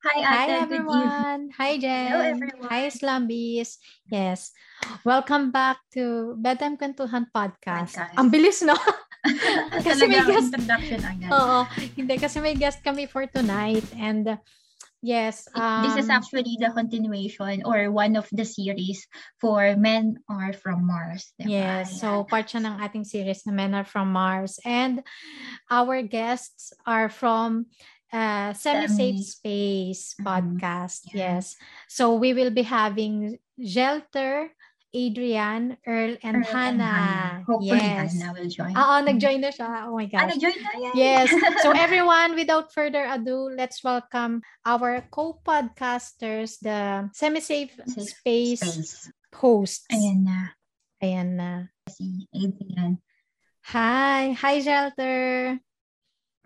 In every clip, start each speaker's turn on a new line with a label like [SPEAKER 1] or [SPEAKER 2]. [SPEAKER 1] Hi, Ate.
[SPEAKER 2] Hi
[SPEAKER 1] Good evening.
[SPEAKER 2] everyone. Hi Jen.
[SPEAKER 1] Hello, everyone.
[SPEAKER 2] Hi Slumbies. Yes. Welcome back to Bedtime Kwentuhan Podcast.
[SPEAKER 1] Podcast.
[SPEAKER 2] Ang bilis no? Kasi may
[SPEAKER 1] Talagang
[SPEAKER 2] guest. Oh,
[SPEAKER 1] introduction agad.
[SPEAKER 2] Oo, hindi kasi may guest kami for tonight and uh, yes, um,
[SPEAKER 1] This is actually the continuation or one of the series for Men Are From Mars. diba?
[SPEAKER 2] Yes, so
[SPEAKER 1] Ayan.
[SPEAKER 2] part siya ng ating series na Men Are From Mars. And our guests are from uh, Semi-Safe
[SPEAKER 1] Semi.
[SPEAKER 2] Space
[SPEAKER 1] Mhm.
[SPEAKER 2] podcast.
[SPEAKER 1] Yeah.
[SPEAKER 2] Yes. So we will be having Jelter, Adrian, Earl, and
[SPEAKER 1] Earl
[SPEAKER 2] Hannah.
[SPEAKER 1] Hopefully,
[SPEAKER 2] yes.
[SPEAKER 1] Hannah will join.
[SPEAKER 2] Oo, nag-join na siya. Oh my
[SPEAKER 1] Ah,
[SPEAKER 2] gosh.
[SPEAKER 1] nag-join na yan.
[SPEAKER 2] Yes. So everyone, without further ado, let's welcome our co-podcasters, the Semi-Safe
[SPEAKER 1] Safe
[SPEAKER 2] Space,
[SPEAKER 1] Space.
[SPEAKER 2] hosts.
[SPEAKER 1] Ayan na.
[SPEAKER 2] Ayan na.
[SPEAKER 1] Si Adrian.
[SPEAKER 2] Hi! Hi, Shelter!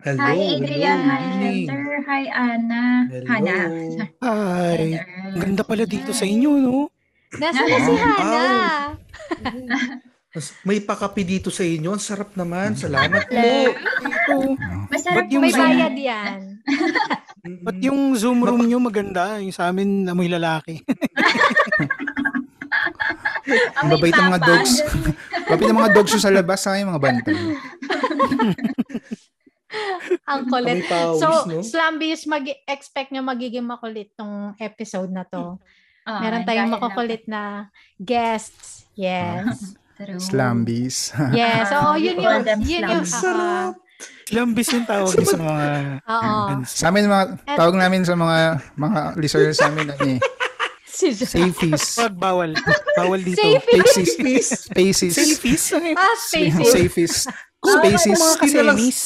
[SPEAKER 3] Hello,
[SPEAKER 1] Hi,
[SPEAKER 3] hello,
[SPEAKER 1] Adrian. Hi,
[SPEAKER 3] good evening.
[SPEAKER 1] Hunter. Hi, Anna.
[SPEAKER 3] Hello.
[SPEAKER 1] Hannah.
[SPEAKER 4] Hi. Ang Ganda pala dito sa inyo, no?
[SPEAKER 2] Nasaan na si
[SPEAKER 3] Wow.
[SPEAKER 2] Hana?
[SPEAKER 3] Mas- May pakapi dito sa inyo. Ang sarap naman.
[SPEAKER 4] Mm.
[SPEAKER 3] Salamat po.
[SPEAKER 2] Hello.
[SPEAKER 4] Ito.
[SPEAKER 1] Masarap
[SPEAKER 4] Ba't yung
[SPEAKER 2] May
[SPEAKER 1] ba yan?
[SPEAKER 2] bayad yan.
[SPEAKER 4] Ba't
[SPEAKER 3] Mm.
[SPEAKER 4] yung Zoom room nyo maganda? Yung sa amin, amoy lalaki.
[SPEAKER 1] Ang
[SPEAKER 5] Mabait ang mga
[SPEAKER 1] papa.
[SPEAKER 5] dogs. Kapit ng mga dogs yung sa labas, sa yung mga bantay.
[SPEAKER 2] Ang
[SPEAKER 3] May
[SPEAKER 2] kulit.
[SPEAKER 3] pawis,
[SPEAKER 2] So,
[SPEAKER 3] no?
[SPEAKER 2] Slumbies, mag-expect nyo magiging makulit tong episode na to.
[SPEAKER 1] Ah,
[SPEAKER 2] Meron tayong
[SPEAKER 1] dahil
[SPEAKER 2] makukulit na guests. Yes.
[SPEAKER 1] lang. True.
[SPEAKER 5] Slambies.
[SPEAKER 2] Yes. Oo, yun
[SPEAKER 1] All
[SPEAKER 2] yun.
[SPEAKER 1] them
[SPEAKER 2] Yun yun. Ah,
[SPEAKER 3] Ang Ah. sarap.
[SPEAKER 4] Lambis yung tawag sa mga...
[SPEAKER 2] Oo.
[SPEAKER 4] Ano,
[SPEAKER 5] Sa amin, mga, tawag namin sa mga mga listeners namin, ano eh,
[SPEAKER 2] Si Jo-
[SPEAKER 5] safeties.
[SPEAKER 4] Wag, bawal. Bawal dito.
[SPEAKER 2] Safety.
[SPEAKER 5] Spaces. Spaces.
[SPEAKER 4] Selfies.
[SPEAKER 2] Ah, safety.
[SPEAKER 5] Safeties. Spaces.
[SPEAKER 4] Mga kasemis.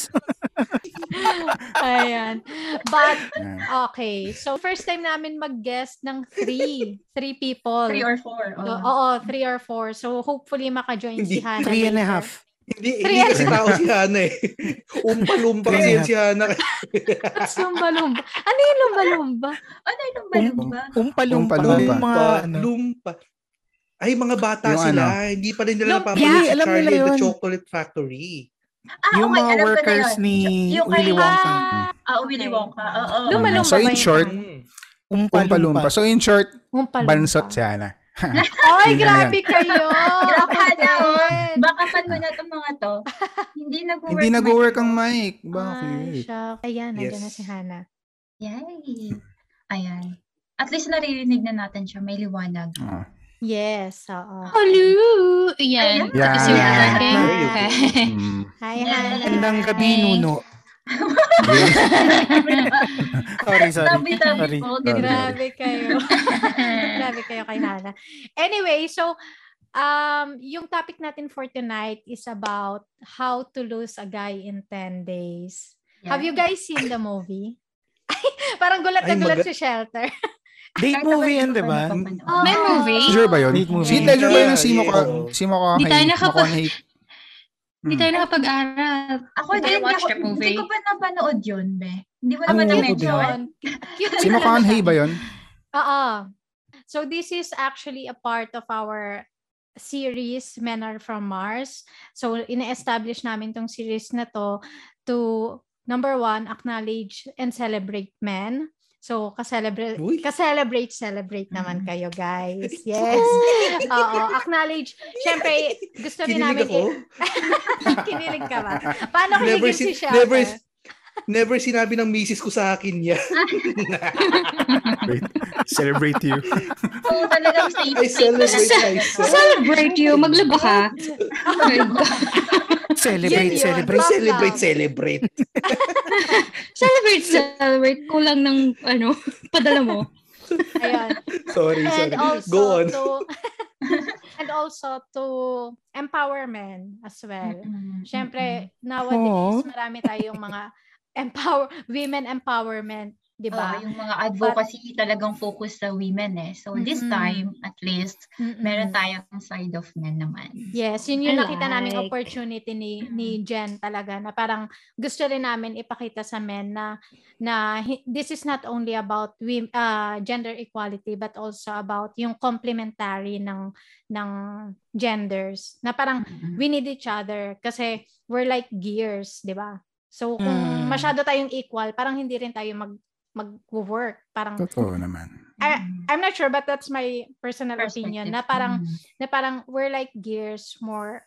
[SPEAKER 2] Ayan. But,
[SPEAKER 5] Yeah.
[SPEAKER 2] okay. So, first time namin mag-guest ng three. Three people.
[SPEAKER 1] Three or four.
[SPEAKER 2] Oo,
[SPEAKER 1] oh.
[SPEAKER 2] oo, three or four. So, hopefully, maka-join si
[SPEAKER 3] Hindi,
[SPEAKER 2] Hannah.
[SPEAKER 4] Three and a
[SPEAKER 2] later.
[SPEAKER 4] half.
[SPEAKER 3] Hindi,
[SPEAKER 2] Three
[SPEAKER 3] hindi kasi
[SPEAKER 2] and-
[SPEAKER 3] tao si Hana eh. Umpa-lumpa
[SPEAKER 4] Three
[SPEAKER 3] kasi
[SPEAKER 4] and
[SPEAKER 3] yan si Hana.
[SPEAKER 2] What's lumba-lumba? Ano yung lumba-lumba?
[SPEAKER 1] Ano yung lumba-lumba?
[SPEAKER 4] Um, Umpalumpa.
[SPEAKER 5] Umpalumpa.
[SPEAKER 4] Yung mga... Ano,
[SPEAKER 3] Lumpa. Ay, mga bata
[SPEAKER 5] Yung
[SPEAKER 3] sila.
[SPEAKER 5] ano?
[SPEAKER 3] Hindi pa rin nila
[SPEAKER 2] Lump-
[SPEAKER 3] napapanood
[SPEAKER 4] Yeah,
[SPEAKER 3] si
[SPEAKER 4] alam nila
[SPEAKER 3] Charlie and the
[SPEAKER 4] yun.
[SPEAKER 3] Chocolate Factory.
[SPEAKER 1] Ah,
[SPEAKER 4] yung
[SPEAKER 1] okay, alam
[SPEAKER 4] mga
[SPEAKER 1] ko na
[SPEAKER 4] workers
[SPEAKER 1] yun.
[SPEAKER 4] ni
[SPEAKER 1] Yung kay-
[SPEAKER 4] Willy Wonka.
[SPEAKER 2] Ah,
[SPEAKER 1] Ah, Willy
[SPEAKER 2] Okay.
[SPEAKER 1] Wonka. Oo. oo.
[SPEAKER 2] Lumba- Lumbalumba
[SPEAKER 5] So,
[SPEAKER 2] ba
[SPEAKER 5] in
[SPEAKER 2] yun?
[SPEAKER 5] short,
[SPEAKER 3] Mm.
[SPEAKER 5] umpalumpa.
[SPEAKER 4] Umpalumpa.
[SPEAKER 5] So, in short,
[SPEAKER 2] umpalumba.
[SPEAKER 5] bansot si Ana.
[SPEAKER 2] Ay,
[SPEAKER 5] Yun na
[SPEAKER 2] grabe kayo.
[SPEAKER 1] Grabe
[SPEAKER 2] Ako
[SPEAKER 1] na, oh.
[SPEAKER 2] din.
[SPEAKER 4] Ah.
[SPEAKER 1] Baka pan mo na itong mga to. Hindi nag-work.
[SPEAKER 5] Hindi nag-work ang
[SPEAKER 1] mic.
[SPEAKER 5] mic.
[SPEAKER 2] Ay,
[SPEAKER 5] Bakit?
[SPEAKER 2] shock. Ayan, nandiyan
[SPEAKER 3] Yes.
[SPEAKER 2] na si Hannah.
[SPEAKER 1] Yay. Ayan. At least naririnig na natin siya. May liwanag.
[SPEAKER 5] Ah.
[SPEAKER 2] Yes, oo.
[SPEAKER 6] Hello! Ayan.
[SPEAKER 1] Ayan.
[SPEAKER 6] Tapos
[SPEAKER 5] Yan.
[SPEAKER 6] yung aking...
[SPEAKER 2] Hi.
[SPEAKER 1] Ah,
[SPEAKER 5] Mm.
[SPEAKER 2] Hi,
[SPEAKER 1] Yes.
[SPEAKER 2] Hannah.
[SPEAKER 4] Magandang gabi,
[SPEAKER 6] Hi.
[SPEAKER 4] Nuno. Sorry, sorry.
[SPEAKER 1] Tabi-tabi
[SPEAKER 4] Sorry.
[SPEAKER 1] po.
[SPEAKER 5] Sorry.
[SPEAKER 2] Grabe kayo. Grabe kayo kay Hannah. Anyway, so um yung topic natin for tonight is about how to lose a guy in 10 days. Have you guys seen the movie? Ay, parang gulat na
[SPEAKER 3] Ay,
[SPEAKER 2] gulat
[SPEAKER 3] maga-
[SPEAKER 2] si Shelter.
[SPEAKER 4] Date movie yan, diba? di ba?
[SPEAKER 1] Oh,
[SPEAKER 6] May movie?
[SPEAKER 5] Sure ba yun?
[SPEAKER 4] Big movie.
[SPEAKER 5] Si Ledger ba yun ang
[SPEAKER 3] Yeah,
[SPEAKER 5] Simo
[SPEAKER 3] yeah.
[SPEAKER 5] ka? Simo ka?
[SPEAKER 6] Hindi tayo nakapa- Hindi
[SPEAKER 5] Hmm.
[SPEAKER 6] tayo nakapag-aral.
[SPEAKER 1] Ako
[SPEAKER 6] I
[SPEAKER 1] din.
[SPEAKER 6] watched
[SPEAKER 1] ako-
[SPEAKER 6] the
[SPEAKER 1] Hindi
[SPEAKER 6] movie.
[SPEAKER 1] ko pa napanood yun, be. Hindi ko
[SPEAKER 4] Ang
[SPEAKER 1] naman
[SPEAKER 4] cute
[SPEAKER 1] na-mention.
[SPEAKER 2] Cute
[SPEAKER 5] Hmm. Simo
[SPEAKER 2] lang
[SPEAKER 5] Kanhei
[SPEAKER 2] siya.
[SPEAKER 5] ba yun?
[SPEAKER 2] Oo. So this is actually a part of our series Men Are From Mars. So ina-establish namin tong series na to to number one, acknowledge and celebrate men. So ka-celebrate
[SPEAKER 3] Uy. Oh,
[SPEAKER 2] ka-celebrate celebrate
[SPEAKER 1] Mm.
[SPEAKER 2] naman kayo guys. Yes. Oo, acknowledge. Syempre gusto rin namin
[SPEAKER 3] Kinilig ako.
[SPEAKER 2] i- kinilig ka ba? Paano
[SPEAKER 3] Never,
[SPEAKER 2] kinilig si
[SPEAKER 3] sin-
[SPEAKER 2] Shaka?
[SPEAKER 3] never, never sinabi ng misis ko sa akin yan.
[SPEAKER 5] Wait. Celebrate you.
[SPEAKER 1] Oo, talagang safe.
[SPEAKER 3] I celebrate myself.
[SPEAKER 6] Celebrate you. Maglaba ka. Oh my God.
[SPEAKER 4] Celebrate,
[SPEAKER 2] Yun yun.
[SPEAKER 4] celebrate.
[SPEAKER 2] Love,
[SPEAKER 3] Celebrate,
[SPEAKER 2] love.
[SPEAKER 3] celebrate.
[SPEAKER 6] celebrate, celebrate. Kulang ng ano, padala mo.
[SPEAKER 2] Ayun.
[SPEAKER 3] Sorry, sorry.
[SPEAKER 2] and also
[SPEAKER 3] Go on.
[SPEAKER 2] to and also to empower men as well. Siyempre, nowadays,
[SPEAKER 3] Oh.
[SPEAKER 4] Oo.
[SPEAKER 2] marami tayong mga empower women empowerment, di
[SPEAKER 1] Diba?
[SPEAKER 2] ba?
[SPEAKER 1] yung mga advocacy talagang focus sa women eh. So this
[SPEAKER 2] Mm-mm.
[SPEAKER 1] time, at least,
[SPEAKER 2] Mm-mm.
[SPEAKER 1] meron tayong side of men naman.
[SPEAKER 2] Yes, yun yung
[SPEAKER 6] I
[SPEAKER 2] nakita naming
[SPEAKER 6] like.
[SPEAKER 2] opportunity ni
[SPEAKER 1] Mm.
[SPEAKER 2] ni Jen talaga na parang gusto rin namin ipakita sa men na na hi- this is not only about wom- uh, gender equality but also about yung complementary ng ng genders na parang we need each other kasi we're like gears, 'di ba? So kung
[SPEAKER 4] Mm.
[SPEAKER 2] masyado tayong equal, parang hindi rin tayo mag mag-work. Parang
[SPEAKER 5] Totoo naman.
[SPEAKER 2] I- I'm not sure but that's my personal
[SPEAKER 1] Perspective.
[SPEAKER 2] opinion na parang
[SPEAKER 1] Mm.
[SPEAKER 2] na parang we're like gears more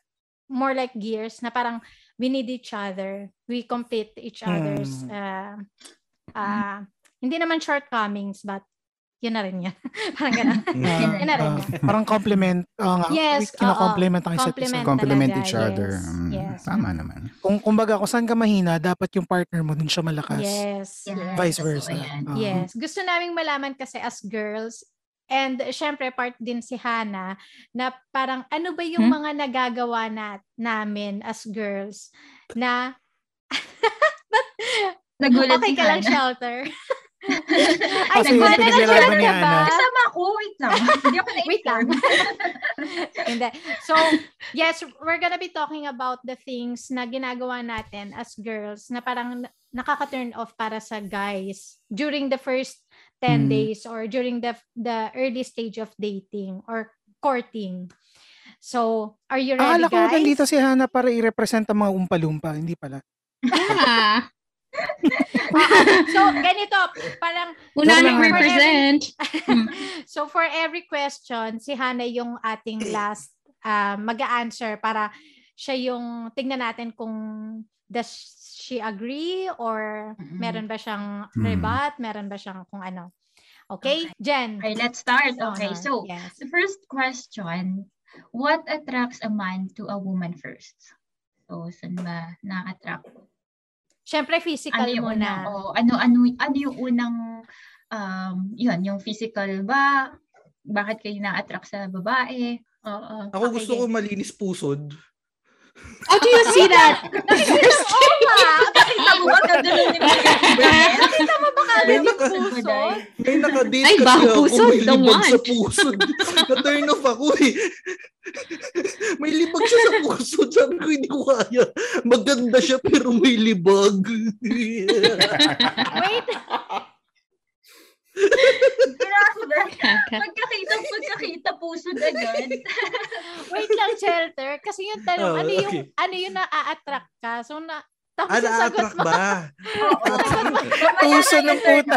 [SPEAKER 2] more like gears na parang we need each other. We complete each other's
[SPEAKER 5] Mm.
[SPEAKER 2] uh, uh, hindi naman shortcomings but yun na rin yan. parang ganun.
[SPEAKER 4] Ah,
[SPEAKER 2] yun na rin
[SPEAKER 4] ah,
[SPEAKER 2] yan.
[SPEAKER 4] parang compliment. Oo nga,
[SPEAKER 2] Yes,
[SPEAKER 4] kinakompliment ang isa't isa.
[SPEAKER 2] Compliment
[SPEAKER 5] Complement
[SPEAKER 2] talaga,
[SPEAKER 5] each other.
[SPEAKER 2] yes,
[SPEAKER 5] Mm,
[SPEAKER 2] yes.
[SPEAKER 5] Tama naman.
[SPEAKER 4] Kung kumbaga, kung saan ka mahina, dapat yung partner mo dun siya malakas.
[SPEAKER 2] Yes.
[SPEAKER 1] Yeah,
[SPEAKER 4] Vice
[SPEAKER 1] totoo
[SPEAKER 4] versa.
[SPEAKER 1] yan.
[SPEAKER 4] Ah.
[SPEAKER 2] Yes. Gusto naming malaman kasi as girls, and syempre part din si Hana, na parang ano ba yung
[SPEAKER 6] Hmm?
[SPEAKER 2] mga nagagawa na, namin as girls na
[SPEAKER 1] Nagulat
[SPEAKER 2] okay
[SPEAKER 1] si
[SPEAKER 2] ka lang
[SPEAKER 1] Hannah.
[SPEAKER 2] shelter. Ay,
[SPEAKER 4] Kasi
[SPEAKER 2] nagwala na
[SPEAKER 4] pinaglalaban
[SPEAKER 2] shelter
[SPEAKER 4] ni
[SPEAKER 2] ka ba?
[SPEAKER 1] Kasama ko, wait lang. Hindi ako
[SPEAKER 2] Wait
[SPEAKER 1] na-inform.
[SPEAKER 2] lang. Hindi. So, yes, we're gonna be talking about the things na ginagawa natin as girls na parang na- nakaka-turn off para sa guys during the first 10
[SPEAKER 5] Mm.
[SPEAKER 2] days or during the the early stage of dating or courting. So, are you ready,
[SPEAKER 4] Ah, Akala ko
[SPEAKER 2] guys?
[SPEAKER 4] nandito si Hana para i-represent ang mga umpalumpa. Hindi pala.
[SPEAKER 6] Ah,
[SPEAKER 2] So, ganito, parang
[SPEAKER 6] wala
[SPEAKER 4] Joke lang.
[SPEAKER 6] nang represent.
[SPEAKER 2] so for every question, si Hana yung ating last uh, mag-answer para siya yung tingnan natin kung does she agree or
[SPEAKER 1] Mm-mm.
[SPEAKER 2] meron
[SPEAKER 3] Hmm.
[SPEAKER 2] ba siyang
[SPEAKER 5] Mm.
[SPEAKER 2] rebut, meron ba siyang kung ano. Okay, Jen.
[SPEAKER 1] Okay, let's start.
[SPEAKER 2] Honor.
[SPEAKER 1] Okay, so
[SPEAKER 2] yes.
[SPEAKER 1] the first question, what attracts a man to a woman first? So, saan ba na-attract?
[SPEAKER 2] Syempre
[SPEAKER 1] Ano
[SPEAKER 2] physical
[SPEAKER 1] yung unang,
[SPEAKER 2] muna.
[SPEAKER 1] o ano, ano, ano yung unang, um, yun, yung physical ba? Bakit kayo na-attract sa babae? Oo.
[SPEAKER 3] Ako
[SPEAKER 2] Okay,
[SPEAKER 3] gusto ko malinis pusod.
[SPEAKER 6] How Oh, do you see that?
[SPEAKER 2] Oo nga.
[SPEAKER 1] Nakita mo ba gagawin ni Maria?
[SPEAKER 2] Nakita mo ba kagad
[SPEAKER 3] Meron
[SPEAKER 2] yung
[SPEAKER 3] ka-
[SPEAKER 2] puso?
[SPEAKER 3] May nakadate
[SPEAKER 6] Ay,
[SPEAKER 3] kasi
[SPEAKER 6] baka
[SPEAKER 3] ako,
[SPEAKER 6] pusod,
[SPEAKER 3] may
[SPEAKER 6] don't
[SPEAKER 3] libag sa
[SPEAKER 6] want.
[SPEAKER 3] pusod. Na-turn off ako eh. May libag siya sa pusod. Sabi ko, hindi ko kaya. Maganda siya pero may libag.
[SPEAKER 2] Wait,
[SPEAKER 1] Grabe. Pagkakita, pagkakita, pusod agad.
[SPEAKER 2] wait lang, shelter. Kasi yung tanong,
[SPEAKER 3] Oh,
[SPEAKER 2] ano yung
[SPEAKER 3] okay.
[SPEAKER 2] ano yung na-attract ka? So na tapos yung
[SPEAKER 3] ah,
[SPEAKER 2] sagot
[SPEAKER 3] na-attract
[SPEAKER 2] mo.
[SPEAKER 3] ba?
[SPEAKER 4] Puso ng puta.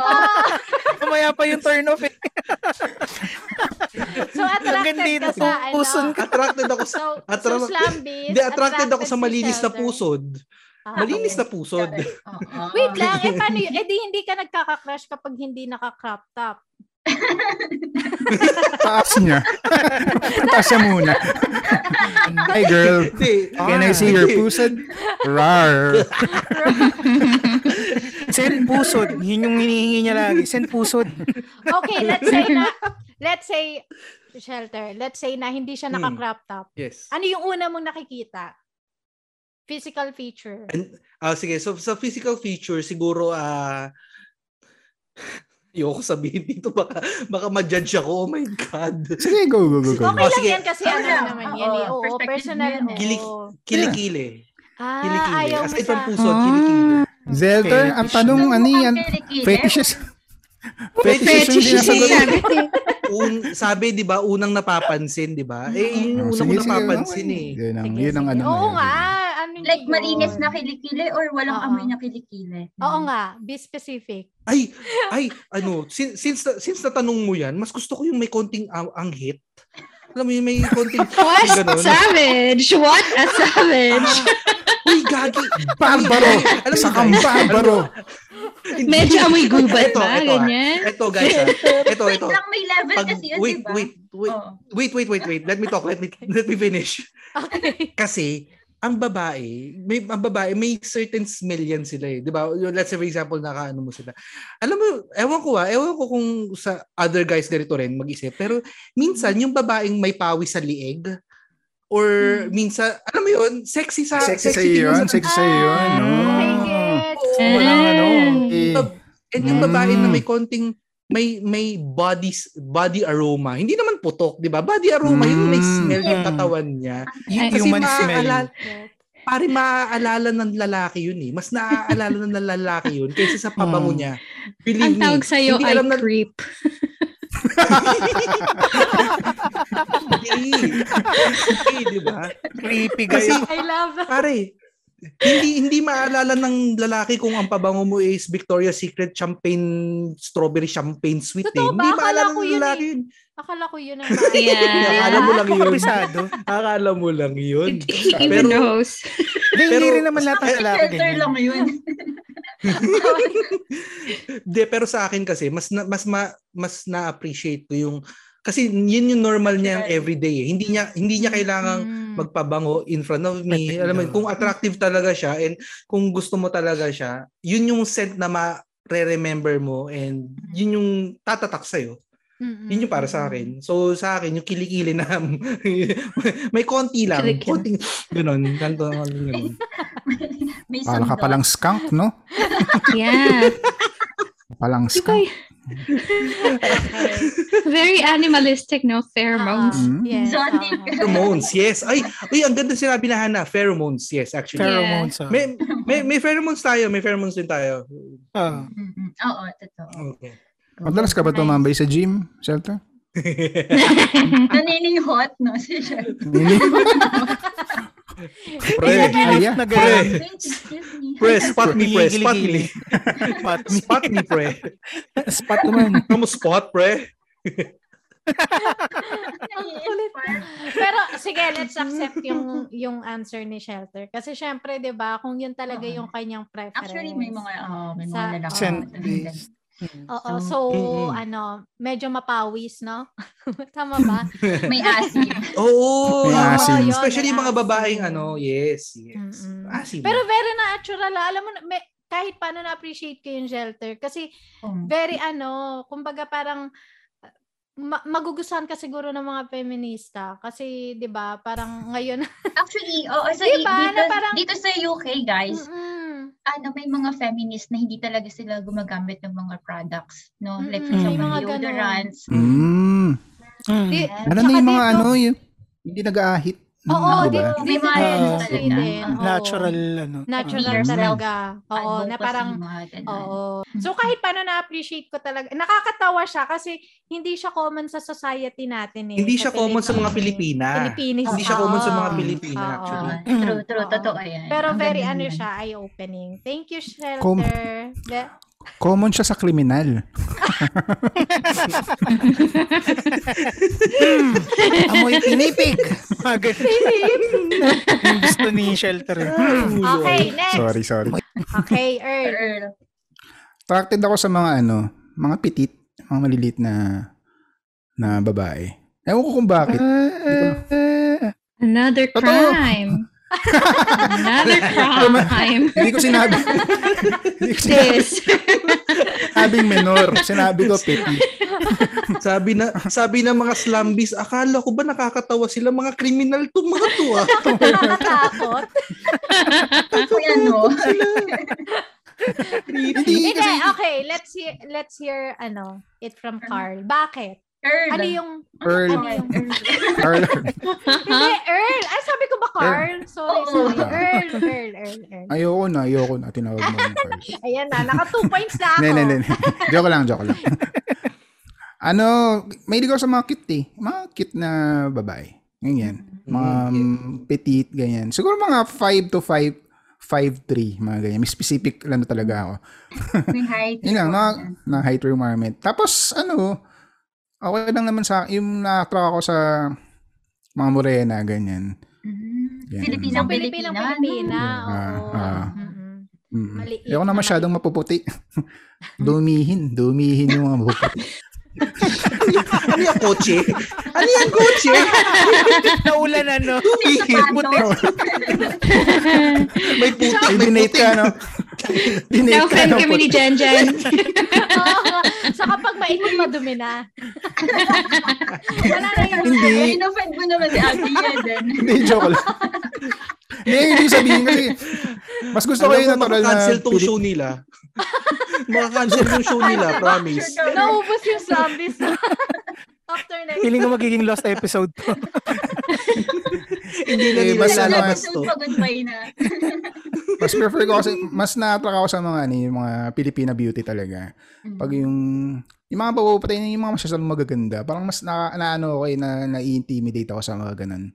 [SPEAKER 4] Mamaya pa yung turn off eh.
[SPEAKER 2] So attracted ka
[SPEAKER 4] Ganda
[SPEAKER 2] sa ano.
[SPEAKER 4] Puson ka.
[SPEAKER 3] Attracted ako sa...
[SPEAKER 2] So,
[SPEAKER 3] Attra-
[SPEAKER 2] so slambis.
[SPEAKER 3] Hindi, attracted ako sa
[SPEAKER 2] si
[SPEAKER 3] malinis na
[SPEAKER 2] shelter.
[SPEAKER 3] pusod.
[SPEAKER 2] Ah,
[SPEAKER 3] Malinis
[SPEAKER 2] okay.
[SPEAKER 3] na pusod.
[SPEAKER 1] Oo.
[SPEAKER 2] Wait lang, eh paano yun? Eh di hindi ka nagkaka-crush kapag hindi naka-crop top.
[SPEAKER 5] Taas niya. Taas siya muna. Hi, girl.
[SPEAKER 3] Hindi.
[SPEAKER 5] Can I see your pusod? Rar.
[SPEAKER 4] Send pusod. Yun yung hinihingi niya lagi. Send pusod.
[SPEAKER 2] Okay, let's say na, let's say, shelter, let's say na hindi siya
[SPEAKER 3] Hmm.
[SPEAKER 2] naka-crop top.
[SPEAKER 3] Yes.
[SPEAKER 2] Ano yung una mong nakikita? Physical feature.
[SPEAKER 3] Ah, sige. So, sa physical feature, siguro, ah... Ayoko sabihin dito. Baka, baka ma-judge ako. Oh my God.
[SPEAKER 5] Sige, go, go, go, go.
[SPEAKER 2] Okay
[SPEAKER 3] Oh,
[SPEAKER 2] lang
[SPEAKER 3] sige.
[SPEAKER 2] yan kasi
[SPEAKER 1] Ano
[SPEAKER 2] ano
[SPEAKER 1] lang,
[SPEAKER 2] naman
[SPEAKER 1] oo,
[SPEAKER 2] yan eh. Oo,
[SPEAKER 1] perspective
[SPEAKER 2] personal.
[SPEAKER 1] yan eh.
[SPEAKER 3] Gilig-
[SPEAKER 2] oo.
[SPEAKER 3] Kilikili.
[SPEAKER 2] Ah,
[SPEAKER 3] Kilikili.
[SPEAKER 2] ayaw mo
[SPEAKER 3] Aside
[SPEAKER 2] sa...
[SPEAKER 3] from pusod, kilikili.
[SPEAKER 5] Ah. Zelter, ang tanong, ano yan? Fetishes. Fetishes yung
[SPEAKER 6] Fetish
[SPEAKER 5] sinasagot.
[SPEAKER 6] siya.
[SPEAKER 3] Un, sabi, di ba, unang napapansin, di ba? Eh, yun yung
[SPEAKER 5] Oh,
[SPEAKER 3] unang
[SPEAKER 5] sige,
[SPEAKER 3] ko
[SPEAKER 5] sige.
[SPEAKER 3] napapansin
[SPEAKER 5] Okay.
[SPEAKER 3] eh.
[SPEAKER 5] Yun ang,
[SPEAKER 2] Sige,
[SPEAKER 5] yun ang
[SPEAKER 2] sige.
[SPEAKER 5] ano.
[SPEAKER 2] Oo
[SPEAKER 5] na
[SPEAKER 2] nga.
[SPEAKER 5] yun.
[SPEAKER 2] Ano
[SPEAKER 1] Like
[SPEAKER 2] yun?
[SPEAKER 1] marinis na kilikili or walang
[SPEAKER 2] Oo.
[SPEAKER 1] amoy na kilikili?
[SPEAKER 2] Oo nga. Be specific.
[SPEAKER 3] Ay, ay, ano, since, since, na- since natanong mo yan, mas gusto ko yung may konting ang, anghit. Alam mo yung may konting
[SPEAKER 6] What?
[SPEAKER 3] ganun.
[SPEAKER 6] Savage! What a savage!
[SPEAKER 3] Ah, uy, gagi.
[SPEAKER 5] Barbaro!
[SPEAKER 3] Uy, uy, Alam
[SPEAKER 5] Isa
[SPEAKER 3] mo,
[SPEAKER 5] kang
[SPEAKER 3] guys,
[SPEAKER 5] barbaro!
[SPEAKER 3] hindi-
[SPEAKER 6] Medyo amoy gubat
[SPEAKER 3] Ito,
[SPEAKER 6] ba?
[SPEAKER 3] ito, ah.
[SPEAKER 6] Ganyan?
[SPEAKER 3] Ito, guys. ah. Ito,
[SPEAKER 1] Wait
[SPEAKER 3] ito.
[SPEAKER 1] lang, may level
[SPEAKER 3] Pag,
[SPEAKER 1] kasi yun,
[SPEAKER 3] wait,
[SPEAKER 1] diba?
[SPEAKER 3] wait, wait,
[SPEAKER 1] Oo.
[SPEAKER 3] wait, wait, wait, wait. Let me talk. Let me, let me finish.
[SPEAKER 2] Okay.
[SPEAKER 3] Kasi ang babae, may ang babae may certain smell yan sila eh, 'di ba? Yung- Let's say for example nakaano mo sila. Alam mo, ewan ko ah, ewan ko kung sa other guys ganito rin mag-isip, pero minsan
[SPEAKER 1] Mm.
[SPEAKER 3] yung babaeng may pawis sa liig or
[SPEAKER 1] Mm.
[SPEAKER 3] minsan alam mo yun, sexy sa
[SPEAKER 5] Sexy sa'yo
[SPEAKER 3] tingin
[SPEAKER 5] yun,
[SPEAKER 3] sa-
[SPEAKER 5] sexy sa'yo yun.
[SPEAKER 2] Ah,
[SPEAKER 5] No.
[SPEAKER 2] I get.
[SPEAKER 5] Walang ano.
[SPEAKER 2] Mm.
[SPEAKER 5] eh.
[SPEAKER 3] And yung
[SPEAKER 5] Mm.
[SPEAKER 3] babae na may konting may may body body aroma. Hindi naman putok, 'di ba? Body aroma yun may
[SPEAKER 5] Mm.
[SPEAKER 3] smell yung
[SPEAKER 4] Mm.
[SPEAKER 3] katawan niya.
[SPEAKER 5] Yung
[SPEAKER 3] Kasi
[SPEAKER 5] human smell.
[SPEAKER 3] maaalala- pare maaalala ng lalaki yun eh. Mas naaalala ng lalaki yun kaysa sa pabango
[SPEAKER 5] Mm.
[SPEAKER 4] Hmm.
[SPEAKER 3] niya. Believe
[SPEAKER 6] Ang tawag
[SPEAKER 3] me,
[SPEAKER 6] sa'yo
[SPEAKER 3] hindi
[SPEAKER 6] ay
[SPEAKER 3] alam na,
[SPEAKER 6] creep.
[SPEAKER 3] Hindi. Hindi, di ba?
[SPEAKER 4] Creepy guys.
[SPEAKER 3] Kasi,
[SPEAKER 2] I love.
[SPEAKER 3] pare, hindi hindi maalala ng lalaki kung ang pabango mo is Victoria's Secret champagne strawberry champagne sweet. Eh.
[SPEAKER 2] Totoo ba?
[SPEAKER 3] Hindi
[SPEAKER 2] Akala
[SPEAKER 3] maalala
[SPEAKER 2] ko
[SPEAKER 3] ng
[SPEAKER 2] yun
[SPEAKER 3] lalaki. yun.
[SPEAKER 2] Akala ko yun ang mga-
[SPEAKER 3] Akala
[SPEAKER 6] Yeah.
[SPEAKER 3] mo lang yun.
[SPEAKER 4] Kabisado.
[SPEAKER 3] Akala mo lang yun.
[SPEAKER 6] He
[SPEAKER 3] Pero-
[SPEAKER 6] even knows.
[SPEAKER 4] Hindi, hindi
[SPEAKER 3] Pero-
[SPEAKER 4] rin naman lahat ng lalaki
[SPEAKER 1] filter
[SPEAKER 4] ganyan.
[SPEAKER 1] lang yun.
[SPEAKER 3] De, pero sa akin kasi mas na, mas ma, mas na-appreciate ko yung kasi yun yung normal niya yung everyday. Eh. Hindi niya hindi niya kailangang
[SPEAKER 2] Mm.
[SPEAKER 3] magpabango in front of me.
[SPEAKER 4] Perfect.
[SPEAKER 3] Alam mo, yun, kung attractive talaga siya and kung gusto mo talaga siya, yun yung scent na ma-remember mo and yun yung tatatak sa'yo.
[SPEAKER 2] Mm-mm.
[SPEAKER 3] Yun yung para sa akin. So, sa akin, yung kilikili na may konti lang.
[SPEAKER 6] Kilikili.
[SPEAKER 3] Konting, ganun. Ganto, ganun.
[SPEAKER 1] May
[SPEAKER 5] Para ka
[SPEAKER 1] sundo.
[SPEAKER 5] palang skunk, no?
[SPEAKER 6] Yeah.
[SPEAKER 5] Palang
[SPEAKER 6] You
[SPEAKER 5] skunk.
[SPEAKER 6] guys, very animalistic, no pheromones.
[SPEAKER 5] Mm-hmm.
[SPEAKER 2] Ah, yes.
[SPEAKER 1] Exotic.
[SPEAKER 2] oo.
[SPEAKER 3] Pheromones, yes. Ay, ay, ang ganda sinabi na Hana. Pheromones, yes, actually.
[SPEAKER 4] Pheromones. ah.
[SPEAKER 3] May, may, may pheromones tayo. May pheromones din tayo.
[SPEAKER 4] Ah.
[SPEAKER 1] Mm-mm. Oo, totoo.
[SPEAKER 3] Okay.
[SPEAKER 5] Madalas ka ba tumambay sa gym, Shelter?
[SPEAKER 1] Naninihot, no? Si Shelter.
[SPEAKER 3] Pre,
[SPEAKER 5] Ay, yeah.
[SPEAKER 4] Na
[SPEAKER 3] pre,
[SPEAKER 4] ganyan.
[SPEAKER 1] Excuse me.
[SPEAKER 3] pre, spot me, pre, spot me.
[SPEAKER 4] Pat me.
[SPEAKER 3] Spot me, pre.
[SPEAKER 5] Spot naman.
[SPEAKER 3] Kamu spot, pre?
[SPEAKER 1] Naiinit pa.
[SPEAKER 2] Pero sige, let's accept yung yung answer ni Shelter. Kasi syempre, 'di ba, kung yun talaga
[SPEAKER 1] Oo.
[SPEAKER 2] yung kanyang preference.
[SPEAKER 1] Actually, may mga, oh, may mga
[SPEAKER 2] Sa-
[SPEAKER 1] lalaki.
[SPEAKER 4] Scent
[SPEAKER 1] na ganyan.
[SPEAKER 4] based.
[SPEAKER 2] Oo, so
[SPEAKER 3] Mm-mm.
[SPEAKER 2] ano, medyo mapawis, no? Tama ba?
[SPEAKER 1] May asin.
[SPEAKER 3] Oo.
[SPEAKER 5] May
[SPEAKER 3] ah,
[SPEAKER 5] asin.
[SPEAKER 3] Especially
[SPEAKER 2] Yun, may
[SPEAKER 3] mga
[SPEAKER 2] asin.
[SPEAKER 3] babaeng ano, yes, yes.
[SPEAKER 2] Mm-mm.
[SPEAKER 3] Asin.
[SPEAKER 2] Pero very natural, ah. alam mo, na- may, kahit paano na-appreciate ko yung shelter. Kasi
[SPEAKER 1] Um,
[SPEAKER 2] very ano, kumbaga parang uh, ma- magugustuhan ka siguro ng mga feminista. Kasi, di ba, parang ngayon,
[SPEAKER 1] Actually, oo, sa
[SPEAKER 2] Diba?
[SPEAKER 1] dito,
[SPEAKER 2] Na parang-
[SPEAKER 1] dito sa UK, guys,
[SPEAKER 2] Mm-mm.
[SPEAKER 1] ano may mga feminist na hindi talaga sila gumagamit ng mga products, no? Like for
[SPEAKER 2] Mm-mm.
[SPEAKER 1] example,
[SPEAKER 2] May mga ganun.
[SPEAKER 1] deodorants.
[SPEAKER 5] Mm.
[SPEAKER 4] Mm.
[SPEAKER 2] Di-
[SPEAKER 1] Yes.
[SPEAKER 5] Ano
[SPEAKER 2] Tsaka
[SPEAKER 5] na yung mga
[SPEAKER 2] dito-
[SPEAKER 5] ano yun? Hindi nag-aahit.
[SPEAKER 2] Oo, di,
[SPEAKER 5] Mm, diba?
[SPEAKER 1] dito-
[SPEAKER 2] di,
[SPEAKER 1] May mga
[SPEAKER 2] dito
[SPEAKER 4] ganun
[SPEAKER 2] din,
[SPEAKER 1] sila.
[SPEAKER 2] din. Oo.
[SPEAKER 4] Ah, Natural, ano.
[SPEAKER 2] Natural
[SPEAKER 1] Yourself.
[SPEAKER 2] talaga. Oo,
[SPEAKER 1] advocacy,
[SPEAKER 2] na parang
[SPEAKER 1] mga ganun.
[SPEAKER 2] Oo. So
[SPEAKER 3] Mm-hmm.
[SPEAKER 2] kahit paano na-appreciate ko talaga. Nakakatawa siya kasi hindi siya common sa society natin eh.
[SPEAKER 3] hindi siya common sa mga
[SPEAKER 2] Pilipinas.
[SPEAKER 3] Pilipina.
[SPEAKER 2] Pilipinas.
[SPEAKER 3] Hindi siya common sa mga
[SPEAKER 2] Oo.
[SPEAKER 3] Pilipina,
[SPEAKER 2] Oo.
[SPEAKER 3] actually.
[SPEAKER 1] Oo, true, true,
[SPEAKER 2] Oo.
[SPEAKER 1] totoo yan.
[SPEAKER 2] Pero
[SPEAKER 1] Ang
[SPEAKER 2] very
[SPEAKER 1] ganda
[SPEAKER 2] ano
[SPEAKER 1] nun.
[SPEAKER 2] siya, eye-opening. Thank you, Shelter.
[SPEAKER 5] Com-
[SPEAKER 2] Be-
[SPEAKER 5] Common siya sa kriminal.
[SPEAKER 4] Amoy pinipig. Mga ganun. Yung gusto ni Shelter. eh.
[SPEAKER 2] okay, next.
[SPEAKER 5] Sorry, sorry.
[SPEAKER 2] Okay, Earl.
[SPEAKER 1] Girl,
[SPEAKER 5] Attracted ako sa mga ano, mga pitit, mga maliliit na na babae. Ewan ko kung
[SPEAKER 4] Ah,
[SPEAKER 5] bakit.
[SPEAKER 2] Ah.
[SPEAKER 6] Another
[SPEAKER 5] Totoo.
[SPEAKER 6] crime. Another crime.
[SPEAKER 5] Hindi ko sinabi. Hindi ko sinabi-
[SPEAKER 6] This.
[SPEAKER 5] sinabing menor. Sinabi ko petit.
[SPEAKER 3] Sabi na sabi ng mga slambis, akala ko ba nakakatawa sila mga kriminal to mga to ah.
[SPEAKER 2] Nakakatakot.
[SPEAKER 1] Ako yan, no?
[SPEAKER 3] Ano
[SPEAKER 5] Hindi
[SPEAKER 2] Hindi,
[SPEAKER 5] kasi
[SPEAKER 2] okay. Let's hear, let's hear ano, it from Carl. Bakit?
[SPEAKER 1] Girl.
[SPEAKER 2] Ano yung,
[SPEAKER 5] Earl.
[SPEAKER 2] ano yung,
[SPEAKER 5] Earl.
[SPEAKER 2] Hindi, Earl. Ay, sabi ko ba Carl? Sorry,
[SPEAKER 1] Oo.
[SPEAKER 2] sorry.
[SPEAKER 5] Oh.
[SPEAKER 2] Earl, Earl, Earl, Earl.
[SPEAKER 5] Ayoko na, ayoko na. Tinawag mo yung Earl.
[SPEAKER 2] Ayan na, naka two points na ako.
[SPEAKER 5] Ne, ne, ne. ne. Joke lang, joke lang. ano, may ko sa mga cute eh. Mga cute na babae. Ganyan. Mga mm, petite, ganyan. Siguro mga 5 to 5, 5'3, mga ganyan. May specific ano talaga ako.
[SPEAKER 1] May height.
[SPEAKER 5] Yun lang, na, na height requirement. Tapos, ano, okay lang naman sa yung na-attract ako sa mga morena, ganyan.
[SPEAKER 1] Mhm.
[SPEAKER 5] Yan.
[SPEAKER 1] Filipinang Pilipina.
[SPEAKER 2] Pilipinang Pilipina.
[SPEAKER 5] Ah,
[SPEAKER 2] Oo.
[SPEAKER 5] ah.
[SPEAKER 2] Mm-mm.
[SPEAKER 5] Mm.
[SPEAKER 2] Maliit
[SPEAKER 5] Ayoko
[SPEAKER 2] na
[SPEAKER 5] na masyadong mapuputi. dumihin, dumihin yung mga mapuputi.
[SPEAKER 3] Ano yung kotse? Ano yung kotse?
[SPEAKER 4] Naulan, ano.
[SPEAKER 3] May putik,
[SPEAKER 5] Ay,
[SPEAKER 3] may
[SPEAKER 5] dinate
[SPEAKER 3] putik.
[SPEAKER 5] ka, no? dinate ka ano,
[SPEAKER 6] Na-offend
[SPEAKER 5] ng
[SPEAKER 6] kami ni
[SPEAKER 5] puti.
[SPEAKER 6] Jen Jen.
[SPEAKER 2] Oo. Sa kapag maikot, madumi na. Wala na yung...
[SPEAKER 5] Hindi.
[SPEAKER 1] Inoffend mo naman si Ate Yeden.
[SPEAKER 5] Hindi, joke lang. Hindi, hindi sabihin kasi mas gusto ko yung
[SPEAKER 3] Alam mo,
[SPEAKER 5] natural na
[SPEAKER 3] cancel tong
[SPEAKER 5] Pilip-
[SPEAKER 3] show nila. Makakancel yung show nila, promise.
[SPEAKER 2] Naubos yung zombies. After next.
[SPEAKER 4] Feeling ko magiging lost episode to.
[SPEAKER 3] Hindi na
[SPEAKER 5] Eh,
[SPEAKER 3] nila
[SPEAKER 5] mas
[SPEAKER 1] Mas
[SPEAKER 5] ano,
[SPEAKER 3] lalabas to.
[SPEAKER 1] episode pagod pa yun ah.
[SPEAKER 5] mas prefer ko kasi mas na-attract ako sa mga ano, yung mga Pilipina beauty talaga. Pag
[SPEAKER 3] Mm.
[SPEAKER 5] yung yung mga papapatay na yung mga masyadong magaganda, parang mas na, na ano ako eh, na, na-intimidate ako sa mga ganun.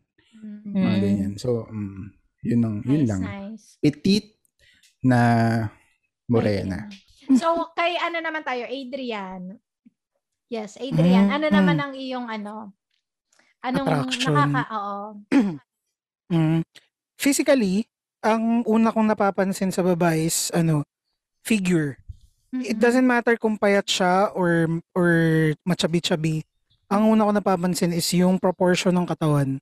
[SPEAKER 5] Mga
[SPEAKER 1] Mm.
[SPEAKER 5] ganyan. So, mm, Yun, ang, yun
[SPEAKER 2] nice,
[SPEAKER 5] lang.
[SPEAKER 2] nice.
[SPEAKER 5] Petite na morena.
[SPEAKER 2] Ayun. So, kay ano naman tayo, Adrian. Yes, Adrian.
[SPEAKER 4] Mm,
[SPEAKER 2] Ano
[SPEAKER 4] mm.
[SPEAKER 2] naman ang iyong ano? Anong
[SPEAKER 4] Attraction.
[SPEAKER 2] nakaka... Oo.
[SPEAKER 4] Mm. Physically, ang una kong napapansin sa babae is ano, figure. It
[SPEAKER 2] Mm-mm.
[SPEAKER 4] doesn't matter kung payat siya or or machabi-chabi. Ang una ko napapansin is yung proportion ng katawan.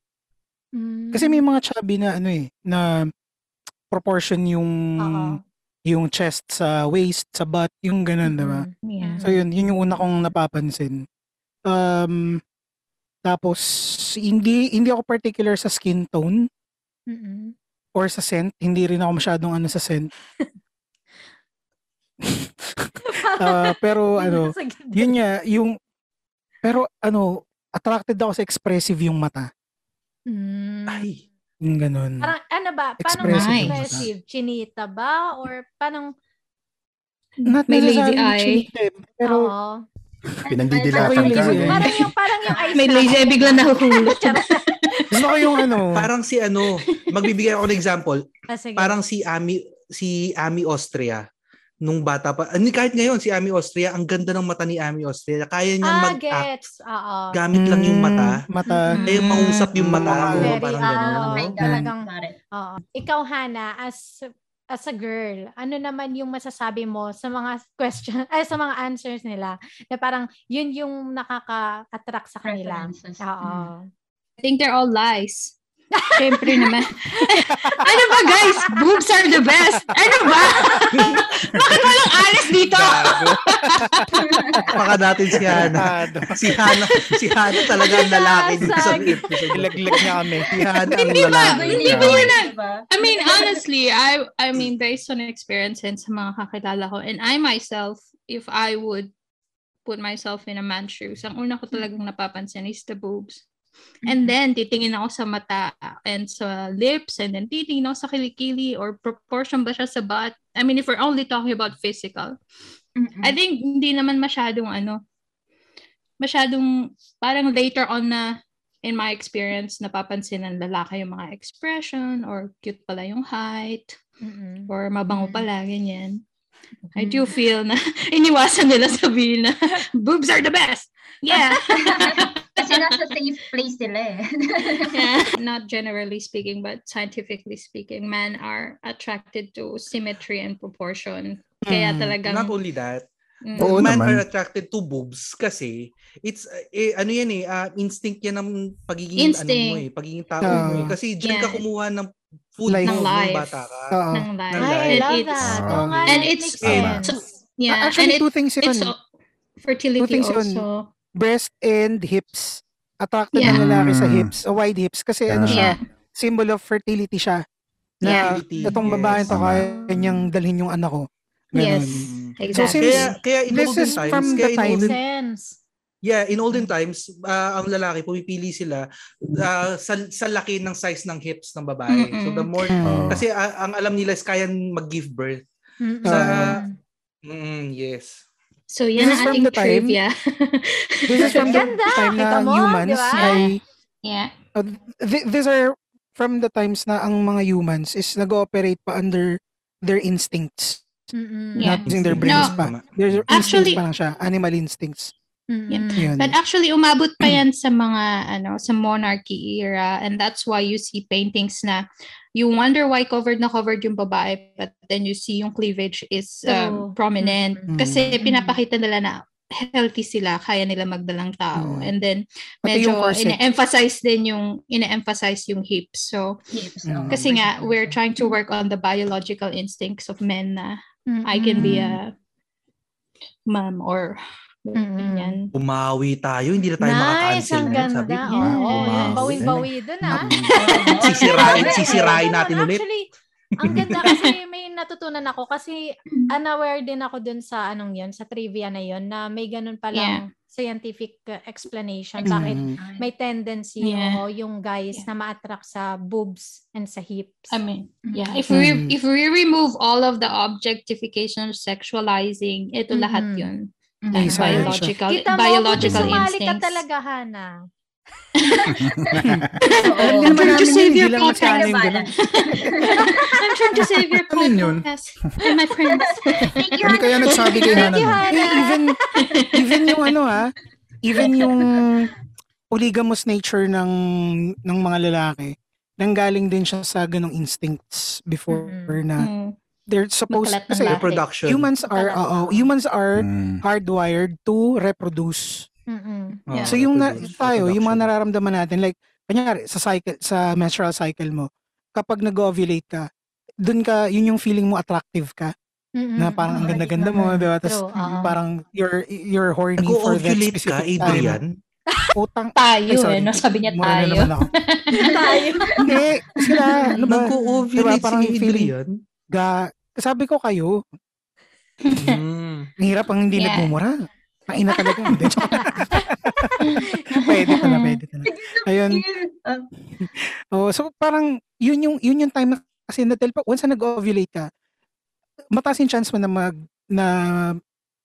[SPEAKER 2] Mm.
[SPEAKER 4] Kasi may mga chubby na ano eh, na proportion yung
[SPEAKER 2] Oo.
[SPEAKER 4] Mm, yung chest sa waist, sa butt, yung ganun, di ba?
[SPEAKER 2] Mm-mm.
[SPEAKER 7] Yeah.
[SPEAKER 4] So yun, yun yung una kong napapansin. Um, tapos hindi hindi ako particular sa skin tone
[SPEAKER 2] Mm-mm.
[SPEAKER 4] or sa scent. Hindi rin ako masyadong ano sa scent. Ah, pero ano,
[SPEAKER 2] Sa ganda.
[SPEAKER 4] yun nga, yung pero ano, attracted ako sa expressive yung mata.
[SPEAKER 2] Mm.
[SPEAKER 3] Ay.
[SPEAKER 4] Yung ganun.
[SPEAKER 2] Parang ano ba? Parang
[SPEAKER 4] Expressive
[SPEAKER 7] yung
[SPEAKER 2] expressive. Chinita ba? Or parang...
[SPEAKER 4] Not
[SPEAKER 7] May lazy
[SPEAKER 4] necessarily
[SPEAKER 7] eye.
[SPEAKER 4] chinite, Pero
[SPEAKER 2] oo.
[SPEAKER 5] Pinagdidilatan
[SPEAKER 4] Parang
[SPEAKER 5] ka.
[SPEAKER 4] lazy.
[SPEAKER 5] ganyan.
[SPEAKER 2] Parang yung, eh. parang yung eyes
[SPEAKER 7] May
[SPEAKER 2] na-
[SPEAKER 7] lazy eye, bigla nahuhulog.
[SPEAKER 2] Charot.
[SPEAKER 4] gusto ko yung ano,
[SPEAKER 3] Parang si ano, magbibigay ako ng example.
[SPEAKER 2] Ah, sige.
[SPEAKER 3] Parang si Ami si Ami Austria nung bata pa. Ani kahit ngayon si Ami Austria, ang ganda ng mata ni Ami Austria. Kaya niya
[SPEAKER 2] ah,
[SPEAKER 3] mag-act
[SPEAKER 2] gets. Oo.
[SPEAKER 3] gamit lang yung mata.
[SPEAKER 4] Mm, Mata.
[SPEAKER 7] Mm.
[SPEAKER 3] Kaya mausap yung mata.
[SPEAKER 4] Mm.
[SPEAKER 3] oo,
[SPEAKER 2] Very,
[SPEAKER 3] parang
[SPEAKER 2] ah,
[SPEAKER 3] ganun.
[SPEAKER 2] oo.
[SPEAKER 3] no?
[SPEAKER 1] Okay,
[SPEAKER 2] Talagang,
[SPEAKER 7] Mm.
[SPEAKER 1] pare.
[SPEAKER 2] oo. Ikaw, Hana, as as a girl, ano naman yung masasabi mo sa mga question, ay sa mga answers nila na parang yun yung nakaka-attract sa kanila.
[SPEAKER 1] Preferences. Mm.
[SPEAKER 2] Oo.
[SPEAKER 7] Hmm. I think they're all lies. Siyempre naman. ano ba guys? Boobs are the best. Ano ba? Bakit walang honest dito?
[SPEAKER 3] Baka natin si Hana.
[SPEAKER 4] Hana.
[SPEAKER 3] Si Hana, si Hana talaga ang lalaki dito sa episode.
[SPEAKER 4] Ilaglag niya kami.
[SPEAKER 3] Si Hana ang
[SPEAKER 7] Hindi ba?
[SPEAKER 3] lalaki.
[SPEAKER 7] Hindi ba yun ah. ang-
[SPEAKER 1] Diba?
[SPEAKER 7] I mean, honestly, I I mean, based on experience and sa mga kakilala ko, and I myself, if I would put myself in a man's shoes, ang una ko talagang napapansin is the boobs. And then, titingin ako sa mata and sa lips, and then titingin ako sa kilikili or proportion ba siya sa butt. I mean, if we're only talking about physical,
[SPEAKER 1] Mm-mm.
[SPEAKER 7] I think hindi naman masyadong ano, masyadong parang later on na in my experience, napapansin ng lalaki yung mga expression or cute pala yung height
[SPEAKER 2] Mm-mm.
[SPEAKER 7] or mabango
[SPEAKER 1] Mm.
[SPEAKER 7] pala, ganyan. I do feel na iniwasan nila sabihin na boobs are the best. Yeah.
[SPEAKER 1] Kasi nasa safe place sila eh.
[SPEAKER 7] Yeah. Not generally speaking, but scientifically speaking, men are attracted to symmetry and proportion. Kaya
[SPEAKER 4] Mm.
[SPEAKER 7] talagang...
[SPEAKER 3] Not only that,
[SPEAKER 7] Mm.
[SPEAKER 5] Oo
[SPEAKER 3] men
[SPEAKER 5] naman.
[SPEAKER 3] are attracted to boobs kasi it's uh, eh, ano yan eh ah, instinct yan ng pagiging ano mo
[SPEAKER 7] Instinct.
[SPEAKER 3] eh pagiging tao
[SPEAKER 4] Yeah.
[SPEAKER 3] mo eh kasi diyan ka
[SPEAKER 7] Yeah.
[SPEAKER 3] kumuha ng food
[SPEAKER 4] Life.
[SPEAKER 3] mo
[SPEAKER 7] Ng
[SPEAKER 3] nung
[SPEAKER 7] life.
[SPEAKER 3] bata ka.
[SPEAKER 4] Oo.
[SPEAKER 7] ng life.
[SPEAKER 3] Ng life.
[SPEAKER 2] I
[SPEAKER 7] And
[SPEAKER 2] love
[SPEAKER 7] it's-
[SPEAKER 2] that.
[SPEAKER 5] Ah.
[SPEAKER 2] Oo nga,
[SPEAKER 7] And
[SPEAKER 2] that
[SPEAKER 7] it's- uh,
[SPEAKER 2] makes
[SPEAKER 5] Tama.
[SPEAKER 2] sense.
[SPEAKER 7] eh. Yeah.
[SPEAKER 4] Actually,
[SPEAKER 7] and
[SPEAKER 4] two things
[SPEAKER 7] it,
[SPEAKER 4] yun.
[SPEAKER 7] it's al- fertility
[SPEAKER 4] things yun.
[SPEAKER 7] also.
[SPEAKER 4] breast and hips. Attracted
[SPEAKER 7] Yeah.
[SPEAKER 4] ng lalaki sa
[SPEAKER 5] Mm.
[SPEAKER 4] hips, uh, wide hips. Kasi ano siya,
[SPEAKER 7] Yeah.
[SPEAKER 4] symbol of fertility siya. Na
[SPEAKER 3] Fertility,
[SPEAKER 4] itong
[SPEAKER 3] yes.
[SPEAKER 4] babae to,
[SPEAKER 5] Tama.
[SPEAKER 4] kaya niyang dalhin yung anak ko. Ganun.
[SPEAKER 7] Yes.
[SPEAKER 3] Mm.
[SPEAKER 7] Exactly.
[SPEAKER 3] Kaya kaya in
[SPEAKER 4] This
[SPEAKER 3] olden
[SPEAKER 4] is
[SPEAKER 3] times,
[SPEAKER 4] from the
[SPEAKER 3] kaya in
[SPEAKER 4] time-
[SPEAKER 3] olden,
[SPEAKER 2] sense.
[SPEAKER 3] yeah, in olden times, ah, ang lalaki pumipili sila ah, sa sa laki ng size ng hips ng babae. So the more
[SPEAKER 5] Oo.
[SPEAKER 3] kasi ah, ang alam nila is kaya mag-give birth.
[SPEAKER 2] Mm-mm.
[SPEAKER 3] Sa- Mm, yes.
[SPEAKER 7] So yan
[SPEAKER 4] This is
[SPEAKER 7] ang
[SPEAKER 4] from
[SPEAKER 7] ating
[SPEAKER 4] the time.
[SPEAKER 7] trivia.
[SPEAKER 4] This is from the
[SPEAKER 2] Ganda!
[SPEAKER 4] time
[SPEAKER 2] Kita
[SPEAKER 4] na ang
[SPEAKER 2] mo,
[SPEAKER 4] humans
[SPEAKER 2] di ba?
[SPEAKER 4] ay...
[SPEAKER 7] yeah.
[SPEAKER 4] Th- these are from the times na ang mga humans is nag-ooperate pa under their instincts.
[SPEAKER 2] Mm-mm.
[SPEAKER 7] Yeah.
[SPEAKER 4] Not using their brains
[SPEAKER 7] No.
[SPEAKER 4] pa.
[SPEAKER 3] Tama.
[SPEAKER 4] Their
[SPEAKER 7] Actually-
[SPEAKER 4] instincts pa lang siya. Animal instincts.
[SPEAKER 2] Mm-mm.
[SPEAKER 7] Yeah.
[SPEAKER 4] Yun.
[SPEAKER 7] But actually umabot pa yan sa mga ano sa monarchy era and that's why you see paintings na you wonder why covered na covered yung babae but then you see yung cleavage is
[SPEAKER 2] Oh.
[SPEAKER 7] um, prominent
[SPEAKER 4] Mm-hmm.
[SPEAKER 2] Mm.
[SPEAKER 7] kasi
[SPEAKER 2] Mm.
[SPEAKER 7] pinapakita nila na healthy sila kaya nila magdalang
[SPEAKER 4] Mm.
[SPEAKER 7] tao and then
[SPEAKER 4] Pati
[SPEAKER 7] medyo
[SPEAKER 4] yung corset.
[SPEAKER 7] ina-emphasize din yung ina-emphasize yung hips so
[SPEAKER 1] Hips,
[SPEAKER 4] Mm.
[SPEAKER 1] oo.
[SPEAKER 7] Kasi nga, we're trying to work on the biological instincts of men na
[SPEAKER 2] mm,
[SPEAKER 7] I can be a
[SPEAKER 4] Mm.
[SPEAKER 7] mom or ganyan.
[SPEAKER 3] Bumawi tayo, hindi na tayo
[SPEAKER 2] Nice,
[SPEAKER 3] makaka-cancel.
[SPEAKER 2] ang
[SPEAKER 3] ngayon,
[SPEAKER 2] ganda.
[SPEAKER 3] sabi ko.
[SPEAKER 2] Oo,
[SPEAKER 7] Yes.
[SPEAKER 2] oh,
[SPEAKER 3] Wow.
[SPEAKER 2] bawi-bawi dun ah.
[SPEAKER 1] Oo.
[SPEAKER 3] Sisirain-
[SPEAKER 1] Grabe.
[SPEAKER 3] sisirain natin
[SPEAKER 2] Ganun,
[SPEAKER 3] ulit.
[SPEAKER 2] Actually, ang ganda kasi may natutunan ako kasi unaware din ako dun sa anong yun, sa trivia na yun na may ganun palang scientific uh, explanation bakit
[SPEAKER 4] Mm.
[SPEAKER 2] may tendency
[SPEAKER 7] Yeah.
[SPEAKER 2] oo, yung guys na ma-attract sa boobs and sa hips.
[SPEAKER 7] I mean,
[SPEAKER 1] Mm.
[SPEAKER 7] yeah. If we
[SPEAKER 4] Mm.
[SPEAKER 7] if we remove all of the objectification, sexualizing, ito lahat
[SPEAKER 2] Mhm.
[SPEAKER 7] yun.
[SPEAKER 1] Mm.
[SPEAKER 4] Isa yun
[SPEAKER 7] Like
[SPEAKER 4] siya.
[SPEAKER 7] biological,
[SPEAKER 2] Kita mo,
[SPEAKER 7] biological
[SPEAKER 2] buti sumali ka
[SPEAKER 7] instincts.
[SPEAKER 2] talaga, Hana.
[SPEAKER 4] Alam
[SPEAKER 1] Oo.
[SPEAKER 4] din
[SPEAKER 2] Trying
[SPEAKER 4] naman
[SPEAKER 2] to
[SPEAKER 4] namin
[SPEAKER 2] save
[SPEAKER 4] yun, hindi
[SPEAKER 2] your
[SPEAKER 4] lang
[SPEAKER 2] people.
[SPEAKER 4] magsanim ganun.
[SPEAKER 2] I'm trying to save your
[SPEAKER 5] Ano yun?
[SPEAKER 2] podcast and my friends.
[SPEAKER 1] Thank you,
[SPEAKER 5] Hindi kaya
[SPEAKER 1] Hannah.
[SPEAKER 5] nagsabi kay
[SPEAKER 2] Thank
[SPEAKER 5] Hannah.
[SPEAKER 2] you,
[SPEAKER 5] nun.
[SPEAKER 4] Eh,
[SPEAKER 2] Hannah.
[SPEAKER 4] even even yung ano ha, even yung polygamous nature ng ng mga lalaki, nanggaling din siya sa ganong instincts before
[SPEAKER 2] Mhm.
[SPEAKER 4] na
[SPEAKER 6] Mm.
[SPEAKER 4] they're supposed
[SPEAKER 2] Magkalat ng
[SPEAKER 4] kasi
[SPEAKER 2] lahat.
[SPEAKER 3] Reproduction.
[SPEAKER 4] humans are
[SPEAKER 2] Magkalat.
[SPEAKER 4] oo, humans are
[SPEAKER 5] Mm.
[SPEAKER 4] hardwired to reproduce.
[SPEAKER 2] Mm-mm.
[SPEAKER 3] Oo,
[SPEAKER 4] So yung na,
[SPEAKER 3] reproduction.
[SPEAKER 4] tayo, yung mga
[SPEAKER 3] Reproduction.
[SPEAKER 4] nararamdaman natin, like, kanyari, sa cycle, sa menstrual cycle mo, kapag nag-ovulate ka, dun ka, yun yung feeling mo attractive ka,
[SPEAKER 6] Mm,
[SPEAKER 2] Mm-mm.
[SPEAKER 4] na parang ang
[SPEAKER 2] Oo,
[SPEAKER 4] ganda-ganda mo,
[SPEAKER 2] naman.
[SPEAKER 4] di ba? Tapos
[SPEAKER 2] True, oo.
[SPEAKER 4] parang you're, you're horny for that
[SPEAKER 3] Nag-ovulate
[SPEAKER 4] specific
[SPEAKER 3] ka,
[SPEAKER 4] time.
[SPEAKER 3] Adrian?
[SPEAKER 4] Utang,
[SPEAKER 6] Tayo,
[SPEAKER 4] Ay, sorry.
[SPEAKER 6] eh. No? Sabi niya
[SPEAKER 4] mura na
[SPEAKER 6] tayo.
[SPEAKER 4] naman ako.
[SPEAKER 2] tayo.
[SPEAKER 4] Hindi, sila, ano ba? Diba,
[SPEAKER 3] Nag-ovulate
[SPEAKER 4] parang
[SPEAKER 3] si Adrian?
[SPEAKER 4] Ga, sabi ko kayo,
[SPEAKER 3] Mm.
[SPEAKER 4] ang hirap ang hindi
[SPEAKER 6] Yeah.
[SPEAKER 4] nagmumura. Paina talaga. Hindi, joke lang. pwede pala, pwede pala. Ayun,
[SPEAKER 1] Ah,
[SPEAKER 4] Oo, so parang yun yung yun yung time na kasi na pa once na nag-ovulate ka, mataas yung chance mo na mag na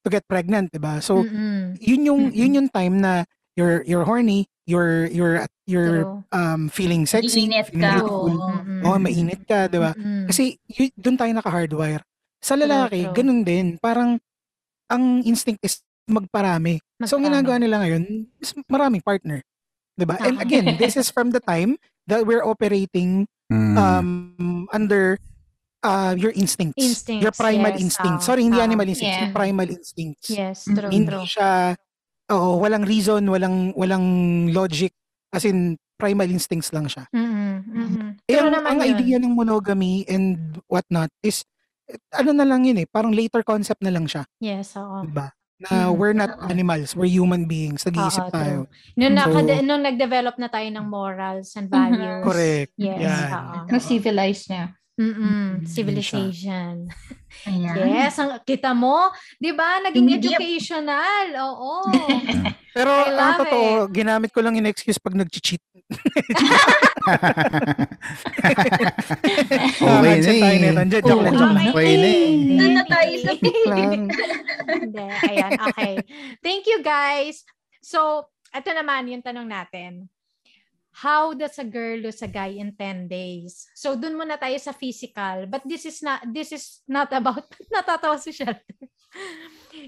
[SPEAKER 4] to get pregnant, 'di ba? So
[SPEAKER 2] Mm-mm.
[SPEAKER 4] yun yung
[SPEAKER 6] Mhm.
[SPEAKER 4] yun yung time na you're you're horny, you're you're you're
[SPEAKER 2] True. Mm-hmm.
[SPEAKER 4] um feeling sexy,
[SPEAKER 1] Iinit
[SPEAKER 4] feeling
[SPEAKER 1] ka,
[SPEAKER 4] beautiful.
[SPEAKER 1] oo.
[SPEAKER 2] Mm-mm.
[SPEAKER 4] Oo, mainit ka, 'di ba?
[SPEAKER 2] Mm-mm.
[SPEAKER 4] Kasi yun, doon tayo naka-hardwire. Sa
[SPEAKER 2] Mm-hmm. True,
[SPEAKER 4] lalaki,
[SPEAKER 2] true.
[SPEAKER 4] ganun din. Parang ang instinct is magparami. So ang
[SPEAKER 2] Magkano.
[SPEAKER 4] ginagawa nila ngayon is maraming partner. 'Di ba? And
[SPEAKER 2] Tama.
[SPEAKER 4] again, this is from the time that we're operating
[SPEAKER 5] Mm.
[SPEAKER 3] Ah,
[SPEAKER 4] um under uh your instincts, your
[SPEAKER 2] Instincts,
[SPEAKER 4] primal
[SPEAKER 2] yes,
[SPEAKER 4] instincts
[SPEAKER 2] ah,
[SPEAKER 4] sorry hindi
[SPEAKER 2] ah,
[SPEAKER 4] animal instincts
[SPEAKER 6] yeah.
[SPEAKER 4] yung primal instincts
[SPEAKER 2] Yes,
[SPEAKER 1] Mm,
[SPEAKER 2] true,
[SPEAKER 4] hindi
[SPEAKER 2] true.
[SPEAKER 4] siya oo walang reason walang walang logic as in primal instincts lang siya
[SPEAKER 2] Mm-mm. Mm-mm. Mm-hmm.
[SPEAKER 4] eh,
[SPEAKER 2] True
[SPEAKER 4] ang,
[SPEAKER 2] naman
[SPEAKER 4] ang
[SPEAKER 2] yun.
[SPEAKER 4] idea ng monogamy and whatnot is eh, ano na lang yun eh parang later concept na lang siya
[SPEAKER 2] Yes, oo.
[SPEAKER 4] diba na
[SPEAKER 2] Mhm.
[SPEAKER 4] we're not
[SPEAKER 1] Oo.
[SPEAKER 4] animals we're human beings nag-iisip
[SPEAKER 2] Oo,
[SPEAKER 4] tayo
[SPEAKER 2] Nung,
[SPEAKER 4] So- Mm-hmm.
[SPEAKER 2] nakade- nung nag-develop na tayo ng morals and values.
[SPEAKER 4] correct
[SPEAKER 2] Yes,
[SPEAKER 4] Yan.
[SPEAKER 2] oo.
[SPEAKER 6] Mas civilized niya.
[SPEAKER 2] Mm-mm.
[SPEAKER 4] Yun siya.
[SPEAKER 2] Civilization.
[SPEAKER 1] Ayan.
[SPEAKER 2] Yes, ang kita mo, 'di ba? Naging
[SPEAKER 1] Hindi.
[SPEAKER 2] educational. Oo.
[SPEAKER 4] pero
[SPEAKER 2] I
[SPEAKER 4] ang
[SPEAKER 2] love
[SPEAKER 4] totoo ginamit ko lang in excuse pag nag-cheat
[SPEAKER 5] okay na
[SPEAKER 4] tayo
[SPEAKER 5] eh.
[SPEAKER 4] netan. Joke lang, joke lang.
[SPEAKER 2] Okay.
[SPEAKER 5] Okay na eh.
[SPEAKER 2] Hindi,
[SPEAKER 1] Doon na tayo sa-
[SPEAKER 2] hindi.
[SPEAKER 4] Joke lang.
[SPEAKER 2] Hindi, ayan, okay. Thank you guys. So, ito naman yung tanong natin. How does a girl lose a guy in 10 days? So, dun muna tayo sa physical. But this is not, this is not about, natatawa si Shelter.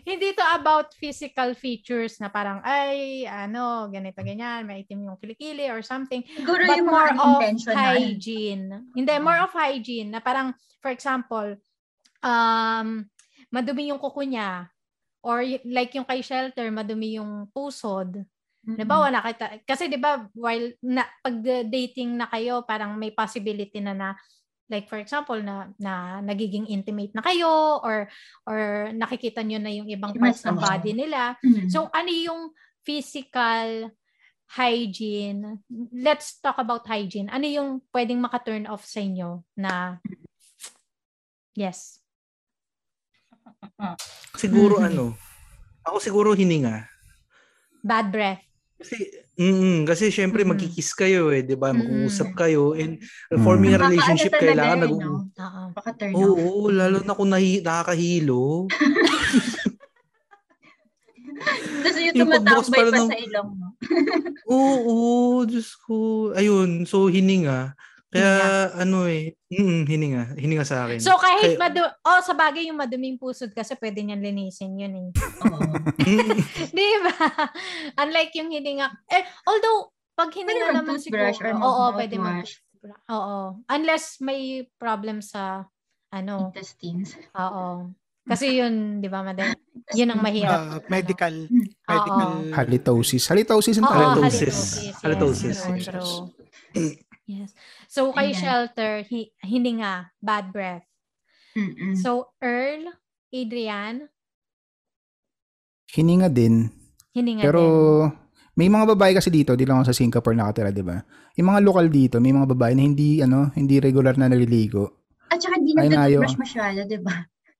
[SPEAKER 2] Hindi to about physical features na parang, ay, ano, ganito, ganyan, maitim yung kilikili or something
[SPEAKER 1] Siguro
[SPEAKER 2] but
[SPEAKER 1] yung
[SPEAKER 2] more
[SPEAKER 1] mga
[SPEAKER 2] of
[SPEAKER 1] intentional. Mm-hmm.
[SPEAKER 2] hygiene. Hindi, more of hygiene na parang, for example, um, madumi yung kuko niya or y- like yung kay shelter, madumi yung pusod.
[SPEAKER 1] Mm.
[SPEAKER 2] Diba, wala kita. Kasi diba, while na, pag uh, dating na kayo, parang may possibility na na like for example na na nagiging intimate na kayo or or nakikita niyo na yung ibang parts ng
[SPEAKER 1] Mas-
[SPEAKER 2] body nila
[SPEAKER 1] Mm.
[SPEAKER 2] So ano yung physical hygiene? Let's talk about hygiene. Ano yung pwedeng maka-turn off sa inyo na Yes.
[SPEAKER 3] Siguro
[SPEAKER 2] Mhm.
[SPEAKER 3] ano, ako siguro hininga.
[SPEAKER 2] Bad breath.
[SPEAKER 3] Kasi, mm, kasi syempre
[SPEAKER 2] Mhm.
[SPEAKER 3] magkikiss kayo eh, 'di ba?
[SPEAKER 2] Mhm.
[SPEAKER 3] Mag-uusap kayo and
[SPEAKER 5] Mhm.
[SPEAKER 3] forming a
[SPEAKER 1] Baka ano
[SPEAKER 3] relationship
[SPEAKER 1] talaga
[SPEAKER 3] kailangan Oh.
[SPEAKER 1] yun,
[SPEAKER 3] nag
[SPEAKER 1] no?
[SPEAKER 2] Oo.
[SPEAKER 1] Baka turn
[SPEAKER 3] Oo,
[SPEAKER 1] off.
[SPEAKER 3] oo, lalo na kung nahi, nakakahilo.
[SPEAKER 1] Tapos yung
[SPEAKER 3] Yung pagbukas
[SPEAKER 1] tumatambay
[SPEAKER 3] pala
[SPEAKER 1] pa
[SPEAKER 3] ng-
[SPEAKER 1] sa ilong mo.
[SPEAKER 3] oo, oo, Diyos ko. Ayun, so hininga. Kaya ano eh, mm, hininga, hininga sa akin.
[SPEAKER 2] So kahit
[SPEAKER 3] Kaya-
[SPEAKER 2] madu- oh sa bagay yung maduming pusod kasi pwede niyan linisin yun eh.
[SPEAKER 1] Oo.
[SPEAKER 3] Mm,
[SPEAKER 2] Di ba? Unlike yung hininga. Eh, although, pag hininga
[SPEAKER 1] Pwede
[SPEAKER 2] naman siguro.
[SPEAKER 1] mag-toothbrush or
[SPEAKER 2] oo,
[SPEAKER 1] mag-
[SPEAKER 2] pwede
[SPEAKER 1] mouthwash.
[SPEAKER 2] mag-toothbrush. Oo. Unless may problem sa, ano,
[SPEAKER 1] Intestines.
[SPEAKER 2] oo. Kasi yun, di ba, madam? Yun ang mahirap.
[SPEAKER 4] Uh, medical
[SPEAKER 1] Mm.
[SPEAKER 4] medical
[SPEAKER 2] Oo.
[SPEAKER 5] halitosis. Halitosis ang
[SPEAKER 2] Oo,
[SPEAKER 5] tawag.
[SPEAKER 3] Halitosis.
[SPEAKER 2] Yes,
[SPEAKER 3] Halitosis.
[SPEAKER 2] true,
[SPEAKER 1] Halitosis.
[SPEAKER 2] true. Yes. So, kay
[SPEAKER 1] Ayan.
[SPEAKER 2] shelter, hi- hininga, bad breath.
[SPEAKER 1] Mm-mm.
[SPEAKER 2] So, Earl, Adrian,
[SPEAKER 5] Hininga din.
[SPEAKER 2] hininga
[SPEAKER 5] Pero
[SPEAKER 2] din.
[SPEAKER 5] may mga babae kasi dito, di lang ako sa Singapore nakatira, di ba? Yung mga lokal dito, may mga babae na hindi ano, hindi regular na naliligo.
[SPEAKER 1] At saka hindi
[SPEAKER 5] Ay, naayaw.
[SPEAKER 1] nagtutubrush masyado, di ba?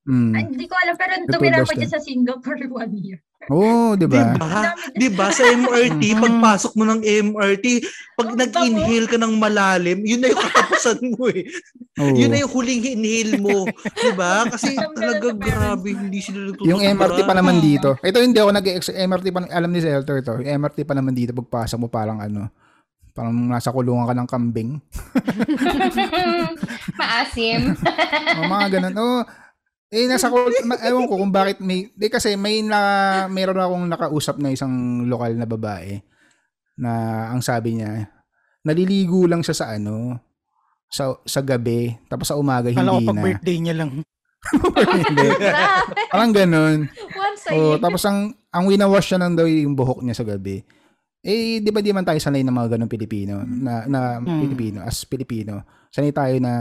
[SPEAKER 5] Mm.
[SPEAKER 1] Hindi ko alam, pero
[SPEAKER 5] Ito,
[SPEAKER 1] tumira ko
[SPEAKER 5] basta.
[SPEAKER 1] dyan sa Singapore one year.
[SPEAKER 5] Oo, di
[SPEAKER 3] Diba?
[SPEAKER 5] ba?
[SPEAKER 3] Diba? Sa MRT,
[SPEAKER 5] Mm-hmm.
[SPEAKER 4] Mhm.
[SPEAKER 3] pagpasok mo ng MRT, pag
[SPEAKER 1] Ang
[SPEAKER 3] nag-inhale ka ng malalim, yun na yung katapusan mo eh.
[SPEAKER 5] Oo.
[SPEAKER 3] Yun na yung huling inhale mo. Diba? Kasi
[SPEAKER 1] Ramdam
[SPEAKER 3] talaga
[SPEAKER 1] na sa
[SPEAKER 3] grabe, hindi sila natutuwa.
[SPEAKER 5] Yung MRT pa naman
[SPEAKER 6] Oo.
[SPEAKER 5] dito. Ito hindi ako nag-MRT pa alam ni Zelter to. Yung MRT pa naman dito pagpasok mo parang ano, parang nasa kulungan ka ng kambing.
[SPEAKER 7] Maasim.
[SPEAKER 5] O, Oh, mga ganun. Oo. eh, nasa ko, ma- ewan ko kung bakit may, di kasi may na, meron akong nakausap na isang lokal na babae na ang sabi niya, naliligo lang siya sa ano, sa, sa gabi, tapos sa umaga hindi
[SPEAKER 4] Kala ko pag
[SPEAKER 5] na.
[SPEAKER 4] birthday niya lang.
[SPEAKER 5] Hindi.
[SPEAKER 2] Grabe.
[SPEAKER 5] Parang ganun.
[SPEAKER 2] Once a
[SPEAKER 5] Oo,
[SPEAKER 2] year.
[SPEAKER 5] tapos ang ang winawash siya ng daw yung buhok niya sa gabi. Eh, di ba di man tayo sanay ng mga ganong Pilipino na, na
[SPEAKER 4] Mm.
[SPEAKER 5] Pilipino, as Pilipino. Sanay tayo na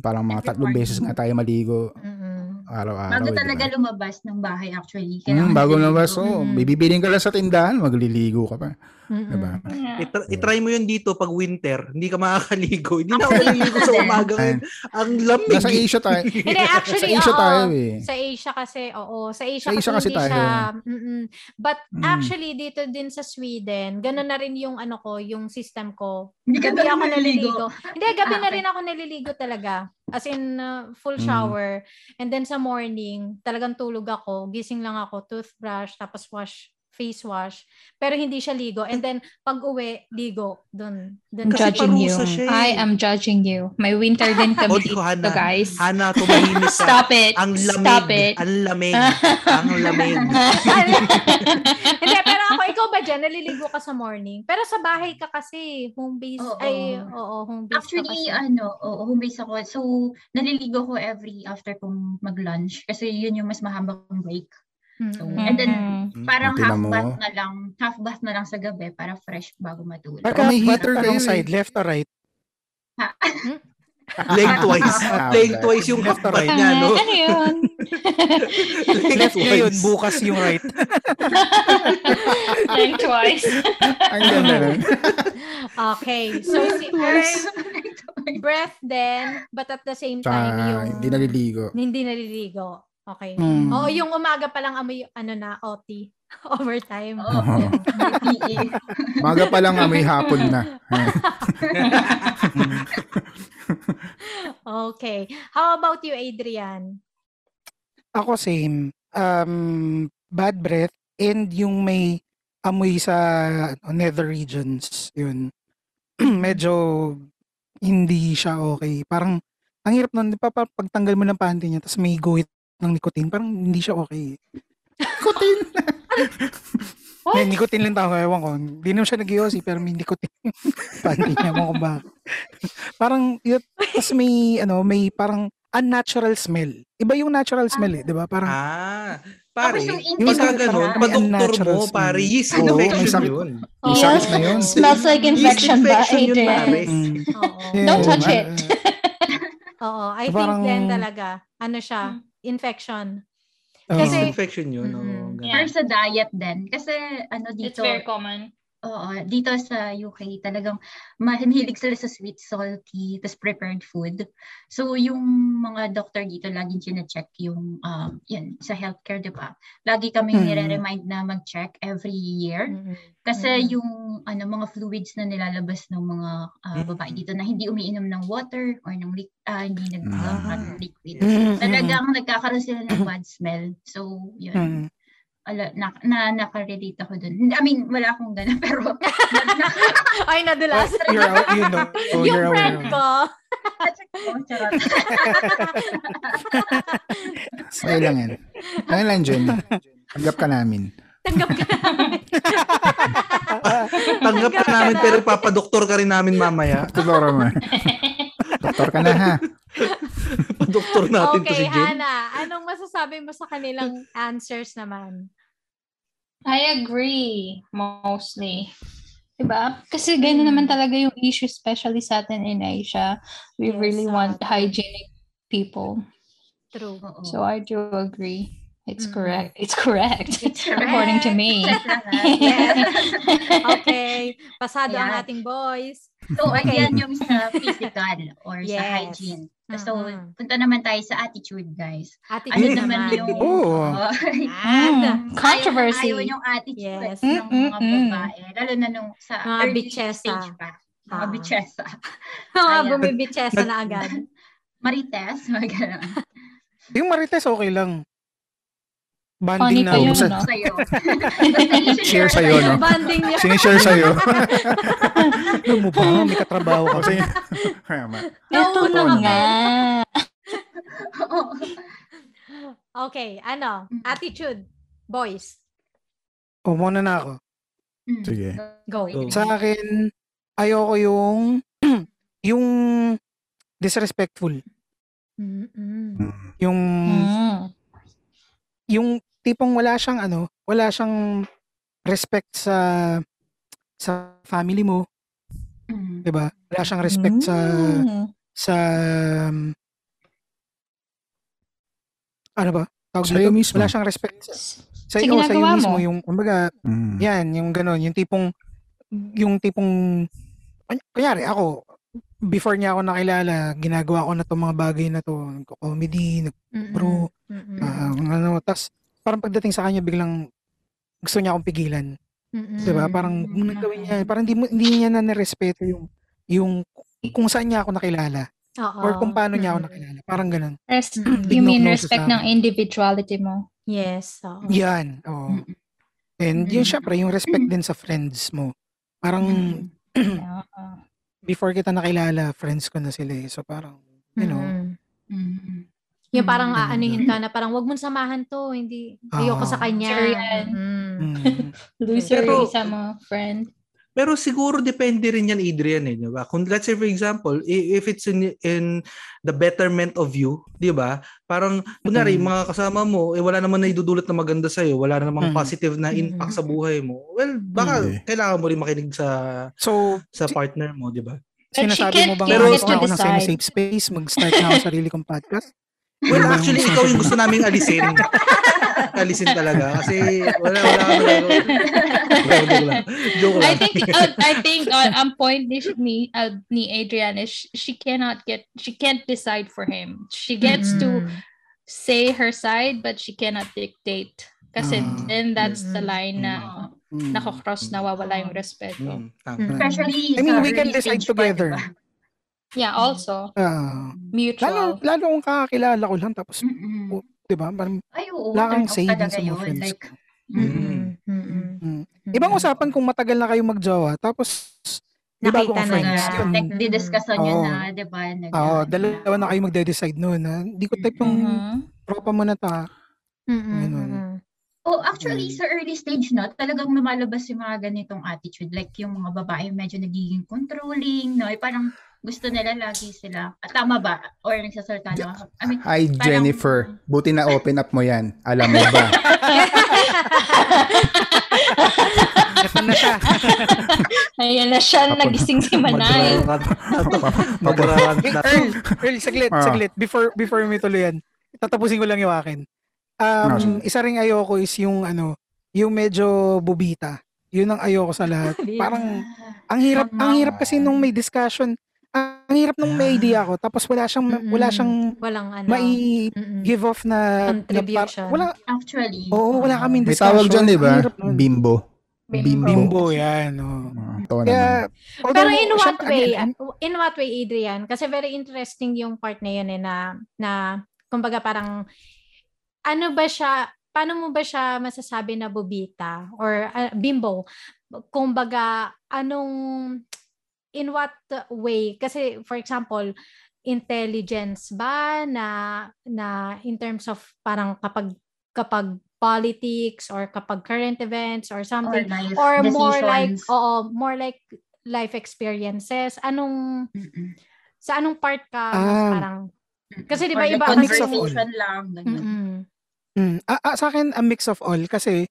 [SPEAKER 5] parang mga
[SPEAKER 1] Every
[SPEAKER 5] tatlong
[SPEAKER 1] morning.
[SPEAKER 5] beses nga tayo maligo
[SPEAKER 2] Mm-mm.
[SPEAKER 3] Ah,
[SPEAKER 5] araw-araw.
[SPEAKER 1] Bago
[SPEAKER 5] eh, di ba?
[SPEAKER 3] diba?
[SPEAKER 1] talaga lumabas ng bahay actually.
[SPEAKER 5] Mm,
[SPEAKER 1] Kailangan
[SPEAKER 5] bago
[SPEAKER 1] naliligo.
[SPEAKER 5] lumabas, oo.
[SPEAKER 2] Mm.
[SPEAKER 5] May bibiling ka lang sa tindahan, magliligo ka pa.
[SPEAKER 2] Mm-mm.
[SPEAKER 5] Diba?
[SPEAKER 7] Mm-hmm.
[SPEAKER 3] Itra- itry mo yun dito pag winter, hindi ka makakaligo. Hindi na ako naliligo sa umaga ngayon. Ang lamig.
[SPEAKER 5] Nasa Asia tayo.
[SPEAKER 2] Hindi,
[SPEAKER 5] sa
[SPEAKER 2] actually,
[SPEAKER 5] Asia
[SPEAKER 2] oo.
[SPEAKER 5] tayo eh.
[SPEAKER 2] Sa Asia kasi, oo. Sa Asia,
[SPEAKER 5] Sa
[SPEAKER 2] kasi,
[SPEAKER 5] Asia kasi
[SPEAKER 2] hindi
[SPEAKER 5] tayo.
[SPEAKER 2] siya. mm-mm. But
[SPEAKER 5] Mm.
[SPEAKER 2] actually, dito din sa Sweden, ganun na rin yung ano ko, yung system ko.
[SPEAKER 1] Hindi ka
[SPEAKER 2] Gabi
[SPEAKER 1] daw
[SPEAKER 2] ako
[SPEAKER 1] naliligo.
[SPEAKER 2] naliligo. Hindi, gabi
[SPEAKER 1] Ah,
[SPEAKER 2] na
[SPEAKER 1] okay.
[SPEAKER 2] rin ako naliligo talaga. As in, uh, full
[SPEAKER 5] Mm.
[SPEAKER 2] shower. And then sa morning, talagang tulog ako. Gising lang ako, toothbrush, tapos wash face wash. Pero hindi siya ligo. And then, pag uwi, ligo. Dun. Dun.
[SPEAKER 3] Kasi
[SPEAKER 6] judging you.
[SPEAKER 3] parusa siya eh.
[SPEAKER 6] I am judging you. May winter din kami
[SPEAKER 3] Oh,
[SPEAKER 6] dito,
[SPEAKER 3] Hana.
[SPEAKER 6] guys.
[SPEAKER 3] Hana, tumahimik ka.
[SPEAKER 6] Stop it.
[SPEAKER 3] Ang lamig.
[SPEAKER 6] Stop it.
[SPEAKER 3] Ang lamig. ang lamig.
[SPEAKER 2] Hindi, pero ako, ikaw ba dyan, naliligo ka sa morning? Pero sa bahay ka kasi, home base,
[SPEAKER 1] Oo.
[SPEAKER 2] ay, oo, home base
[SPEAKER 1] Actually,
[SPEAKER 2] ka kasi.
[SPEAKER 1] ano, oo, home base ako. So, naliligo ko every after kong mag-lunch kasi yun yung mas mahabang break. So,
[SPEAKER 2] Mm-mm.
[SPEAKER 1] and then,
[SPEAKER 6] Mm.
[SPEAKER 1] parang
[SPEAKER 5] Tingnan
[SPEAKER 1] half
[SPEAKER 5] mo.
[SPEAKER 1] bath na lang, half bath na lang sa gabi para fresh bago matulog.
[SPEAKER 5] Baka may heater kayo
[SPEAKER 4] Anong
[SPEAKER 5] eh.
[SPEAKER 4] side, left or right?
[SPEAKER 3] Playing twice.
[SPEAKER 5] Ah,
[SPEAKER 3] Playing twice yung
[SPEAKER 4] Left or
[SPEAKER 3] kapatid
[SPEAKER 4] right?
[SPEAKER 3] niya, no?
[SPEAKER 6] Ano yun?
[SPEAKER 3] Playing
[SPEAKER 4] Left niya yun,
[SPEAKER 3] twice.
[SPEAKER 4] bukas yung right.
[SPEAKER 7] Think twice.
[SPEAKER 5] Ang ganda nun.
[SPEAKER 2] Okay, so si Earth, breath then, but at the same
[SPEAKER 5] Tsaka,
[SPEAKER 2] time, yung
[SPEAKER 5] hindi naliligo.
[SPEAKER 2] hindi naliligo. Okay.
[SPEAKER 4] Mm.
[SPEAKER 2] Oo, yung umaga pa lang amoy, ano na, OT, overtime.
[SPEAKER 1] Oo.
[SPEAKER 5] Oo.
[SPEAKER 1] PE.
[SPEAKER 5] Maga pa lang ah, may hapon na.
[SPEAKER 2] Okay. How about you, Adrian?
[SPEAKER 4] Ako same. Um, bad breath and yung may amoy sa ano, nether regions. Yun. Medyo hindi siya okay. Parang ang hirap nun. di ba, pa- Pagtanggal mo ng panty niya tapos may guhit ng nicotine. Parang hindi siya okay. Nicotine?
[SPEAKER 2] What?
[SPEAKER 4] May nicotine lang tawag. Ewan ko. Hindi naman siya nag pero may nicotine. panty niya. Ewan ko ba. parang, yun, tapos may, ano, may parang unnatural smell. Iba yung natural smell eh, di ba? Parang,
[SPEAKER 3] Ah, pare.
[SPEAKER 1] Tapos yung intake
[SPEAKER 3] Pagka
[SPEAKER 4] ng
[SPEAKER 3] ganun,
[SPEAKER 4] paraan,
[SPEAKER 3] padoktor
[SPEAKER 4] unnatural
[SPEAKER 3] mo,
[SPEAKER 4] smell.
[SPEAKER 3] pare. Yeast
[SPEAKER 4] Ano
[SPEAKER 5] Oo,
[SPEAKER 7] Ano
[SPEAKER 5] may
[SPEAKER 3] infection
[SPEAKER 5] sakit.
[SPEAKER 3] yun.
[SPEAKER 5] Yung
[SPEAKER 7] Yes.
[SPEAKER 5] sakit na yun.
[SPEAKER 7] Smells like infection ba,
[SPEAKER 3] infection yun, pare.
[SPEAKER 7] Adrian?
[SPEAKER 4] mm,
[SPEAKER 2] Oo.
[SPEAKER 4] yeah,
[SPEAKER 7] Don't touch
[SPEAKER 4] ma-
[SPEAKER 7] it.
[SPEAKER 2] Oo, I
[SPEAKER 4] Parang-
[SPEAKER 2] think then talaga, ano siya,
[SPEAKER 1] Hmm.
[SPEAKER 2] infection.
[SPEAKER 4] Oo.
[SPEAKER 2] Kasi-
[SPEAKER 3] Yeast infection yun. oo,
[SPEAKER 2] Mm-mm.
[SPEAKER 3] ganun.
[SPEAKER 7] Yeah.
[SPEAKER 1] Or sa diet din. Kasi ano
[SPEAKER 7] It's
[SPEAKER 1] dito,
[SPEAKER 7] very common.
[SPEAKER 1] oo, dito sa UK talagang mahilig sila sa sweet, salty, tas prepared food. So yung mga doctor dito laging sinecheck yung um, yun, sa healthcare, di ba? Lagi kami
[SPEAKER 4] Mm.
[SPEAKER 1] nire-remind na mag-check every year.
[SPEAKER 2] Mm-mm.
[SPEAKER 1] Kasi
[SPEAKER 4] Mm.
[SPEAKER 2] Mm-mm.
[SPEAKER 1] yung ano mga fluids na nilalabas ng mga ah,
[SPEAKER 4] Mm.
[SPEAKER 1] babae dito na hindi umiinom ng water or ng liq- ah, hindi nag
[SPEAKER 5] Ah.
[SPEAKER 1] ng liquid.
[SPEAKER 4] Mm,
[SPEAKER 1] Talagang nagkakaroon sila ng bad smell. So,
[SPEAKER 4] mm, mm.
[SPEAKER 1] yun. Ala, na, na, nakarelate ako dun. I mean, wala akong gana, pero na-
[SPEAKER 2] Ay, nadulas.
[SPEAKER 4] You're out, you know.
[SPEAKER 2] yung
[SPEAKER 4] Oh, you're
[SPEAKER 2] friend
[SPEAKER 4] aware.
[SPEAKER 2] ko.
[SPEAKER 1] na-check ko. Charot.
[SPEAKER 5] Okay lang yan. Okay lang, Jen. Tanggap ka namin.
[SPEAKER 2] Tanggap ka namin.
[SPEAKER 3] Tanggap ka namin, pero papadoktor ka rin namin mamaya.
[SPEAKER 5] Tuturo mo. Doktor ka na ha.
[SPEAKER 3] Padoktor natin to si
[SPEAKER 2] okay,
[SPEAKER 3] Jen.
[SPEAKER 2] Hannah, anong masasabi mo sa kanilang answers naman?
[SPEAKER 7] I agree, mostly.
[SPEAKER 6] Diba? Kasi ganyan
[SPEAKER 2] Mm.
[SPEAKER 6] naman talaga yung issue, especially sa atin in Asia. We
[SPEAKER 2] Yes,
[SPEAKER 6] really want
[SPEAKER 2] exactly.
[SPEAKER 6] hygienic people.
[SPEAKER 2] True.
[SPEAKER 1] Oo.
[SPEAKER 6] So I do agree. It's
[SPEAKER 2] Mm.
[SPEAKER 6] correct. It's correct.
[SPEAKER 1] It's
[SPEAKER 6] According to
[SPEAKER 2] correct.
[SPEAKER 6] me.
[SPEAKER 1] Check lahat. Yes.
[SPEAKER 2] Okay, pasado ang
[SPEAKER 1] Yeah.
[SPEAKER 2] ating boys.
[SPEAKER 1] So,
[SPEAKER 2] Okay.
[SPEAKER 1] ayan yung sa physical or sa
[SPEAKER 2] Yes.
[SPEAKER 1] hygiene. So,
[SPEAKER 2] Mhm.
[SPEAKER 1] punta naman tayo sa attitude, guys. Ano
[SPEAKER 2] Attitude
[SPEAKER 1] naman
[SPEAKER 2] naman.
[SPEAKER 1] yung...
[SPEAKER 4] Oo.
[SPEAKER 2] Yan.
[SPEAKER 7] Mm, Controversy.
[SPEAKER 1] Ayaw, ayaw yung attitude
[SPEAKER 2] Yes.
[SPEAKER 1] ng mga
[SPEAKER 7] Mm, mm, mm.
[SPEAKER 1] babae. Lalo na nung sa
[SPEAKER 2] Mga
[SPEAKER 1] early
[SPEAKER 2] bitchesa.
[SPEAKER 1] stage pa. Mga
[SPEAKER 2] Ah.
[SPEAKER 1] bitchesa.
[SPEAKER 2] Mga
[SPEAKER 1] Ayan.
[SPEAKER 2] bumibitsesa na agad.
[SPEAKER 1] Marites, mga ganun.
[SPEAKER 4] Yung Marites, okay lang. Banding
[SPEAKER 7] Funny
[SPEAKER 4] na
[SPEAKER 7] pa
[SPEAKER 4] ako
[SPEAKER 7] yun,
[SPEAKER 4] sa...
[SPEAKER 2] Ah.
[SPEAKER 7] no?
[SPEAKER 1] Sa'yo. Basta i-share
[SPEAKER 5] Share sa'yo,
[SPEAKER 2] Yung
[SPEAKER 5] no?
[SPEAKER 2] bonding niya.
[SPEAKER 5] Sinishare sa'yo.
[SPEAKER 4] Alam mo ba, may katrabaho ka.
[SPEAKER 5] Kasi, kaya ma.
[SPEAKER 7] Ito
[SPEAKER 2] Nauna ka
[SPEAKER 7] nga.
[SPEAKER 1] Oo.
[SPEAKER 2] Okay, ano?
[SPEAKER 1] Mm.
[SPEAKER 2] Attitude. Boys.
[SPEAKER 4] O, Oh, muna na ako.
[SPEAKER 1] Mm.
[SPEAKER 5] Sige.
[SPEAKER 2] Go.
[SPEAKER 3] Go.
[SPEAKER 4] Sa akin, ayoko yung... yung disrespectful.
[SPEAKER 2] Mm-mm.
[SPEAKER 5] Mm.
[SPEAKER 4] Yung...
[SPEAKER 7] Mm.
[SPEAKER 4] Yung tipong wala siyang ano, wala siyang respect sa sa family mo,
[SPEAKER 1] Mm.
[SPEAKER 4] 'di ba? Wala siyang respect sa
[SPEAKER 5] Hmm.
[SPEAKER 7] Mm.
[SPEAKER 4] sa um, ano ba? Tawag
[SPEAKER 5] Sa'yo
[SPEAKER 4] dito?
[SPEAKER 5] mismo.
[SPEAKER 4] Wala siyang respect sa, sa
[SPEAKER 7] Sa
[SPEAKER 4] ikaw, sa
[SPEAKER 7] ginagawa mo.
[SPEAKER 4] mismo. Yung, kumbaga,
[SPEAKER 5] Mm.
[SPEAKER 4] yan, yung gano'n, yung tipong, yung tipong, kuny- kunyari, ako, before niya ako nakilala, ginagawa ko na itong mga bagay na to, comedy,
[SPEAKER 2] Mm-mm.
[SPEAKER 4] bro,
[SPEAKER 2] Mm-mm.
[SPEAKER 5] Hmm.
[SPEAKER 4] ano, tas, parang pagdating sa kanya, biglang, gusto niya akong pigilan.
[SPEAKER 2] Mm-mm.
[SPEAKER 4] Diba? Parang,
[SPEAKER 1] Mm,
[SPEAKER 4] yung nagawin niya,
[SPEAKER 1] okay.
[SPEAKER 4] parang hindi, mo- hindi niya na nirespeto yung, yung kung saan niya ako nakilala
[SPEAKER 2] Oo.
[SPEAKER 4] or
[SPEAKER 7] Ah,
[SPEAKER 4] kung paano niya ako
[SPEAKER 7] mm.
[SPEAKER 2] Mm-mm.
[SPEAKER 4] nakilala. Parang ganun.
[SPEAKER 7] Res-
[SPEAKER 2] Mm-mm.
[SPEAKER 7] you mean
[SPEAKER 4] Bignog-nogso
[SPEAKER 7] respect
[SPEAKER 4] sa
[SPEAKER 7] ng individuality mo.
[SPEAKER 2] Yes. oo.
[SPEAKER 4] Yan. Oo.
[SPEAKER 1] Mm.
[SPEAKER 4] And yun,
[SPEAKER 1] Mm.
[SPEAKER 4] syempre, yung respect din sa friends mo. Parang,
[SPEAKER 1] Mm.
[SPEAKER 4] Hmm.
[SPEAKER 7] Oo.
[SPEAKER 4] before kita nakilala, friends ko na sila eh. So parang, you know,
[SPEAKER 2] Mm-mm.
[SPEAKER 1] Mm.
[SPEAKER 2] Yung parang
[SPEAKER 4] Mm.
[SPEAKER 2] aanuhin ka na parang wag mong samahan to, hindi ayoko sa
[SPEAKER 4] Oo.
[SPEAKER 2] kanya.
[SPEAKER 7] Sure yan.
[SPEAKER 2] Mm.
[SPEAKER 4] mm,
[SPEAKER 7] Loser
[SPEAKER 3] Pero-
[SPEAKER 7] yung isa mo, friend.
[SPEAKER 3] Pero siguro depende rin yan, Adrian, eh, di ba? Kung let's say, for example, i- if it's in, in the betterment of you, di ba? Parang, kunwari,
[SPEAKER 4] Mm.
[SPEAKER 3] mga kasama mo, eh, wala naman na idudulot na maganda sa'yo, wala namang
[SPEAKER 4] Mm.
[SPEAKER 3] positive na impact sa buhay mo. Well, baka
[SPEAKER 5] Mm.
[SPEAKER 3] kailangan mo rin makinig sa
[SPEAKER 4] so,
[SPEAKER 3] sa partner mo, di ba?
[SPEAKER 7] But she
[SPEAKER 4] sinasabi
[SPEAKER 7] can't
[SPEAKER 4] mo bang
[SPEAKER 7] get
[SPEAKER 4] ayos
[SPEAKER 7] to
[SPEAKER 4] na ako ng
[SPEAKER 7] decide.
[SPEAKER 4] semi-safe space? Mag-start na ako sa sarili kong podcast?
[SPEAKER 3] Well,
[SPEAKER 4] Yun ba
[SPEAKER 3] actually,
[SPEAKER 4] yung
[SPEAKER 3] ikaw yung gusto naming alisin. alisin talaga. Kasi, wala, wala kami nagawa. Joke lang. Joke
[SPEAKER 7] I
[SPEAKER 3] lang.
[SPEAKER 7] think uh, I think uh, ang point ni ni, uh, ni Adrian is sh- she cannot get she can't decide for him. She gets
[SPEAKER 4] Hmm.
[SPEAKER 7] to
[SPEAKER 2] Mm-mm.
[SPEAKER 7] say her side but she cannot dictate. Kasi
[SPEAKER 4] Ah.
[SPEAKER 7] then that's the
[SPEAKER 2] Mm-mm.
[SPEAKER 7] line na
[SPEAKER 1] Oo.
[SPEAKER 4] Mm.
[SPEAKER 7] nakakross na wawala yung respeto.
[SPEAKER 4] Hmm.
[SPEAKER 3] Mm, tama.
[SPEAKER 2] Mm.
[SPEAKER 1] Especially
[SPEAKER 4] I mean,
[SPEAKER 1] sa
[SPEAKER 4] we can
[SPEAKER 1] early
[SPEAKER 4] decide
[SPEAKER 1] stage pa, di
[SPEAKER 4] together.
[SPEAKER 1] ba?
[SPEAKER 7] Yeah, also
[SPEAKER 4] Ah. lalo,
[SPEAKER 7] mutual.
[SPEAKER 4] lalo kung kakakilala ko lang, tapos,
[SPEAKER 1] Mm-mm.
[SPEAKER 4] di ba? Parang,
[SPEAKER 1] Ay, oo.
[SPEAKER 4] wala
[SPEAKER 1] turn
[SPEAKER 4] kang
[SPEAKER 1] off
[SPEAKER 4] say dun
[SPEAKER 1] talaga
[SPEAKER 4] sa mga
[SPEAKER 1] yun.
[SPEAKER 4] friends
[SPEAKER 1] Like,
[SPEAKER 4] ko.
[SPEAKER 7] Hmm.
[SPEAKER 1] mm,
[SPEAKER 3] Hmm.
[SPEAKER 2] Mm-mm.
[SPEAKER 4] Mm. Ibang
[SPEAKER 2] Mm-hmm.
[SPEAKER 4] usapan kung matagal na kayo magjowa, tapos, di bago
[SPEAKER 2] Nakita
[SPEAKER 4] kang
[SPEAKER 2] na
[SPEAKER 4] friends.
[SPEAKER 2] na.
[SPEAKER 4] Yun,
[SPEAKER 1] Ano like, didiscussan yun
[SPEAKER 4] Oo.
[SPEAKER 1] na, di ba? Nag,
[SPEAKER 4] Oo, dalawa na kayo magde-decide noon. ha? Hindi ko type yung
[SPEAKER 2] Mm-hmm.
[SPEAKER 7] Mhm.
[SPEAKER 4] tropa mo na ta.
[SPEAKER 2] Mm-mm.
[SPEAKER 4] Ganun.
[SPEAKER 2] Mm-mm.
[SPEAKER 1] Oh, actually,
[SPEAKER 4] Mm.
[SPEAKER 1] sa early stage na, talagang lumalabas yung mga ganitong attitude. Like, yung mga babae medyo nagiging controlling, no? Eh, parang gusto nila lagi sila. Ah, tama ba? Or nagsasalita lang ako. I mean,
[SPEAKER 5] Hi,
[SPEAKER 1] Parang-
[SPEAKER 5] Jennifer. Buti na open up mo yan. Alam mo ba?
[SPEAKER 4] Ito na siya.
[SPEAKER 7] Ayan na siya, nagising si Manay.
[SPEAKER 3] Magrarant
[SPEAKER 4] Eh,
[SPEAKER 3] na.
[SPEAKER 4] Earl, Earl, saglit,
[SPEAKER 5] Ah.
[SPEAKER 4] saglit. Before, before mo tuloy yan, tatapusin ko lang yung akin.
[SPEAKER 5] Ah,
[SPEAKER 4] Um,
[SPEAKER 5] sige.
[SPEAKER 4] isa ring ayoko is yung ano, yung medyo bubita. Yun ang ayoko sa lahat. Parang,
[SPEAKER 1] ah,
[SPEAKER 4] ang hirap,
[SPEAKER 2] Mamaw.
[SPEAKER 4] ang hirap kasi nung may discussion. Ang hirap nung may idea ako, tapos wala siyang,
[SPEAKER 2] Mm-mm.
[SPEAKER 4] wala siyang
[SPEAKER 2] Walang ano.
[SPEAKER 4] mai
[SPEAKER 2] Mm-mm.
[SPEAKER 4] give off na, na par-
[SPEAKER 2] Contribution.
[SPEAKER 4] wala,
[SPEAKER 1] actually.
[SPEAKER 4] oo, wala kaming
[SPEAKER 5] May
[SPEAKER 4] discussion.
[SPEAKER 5] tawag dyan, di ba?
[SPEAKER 4] Ang hirap nun.
[SPEAKER 5] Bimbo. Bimbo.
[SPEAKER 4] Bimbo yan. oo.
[SPEAKER 5] Ah, Ito naman.
[SPEAKER 4] Kaya,
[SPEAKER 2] Pero
[SPEAKER 4] although,
[SPEAKER 2] in what
[SPEAKER 4] syempre, ano eh.
[SPEAKER 2] way,
[SPEAKER 4] again,
[SPEAKER 2] in what way, Adrian? Kasi very interesting yung part na yun eh, na, na kumbaga parang, ano ba siya, paano mo ba siya masasabi na bubita or ah, bimbo? Kumbaga, anong, in what way? Kasi, for example, intelligence ba na na in terms of parang kapag kapag politics or kapag current events or something
[SPEAKER 1] Or, life
[SPEAKER 2] or more like oh,
[SPEAKER 1] decisions.
[SPEAKER 2] oo, more like life experiences. Anong
[SPEAKER 1] Mm-mm.
[SPEAKER 2] sa anong part ka mas
[SPEAKER 4] Ah.
[SPEAKER 2] parang Kasi di
[SPEAKER 1] Or
[SPEAKER 2] ba
[SPEAKER 1] like
[SPEAKER 2] iba
[SPEAKER 4] kasi- Mix of all.
[SPEAKER 1] conversation lang. ganun.
[SPEAKER 2] mm
[SPEAKER 4] Mm, ah, ah, sa akin, a mix of all. Kasi,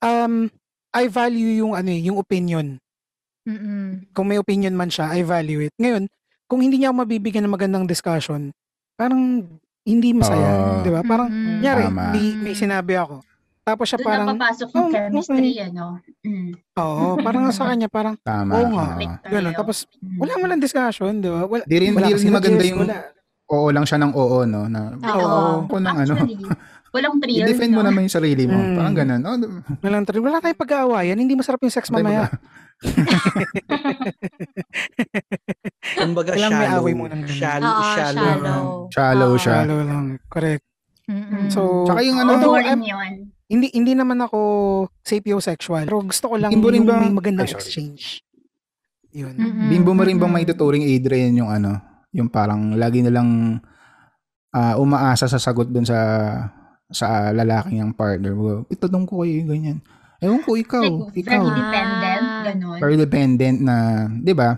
[SPEAKER 4] um, I value yung, ano, eh, yung opinion.
[SPEAKER 2] mm
[SPEAKER 4] Kung may opinion man siya, I value it. Ngayon, kung hindi niya ako mabibigyan ng magandang discussion, parang hindi masaya.
[SPEAKER 5] Ah.
[SPEAKER 4] di ba? Parang,
[SPEAKER 2] Mm-mm.
[SPEAKER 4] nyari,
[SPEAKER 5] Tama.
[SPEAKER 4] may, may sinabi ako. Tapos siya
[SPEAKER 1] Doon
[SPEAKER 4] parang,
[SPEAKER 1] na papasok yung
[SPEAKER 4] oh,
[SPEAKER 1] chemistry, ano? Mm.
[SPEAKER 4] oo, parang sa kanya, parang,
[SPEAKER 5] Tama.
[SPEAKER 4] Oo nga.
[SPEAKER 5] oo.
[SPEAKER 1] Like,
[SPEAKER 4] Ganun.
[SPEAKER 1] tayo.
[SPEAKER 4] Tapos,
[SPEAKER 1] Mm.
[SPEAKER 4] wala walang discussion, di ba? Wala,
[SPEAKER 5] Di rin,
[SPEAKER 4] wala
[SPEAKER 5] di
[SPEAKER 4] kasi
[SPEAKER 5] rin maganda
[SPEAKER 4] na-gist,
[SPEAKER 5] yung
[SPEAKER 4] wala.
[SPEAKER 5] oo lang siya ng oo, no? Na,
[SPEAKER 2] Oo.
[SPEAKER 5] Ako ng ano.
[SPEAKER 1] Actually, walang thrill.
[SPEAKER 5] I-defend mo
[SPEAKER 1] no?
[SPEAKER 5] naman yung sarili mo.
[SPEAKER 4] Mm.
[SPEAKER 5] Parang ganun. Oh, diba? d-
[SPEAKER 4] Walang tayo. Wala tayong pag-aawayan. Hindi masarap yung sex
[SPEAKER 5] patay mo
[SPEAKER 4] mamaya.
[SPEAKER 5] ba?
[SPEAKER 3] Kumbaga
[SPEAKER 4] Kailangan may
[SPEAKER 3] shallow.
[SPEAKER 4] away muna ng ganun.
[SPEAKER 3] Shallow,
[SPEAKER 7] Ah,
[SPEAKER 2] Oo,
[SPEAKER 3] shallow.
[SPEAKER 2] shallow.
[SPEAKER 5] Shallow
[SPEAKER 2] Oo.
[SPEAKER 5] siya.
[SPEAKER 4] Shallow lang. Correct.
[SPEAKER 2] Mm-mm.
[SPEAKER 4] So,
[SPEAKER 5] Tsaka yung Oh, ano,
[SPEAKER 1] Oo,
[SPEAKER 4] Although,
[SPEAKER 1] boring
[SPEAKER 4] I'm-
[SPEAKER 1] yun.
[SPEAKER 4] Hmm. hindi hindi naman ako sapiosexual. Pero gusto ko lang
[SPEAKER 5] Bimbo rin
[SPEAKER 4] yung
[SPEAKER 5] ba-
[SPEAKER 4] may magandang
[SPEAKER 5] Ay, sorry.
[SPEAKER 4] exchange. Yun.
[SPEAKER 2] Mm-mm.
[SPEAKER 5] Bimbo mo rin bang
[SPEAKER 4] Hmm.
[SPEAKER 5] may
[SPEAKER 2] Mm-mm.
[SPEAKER 5] tuturing Adrian yung ano? Yung parang lagi nilang ah, umaasa sa sagot dun sa sa lalaking yung partner mo. Itutong ko kayo ganyan. Ewan ko ikaw.
[SPEAKER 1] Like,
[SPEAKER 5] ikaw.
[SPEAKER 1] very dependent,
[SPEAKER 2] Ah.
[SPEAKER 1] ganun.
[SPEAKER 5] Very dependent na, di ba?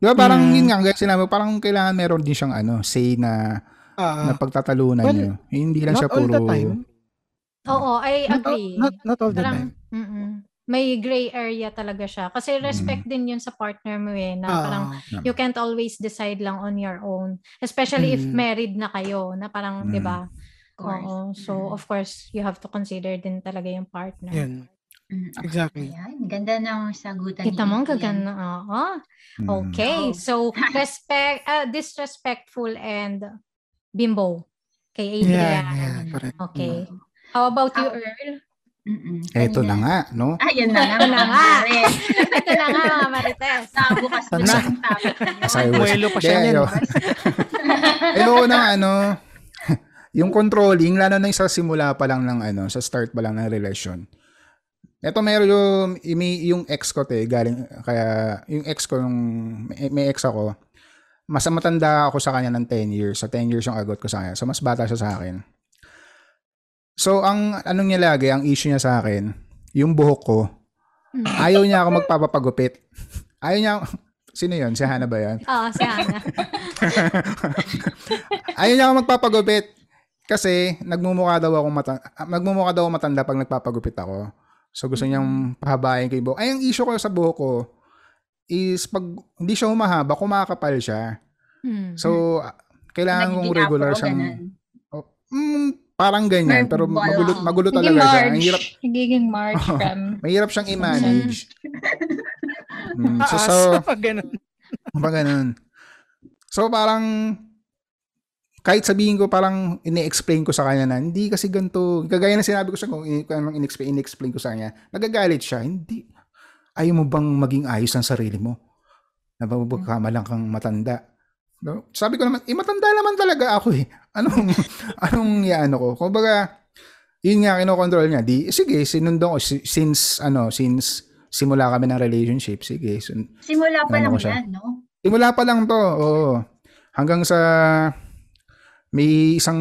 [SPEAKER 5] Di ba parang
[SPEAKER 4] Mm.
[SPEAKER 5] yun nga, guys, sinabi, ko, parang kailangan meron din siyang ano, say na,
[SPEAKER 4] Ah,
[SPEAKER 5] na pagtatalunan
[SPEAKER 4] well,
[SPEAKER 5] nyo. Hindi lang siya
[SPEAKER 4] not all
[SPEAKER 5] puro,
[SPEAKER 4] the time.
[SPEAKER 2] Oo, I
[SPEAKER 4] Not, all-
[SPEAKER 2] agree.
[SPEAKER 4] not, not all the time.
[SPEAKER 2] Parang, mm-mm. may gray area talaga siya. Kasi respect din yun sa partner mo eh, na
[SPEAKER 4] Mm. Ah,
[SPEAKER 2] parang you can't always decide lang on your own. Especially if
[SPEAKER 4] Mm.
[SPEAKER 2] married na kayo, na parang, di ba?
[SPEAKER 1] Of course.
[SPEAKER 2] Oo. So, of course, you have to consider din talaga yung partner.
[SPEAKER 4] yun.
[SPEAKER 1] Mm, okay.
[SPEAKER 4] Exactly.
[SPEAKER 1] Ayan, ganda ng sagutan.
[SPEAKER 2] Kita mo, ang
[SPEAKER 1] Adrian.
[SPEAKER 2] gaganda. Oo.
[SPEAKER 5] Mm.
[SPEAKER 2] Okay.
[SPEAKER 1] Oh.
[SPEAKER 2] So, respect, ah, disrespectful and bimbo kay
[SPEAKER 4] Yeah, yeah,
[SPEAKER 2] Adrian.
[SPEAKER 4] correct.
[SPEAKER 2] Okay. How about you,
[SPEAKER 5] Ah.
[SPEAKER 1] Ako-
[SPEAKER 2] Earl?
[SPEAKER 1] Mm-mm.
[SPEAKER 5] hmm. Eto
[SPEAKER 1] Kanina.
[SPEAKER 5] na nga, no?
[SPEAKER 1] Ayan na nga.
[SPEAKER 2] Ito na nga.
[SPEAKER 1] Mare.
[SPEAKER 2] Ito na nga, mga Marites.
[SPEAKER 1] Nabukas mo
[SPEAKER 4] Sana.
[SPEAKER 1] na yung topic na
[SPEAKER 5] Sorry,
[SPEAKER 1] yun.
[SPEAKER 5] was-
[SPEAKER 4] Buwelo pa siya
[SPEAKER 5] Kaya
[SPEAKER 4] niyan.
[SPEAKER 5] yun. Ayoko ng ano, yung controlling, lalo na yung sa simula pa lang ng ano, sa start pa lang ng relasyon. Eto meron yung, may- yung ex ko te, galing, kaya yung ex ko, yung, may, may ex ako, mas matanda ako sa kanya ng 10 years. So 10 years yung agot ko sa kanya. So mas bata siya sa akin. So ang anong niya lagi, ang issue niya sa akin, yung buhok ko, ayaw niya ako magpapapagupit. Ayaw niya, sino yun? Si Hana ba yun?
[SPEAKER 2] Oo, si Hannah.
[SPEAKER 5] Ayun ako magpapagupit. Kasi nagmumukha daw ako matanda, nagmumukha daw ako matanda pag nagpapagupit ako. So gusto niyang pahabain ko yung buhok. Ay, ang issue ko sa buhok ko is pag hindi siya humahaba, kumakapal siya.
[SPEAKER 2] Mm.
[SPEAKER 5] So, ah, kailangan kong
[SPEAKER 1] Nagiging
[SPEAKER 5] regular
[SPEAKER 1] afro,
[SPEAKER 5] siyang...
[SPEAKER 1] ganun.
[SPEAKER 5] Oh, mm, parang ganyan,
[SPEAKER 1] Or
[SPEAKER 5] pero
[SPEAKER 1] bola.
[SPEAKER 5] magulo, magulo
[SPEAKER 7] Nagiging
[SPEAKER 5] talaga siya.
[SPEAKER 7] Marge.
[SPEAKER 5] Ang hirap,
[SPEAKER 7] Nagiging Marge from...
[SPEAKER 5] mahirap siyang i-manage. Mm, so, so,
[SPEAKER 4] pag Ah, ganun.
[SPEAKER 5] Parang ganun. So parang kahit sabihin ko parang ini-explain ko sa kanya na hindi kasi ganito. Kagaya na sinabi ko sa kung in- kung anong in-explain, in-explain ko sa kanya. Nagagalit siya. Hindi. Ayaw mo bang maging ayos ang sarili mo? Nababagkama lang kang matanda. No? Sabi ko naman, eh matanda naman talaga ako eh. Anong, anong yaano ko? Kung baga, yun nga, kinokontrol niya. Di, sige, sinundo ko. Si- Since, ano, since simula kami ng relationship, sige, sun-
[SPEAKER 1] Simula pa
[SPEAKER 5] Ano
[SPEAKER 1] lang
[SPEAKER 5] ko siya?
[SPEAKER 1] yan, no?
[SPEAKER 5] Simula pa lang to, oo. Hanggang sa may isang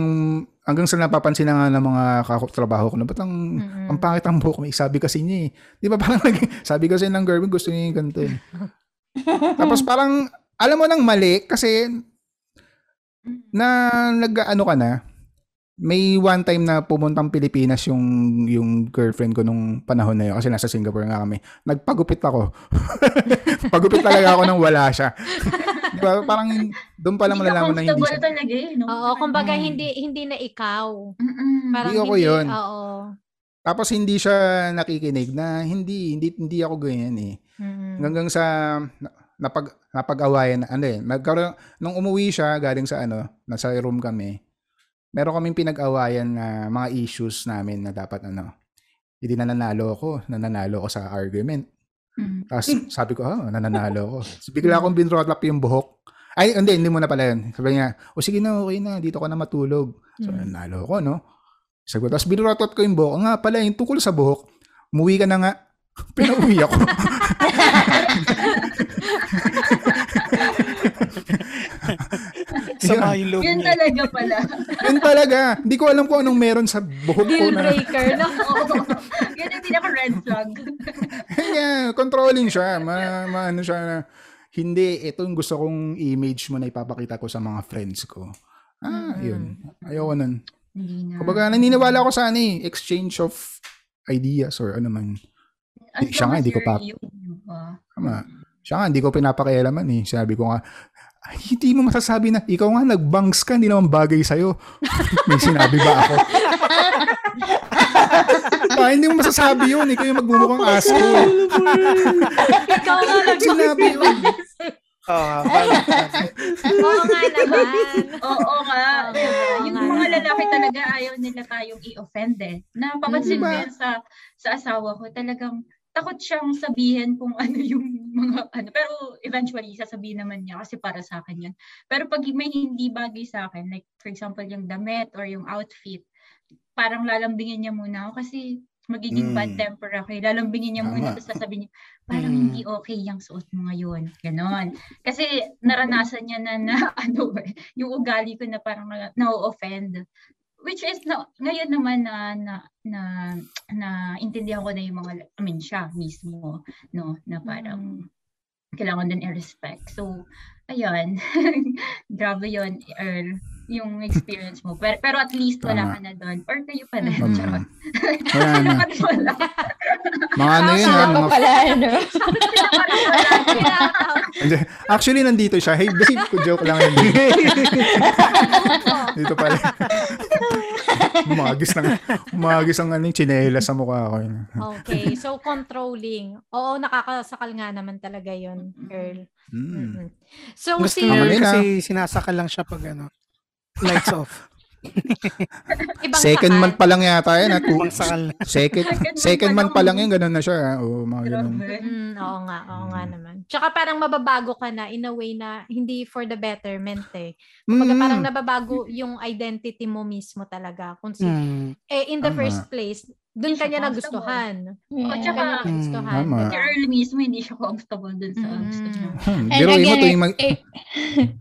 [SPEAKER 5] hanggang sa napapansin na nga ng mga katrabaho ko na ba't ang,
[SPEAKER 2] Mm-mm.
[SPEAKER 5] ang pangit ang buhok mo? Eh, Sabi kasi niya eh. Di ba parang nag- sabi kasi ng girlfriend gusto niya yung ganito eh. Tapos parang alam mo nang mali kasi
[SPEAKER 1] Mm.
[SPEAKER 5] na nag-ano ka na may one time na pumuntang Pilipinas yung yung girlfriend ko nung panahon na yun kasi nasa Singapore nga kami. Nagpagupit ako. Pagupit talaga ako nang wala siya. Di ba? Parang doon pa lang
[SPEAKER 1] Hindi ka
[SPEAKER 5] malalaman na hindi
[SPEAKER 1] comfortable
[SPEAKER 5] siya.
[SPEAKER 1] talaga eh, no?
[SPEAKER 2] Oo, kumbaga
[SPEAKER 5] Mm.
[SPEAKER 2] hindi hindi na ikaw.
[SPEAKER 1] Mm-mm.
[SPEAKER 2] Parang
[SPEAKER 5] ako yun.
[SPEAKER 2] Oo.
[SPEAKER 5] Tapos hindi siya nakikinig na hindi hindi hindi ako ganyan eh.
[SPEAKER 2] Mm-mm.
[SPEAKER 5] Hanggang sa na- napag napag-awayan na ano eh. Nagkaroon nung umuwi siya galing sa ano, nasa room kami. Meron kaming pinag-awayan na mga issues namin na dapat ano. Hindi na nanalo ako, nananalo ako sa argument.
[SPEAKER 1] Mm.
[SPEAKER 5] Tapos sabi ko, ah, nananalo ako. So, Bigla akong binrotlap yung buhok. Ay, hindi, hindi mo na pala yun. Sabi niya, o sige na, okay na, dito ka na matulog. So,
[SPEAKER 2] Mm.
[SPEAKER 5] nanalo ako, no? Sabi ko, tapos binrotlap ko yung buhok. Nga pala, yung tungkol sa buhok, umuwi ka na nga. Pinauwi ako.
[SPEAKER 4] Sama yung loob
[SPEAKER 1] Yun
[SPEAKER 4] niya.
[SPEAKER 1] talaga pala.
[SPEAKER 5] Yun talaga. Hindi ko alam kung anong meron sa buhok ko
[SPEAKER 2] Deal
[SPEAKER 5] na.
[SPEAKER 2] breaker no?
[SPEAKER 1] Oo. Yun ang pinaka-red flag.
[SPEAKER 5] Kaya, controlling siya. Ma, ma- ano siya na, hindi, ito yung gusto kong image mo na ipapakita ko sa mga friends ko.
[SPEAKER 2] Mm.
[SPEAKER 5] Ah, yun. Ayoko nun.
[SPEAKER 1] Hindi na.
[SPEAKER 5] Kumbaga, naniniwala ako sa ano eh, exchange of ideas or ano man.
[SPEAKER 1] As
[SPEAKER 5] siya
[SPEAKER 1] long as
[SPEAKER 5] nga, hindi ko
[SPEAKER 1] you're
[SPEAKER 5] pa-
[SPEAKER 1] you, di ba?
[SPEAKER 5] Tama. Siya nga, hindi ko pinapakialaman eh. Sinabi ko nga, "Ay, hindi mo masasabi na ikaw nga nagbangs ka, hindi naman bagay sa'yo. May sinabi ba ako? diba? Hindi mo masasabi yun. Ikaw yung magmumukhang asko.
[SPEAKER 2] Ikaw nga nag
[SPEAKER 5] Sinabi yun.
[SPEAKER 3] Ah, parang-
[SPEAKER 2] Oo nga naman.
[SPEAKER 1] Oo nga.
[SPEAKER 2] Oo nga,
[SPEAKER 1] yung
[SPEAKER 2] oo nga.
[SPEAKER 1] mga lalaki talaga ayaw nila tayong i-offend eh. Napapansin
[SPEAKER 5] Mm.
[SPEAKER 1] ko yan sa, sa asawa ko. Talagang takot siyang sabihin kung ano yung mga ano. Pero eventually, sasabihin naman niya kasi para sa akin yan. Pero pag may hindi bagay sa akin, like for example, yung damit or yung outfit, parang lalambingin niya muna ako kasi magiging
[SPEAKER 5] Mm.
[SPEAKER 1] bad temper ako. eh. Lalambingin niya
[SPEAKER 5] Tama.
[SPEAKER 1] muna tapos sasabihin niya, parang
[SPEAKER 4] Mm.
[SPEAKER 1] hindi okay yung suot mo ngayon. Ganon. Kasi naranasan niya na, na ano eh, yung ugali ko na parang na- na-offend. Which is, na, ngayon naman na, na, na, na intindihan ko na yung mga, I mean, siya mismo, no, na parang kailangan din i-respect. So, ayun. Grabe yun, Earl, yung experience mo. Pero, pero at least wala
[SPEAKER 5] Tama.
[SPEAKER 1] ka na doon. Or kayo pa rin.
[SPEAKER 5] Mm.
[SPEAKER 1] Charot.
[SPEAKER 5] Wala na.
[SPEAKER 1] Dapat wala.
[SPEAKER 5] Mga ano yun, ha?
[SPEAKER 7] Sila pa
[SPEAKER 5] Mga
[SPEAKER 7] pala, ano?
[SPEAKER 5] Actually, nandito siya. Hey, babe, ko joke lang yun. Dito pala. Umagis lang. Umagis ang ano, yung tsinelas sa mukha ko. Yun.
[SPEAKER 2] okay, so controlling. Oo, nakakasakal nga naman talaga yun, girl.
[SPEAKER 5] Mm.
[SPEAKER 2] Mm-mm. So,
[SPEAKER 4] Gusto
[SPEAKER 2] si,
[SPEAKER 4] niya
[SPEAKER 5] Tama
[SPEAKER 4] yun
[SPEAKER 5] rin,
[SPEAKER 4] kasi sinasakal lang siya pag ano, lights off.
[SPEAKER 2] ibang sakal.
[SPEAKER 5] Second month pa lang yata yun. ah. At
[SPEAKER 4] Pang sakal.
[SPEAKER 5] second,
[SPEAKER 1] Second
[SPEAKER 5] second
[SPEAKER 1] month
[SPEAKER 5] month
[SPEAKER 1] pa
[SPEAKER 5] pa
[SPEAKER 1] lang.
[SPEAKER 5] lang yun. Ganun na siya. ha? Oo, mga ganun.
[SPEAKER 1] Grabe.
[SPEAKER 2] Mm, oo nga, oo nga
[SPEAKER 5] Mm.
[SPEAKER 2] naman. Tsaka parang mababago ka na in a way na hindi for the betterment eh. Kumbaga parang
[SPEAKER 5] Mm.
[SPEAKER 2] nababago yung identity mo mismo talaga. Kung si,
[SPEAKER 4] Mm.
[SPEAKER 2] eh, in the
[SPEAKER 5] Tama.
[SPEAKER 2] first place, dun
[SPEAKER 1] Hindi
[SPEAKER 2] ka niya
[SPEAKER 1] siya
[SPEAKER 2] nagustuhan.
[SPEAKER 7] Oh,
[SPEAKER 1] O,
[SPEAKER 2] Dun
[SPEAKER 1] tsaka,
[SPEAKER 2] ka niya nagustuhan.
[SPEAKER 5] Mm, Tama.
[SPEAKER 1] Si Earl mismo, hindi siya comfortable dun sa
[SPEAKER 2] Mm.
[SPEAKER 1] gusto niya.
[SPEAKER 5] Hmm,
[SPEAKER 7] And
[SPEAKER 5] biruin mo
[SPEAKER 7] again,
[SPEAKER 5] tuwing mag... Hmm.
[SPEAKER 7] eh,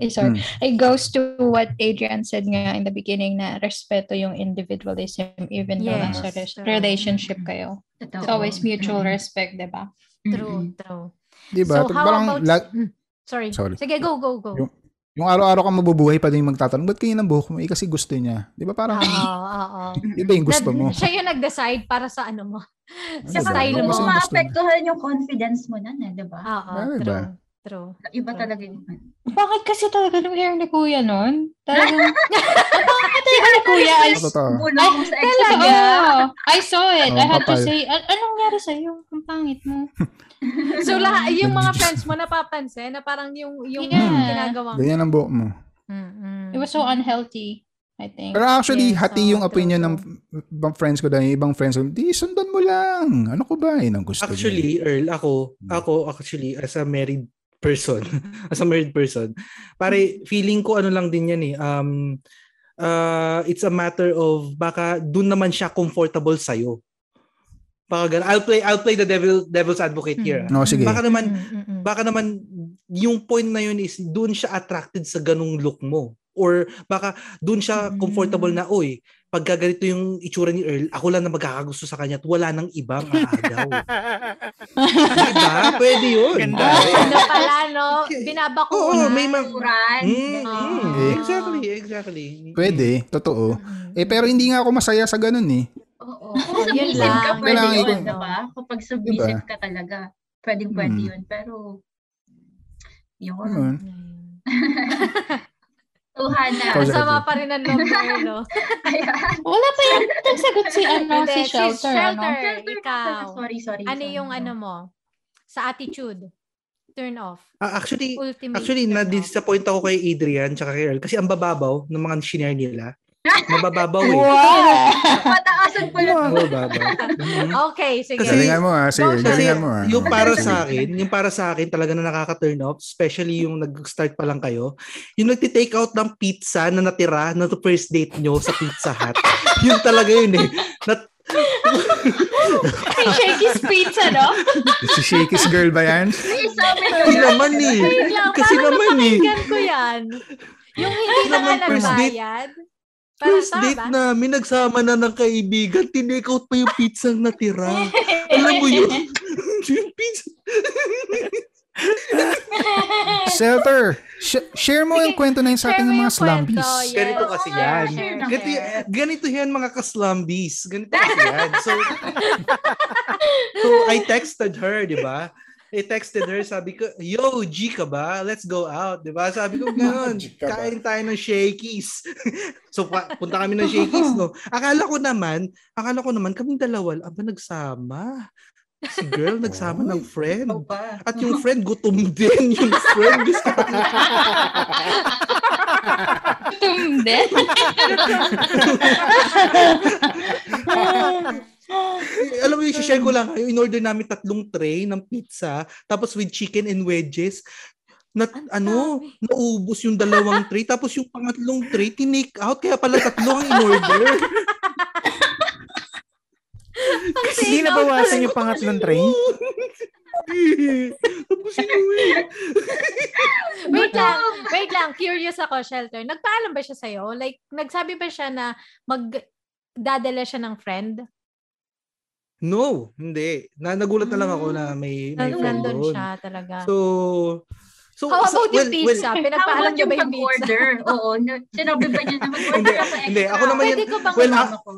[SPEAKER 7] eh, sorry. It goes to what Adrian said nga in the beginning na respeto yung individualism even though
[SPEAKER 2] Yes.
[SPEAKER 7] nasa res- relationship kayo.
[SPEAKER 1] Totoo.
[SPEAKER 7] It's always mutual
[SPEAKER 1] Mm.
[SPEAKER 7] respect, di ba?
[SPEAKER 2] True,
[SPEAKER 1] Mm-mm.
[SPEAKER 2] true.
[SPEAKER 5] Di ba?
[SPEAKER 2] So,
[SPEAKER 5] Diba? Pag
[SPEAKER 2] how
[SPEAKER 5] parang
[SPEAKER 2] about...
[SPEAKER 5] lag-
[SPEAKER 2] Mm, sorry.
[SPEAKER 5] Sorry.
[SPEAKER 2] Sige, go, go, go.
[SPEAKER 5] Yung- yung araw-araw kang mabubuhay pa din yung magtatanong, ba't kanya ng buhok mo? Eh, kasi gusto niya. Di ba
[SPEAKER 2] Oo,
[SPEAKER 5] parang,
[SPEAKER 2] oo, oo.
[SPEAKER 5] yun ba yung gusto
[SPEAKER 2] Nad-
[SPEAKER 5] mo?
[SPEAKER 2] Siya yung nag-decide para sa ano mo. sa
[SPEAKER 5] Ano ba?
[SPEAKER 2] style
[SPEAKER 1] Kung
[SPEAKER 2] mo.
[SPEAKER 5] Ano kasi yung gusto niya?
[SPEAKER 1] maapektuhan yung confidence mo na, na di ba?
[SPEAKER 2] Oo,
[SPEAKER 5] Ano ba?
[SPEAKER 2] true. True.
[SPEAKER 1] Iba
[SPEAKER 2] True.
[SPEAKER 1] talaga ano. yun.
[SPEAKER 7] Bakit kasi talaga nung hair ni Kuya nun? Talagang, bakit talaga ni Kuya? I,
[SPEAKER 5] Ano totoo?
[SPEAKER 1] Bulong mo sa ex.
[SPEAKER 7] talaga. I saw it.
[SPEAKER 5] Oo,
[SPEAKER 7] I had to
[SPEAKER 5] kapal.
[SPEAKER 7] say, "An- anong nangyari sa'yo? Ang pangit mo.
[SPEAKER 2] So lahat
[SPEAKER 3] Mm-hmm.
[SPEAKER 2] yung mga
[SPEAKER 5] Nag-jujitsu.
[SPEAKER 2] friends mo napapansin na parang yung yung
[SPEAKER 7] Yeah.
[SPEAKER 2] ginagawa.
[SPEAKER 5] Ganyan ang buhok mo.
[SPEAKER 2] Mm-mm.
[SPEAKER 7] It was so unhealthy, I think.
[SPEAKER 5] Pero actually,
[SPEAKER 2] Yes,
[SPEAKER 5] hati
[SPEAKER 2] oo,
[SPEAKER 5] yung opinion
[SPEAKER 2] true,
[SPEAKER 5] ng ibang friends ko dahil yung ibang friends ko, di, sundan mo lang. Ano ko ba? Yun ang gusto
[SPEAKER 3] Actually, Earl, ako, ako actually, as a married person, as a married person, pare, feeling ko ano lang din yan eh, um, uh, it's a matter of, baka dun naman siya comfortable sa'yo. Baka ganun. I'll play, I'll play the devil, devil's advocate here.
[SPEAKER 5] niya.
[SPEAKER 3] ah.
[SPEAKER 5] No, sige.
[SPEAKER 3] Baka naman,
[SPEAKER 4] Mm,
[SPEAKER 2] Mm-mm.
[SPEAKER 3] baka naman yung point na yun is doon siya attracted sa ganung look mo or baka doon
[SPEAKER 4] Mm.
[SPEAKER 3] siya comfortable na oy pagka ganito yung itsura ni Earl ako lang na magkakagusto sa kanya at wala nang ibang aagaw diba pwede yun
[SPEAKER 4] Ganda.
[SPEAKER 2] Ano pala no?
[SPEAKER 3] Okay.
[SPEAKER 2] Binabako.
[SPEAKER 3] oo
[SPEAKER 2] na.
[SPEAKER 3] may mga
[SPEAKER 1] Uran.
[SPEAKER 3] Mm, mm,
[SPEAKER 2] Eh.
[SPEAKER 3] exactly exactly
[SPEAKER 5] Pwede, totoo.
[SPEAKER 2] Mm-mm.
[SPEAKER 5] Eh, pero hindi nga ako masaya sa ganun eh.
[SPEAKER 1] Oo.
[SPEAKER 2] Oo,
[SPEAKER 1] Kung
[SPEAKER 2] yun
[SPEAKER 1] submissive
[SPEAKER 2] lang.
[SPEAKER 1] ka, pwede
[SPEAKER 5] Kailangan
[SPEAKER 1] yun,
[SPEAKER 5] i-
[SPEAKER 1] di ba? Kapag submissive ka talaga, pwedeng pwede
[SPEAKER 5] Mm.
[SPEAKER 1] yun. Pero, yun.
[SPEAKER 2] Ayun.
[SPEAKER 5] Ganun.
[SPEAKER 1] Tuhana.
[SPEAKER 5] Ikaw, Jared.
[SPEAKER 2] Masama pa rin ang loob ng ulo.
[SPEAKER 1] Ayan.
[SPEAKER 7] Wala pa yung sagot si, ano,
[SPEAKER 2] Hindi,
[SPEAKER 7] si
[SPEAKER 2] si
[SPEAKER 7] Shelter,
[SPEAKER 2] Shelter.
[SPEAKER 7] ano?
[SPEAKER 2] ikaw.
[SPEAKER 1] Sorry, sorry.
[SPEAKER 2] Ano
[SPEAKER 1] sorry.
[SPEAKER 2] yung ano mo? Sa attitude. Turn off.
[SPEAKER 3] Ah, actually
[SPEAKER 2] Ultimate.
[SPEAKER 3] Actually,
[SPEAKER 2] turn off.
[SPEAKER 3] na-disappoint ako kay Adrian tsaka kay Earl kasi ang bababaw ng mga shinare nila. Mabababaw eh.
[SPEAKER 7] Wow!
[SPEAKER 1] Mataasan ko lang.
[SPEAKER 3] Mababaw. Mhm.
[SPEAKER 2] Okay, sige.
[SPEAKER 3] Kasi-
[SPEAKER 5] Galingan mo ah, sige.
[SPEAKER 2] Kasi-
[SPEAKER 3] Kasi
[SPEAKER 5] Galingan mo ah.
[SPEAKER 3] yung para sa akin, yung para sa akin talaga na nakaka-turn off, especially yung nag-start pa lang kayo, yung nagti-take out ng pizza na natira na to first date nyo sa Pizza Hut. yun talaga yun eh. Nat-
[SPEAKER 7] Ay, Shakey's Pizza, no?
[SPEAKER 5] Si Shakey's girl ba yan?
[SPEAKER 1] May isa, may
[SPEAKER 3] kasi naman eh.
[SPEAKER 2] Wait lang,
[SPEAKER 3] Kasi
[SPEAKER 2] parang
[SPEAKER 3] naman eh.
[SPEAKER 2] napakinggan ko yan. Yung hindi na
[SPEAKER 3] Naman,
[SPEAKER 2] nga
[SPEAKER 3] first date.
[SPEAKER 2] nagbayad. Parang
[SPEAKER 3] First
[SPEAKER 2] tama
[SPEAKER 3] date
[SPEAKER 2] ba?
[SPEAKER 3] na, minagsama na ng kaibigan, tinake out pa yung pizza na natira. Alam mo yun? yung pizza.
[SPEAKER 5] Shelter, sh- share mo yung kwento na yun sa
[SPEAKER 2] Share
[SPEAKER 5] ating
[SPEAKER 2] mo
[SPEAKER 5] mga
[SPEAKER 2] yung kwento,
[SPEAKER 5] slumbies.
[SPEAKER 2] yes.
[SPEAKER 3] Ganito kasi
[SPEAKER 2] Oo nga,
[SPEAKER 3] yan.
[SPEAKER 2] share na
[SPEAKER 3] Ganito,
[SPEAKER 2] share.
[SPEAKER 3] ganito yan mga kaslumbies. Ganito kasi yan. So, so I texted her, di ba? I texted her, sabi ko, yo, G ka ba? Let's go out, di ba? Sabi ko, ganun,
[SPEAKER 5] G ka ba?
[SPEAKER 3] kain tayo ng shakies. so, pa- punta kami ng shakies, no? Akala ko naman, akala ko naman, kaming dalawa, aba, nagsama. Si girl nagsama ng friend.
[SPEAKER 1] Ikaw ba?
[SPEAKER 3] At yung friend, gutom din. Yung friend, gusto
[SPEAKER 7] Tumde.
[SPEAKER 3] Alam mo, yung share ko lang kayo, in order namin tatlong tray ng pizza, tapos with chicken and wedges, na, ano, naubos yung dalawang tray, tapos yung pangatlong tray, tinake out, kaya pala tatlo ang in-order.
[SPEAKER 5] Hindi nabawasan yung pangatlong train.
[SPEAKER 2] Eh.
[SPEAKER 3] tapos eh. inuwi.
[SPEAKER 2] Wait lang, wait lang. Curious ako, Shelter. Nagpaalam ba siya sa'yo? Like, nagsabi ba siya na magdadala siya ng friend?
[SPEAKER 3] No, hindi. Na, nagulat na lang ako na may, may friend
[SPEAKER 2] Hmm. Nandun
[SPEAKER 3] doon.
[SPEAKER 2] siya talaga.
[SPEAKER 3] So, so,
[SPEAKER 2] How
[SPEAKER 3] so-
[SPEAKER 2] about yung
[SPEAKER 3] well, well,
[SPEAKER 2] pizza?
[SPEAKER 1] How
[SPEAKER 2] Pinagpaalam
[SPEAKER 1] about
[SPEAKER 2] niyo
[SPEAKER 1] yung
[SPEAKER 2] ba yung pizza?
[SPEAKER 1] pag-order? Oo. na- Sinabi ba niya na mag-order ako extra?
[SPEAKER 3] hindi, ako naman
[SPEAKER 2] Pwede
[SPEAKER 3] yun-
[SPEAKER 2] ko bang
[SPEAKER 3] Well,
[SPEAKER 2] ano
[SPEAKER 3] ah,
[SPEAKER 2] ko?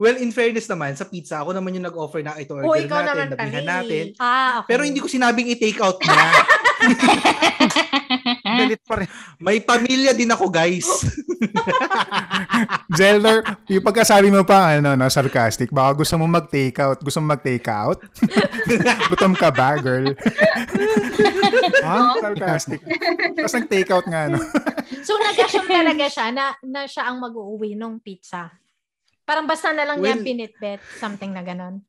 [SPEAKER 3] well, in fairness naman, sa pizza, ako naman yung nag-offer na ito order
[SPEAKER 2] Oh, ikaw naman
[SPEAKER 3] natin,
[SPEAKER 2] pala.
[SPEAKER 3] nabihan natin.
[SPEAKER 2] eh. Ah, okay.
[SPEAKER 3] Pero hindi ko sinabing i-take out na.
[SPEAKER 5] Galit pa rin.
[SPEAKER 3] May pamilya din ako, guys.
[SPEAKER 5] Zelder, yung pagkasabi mo pa, ano, no, sarcastic. Baka gusto mo mag-take out. Gusto mo mag-take out? Gutom ka ba, girl? ha? Sarcastic. Tapos nag-take out nga, no?
[SPEAKER 2] So, nag-assume talaga siya na, na siya ang mag-uuwi nung pizza. Parang basta na lang niya
[SPEAKER 3] Well-
[SPEAKER 2] pinitbit, something na ganun.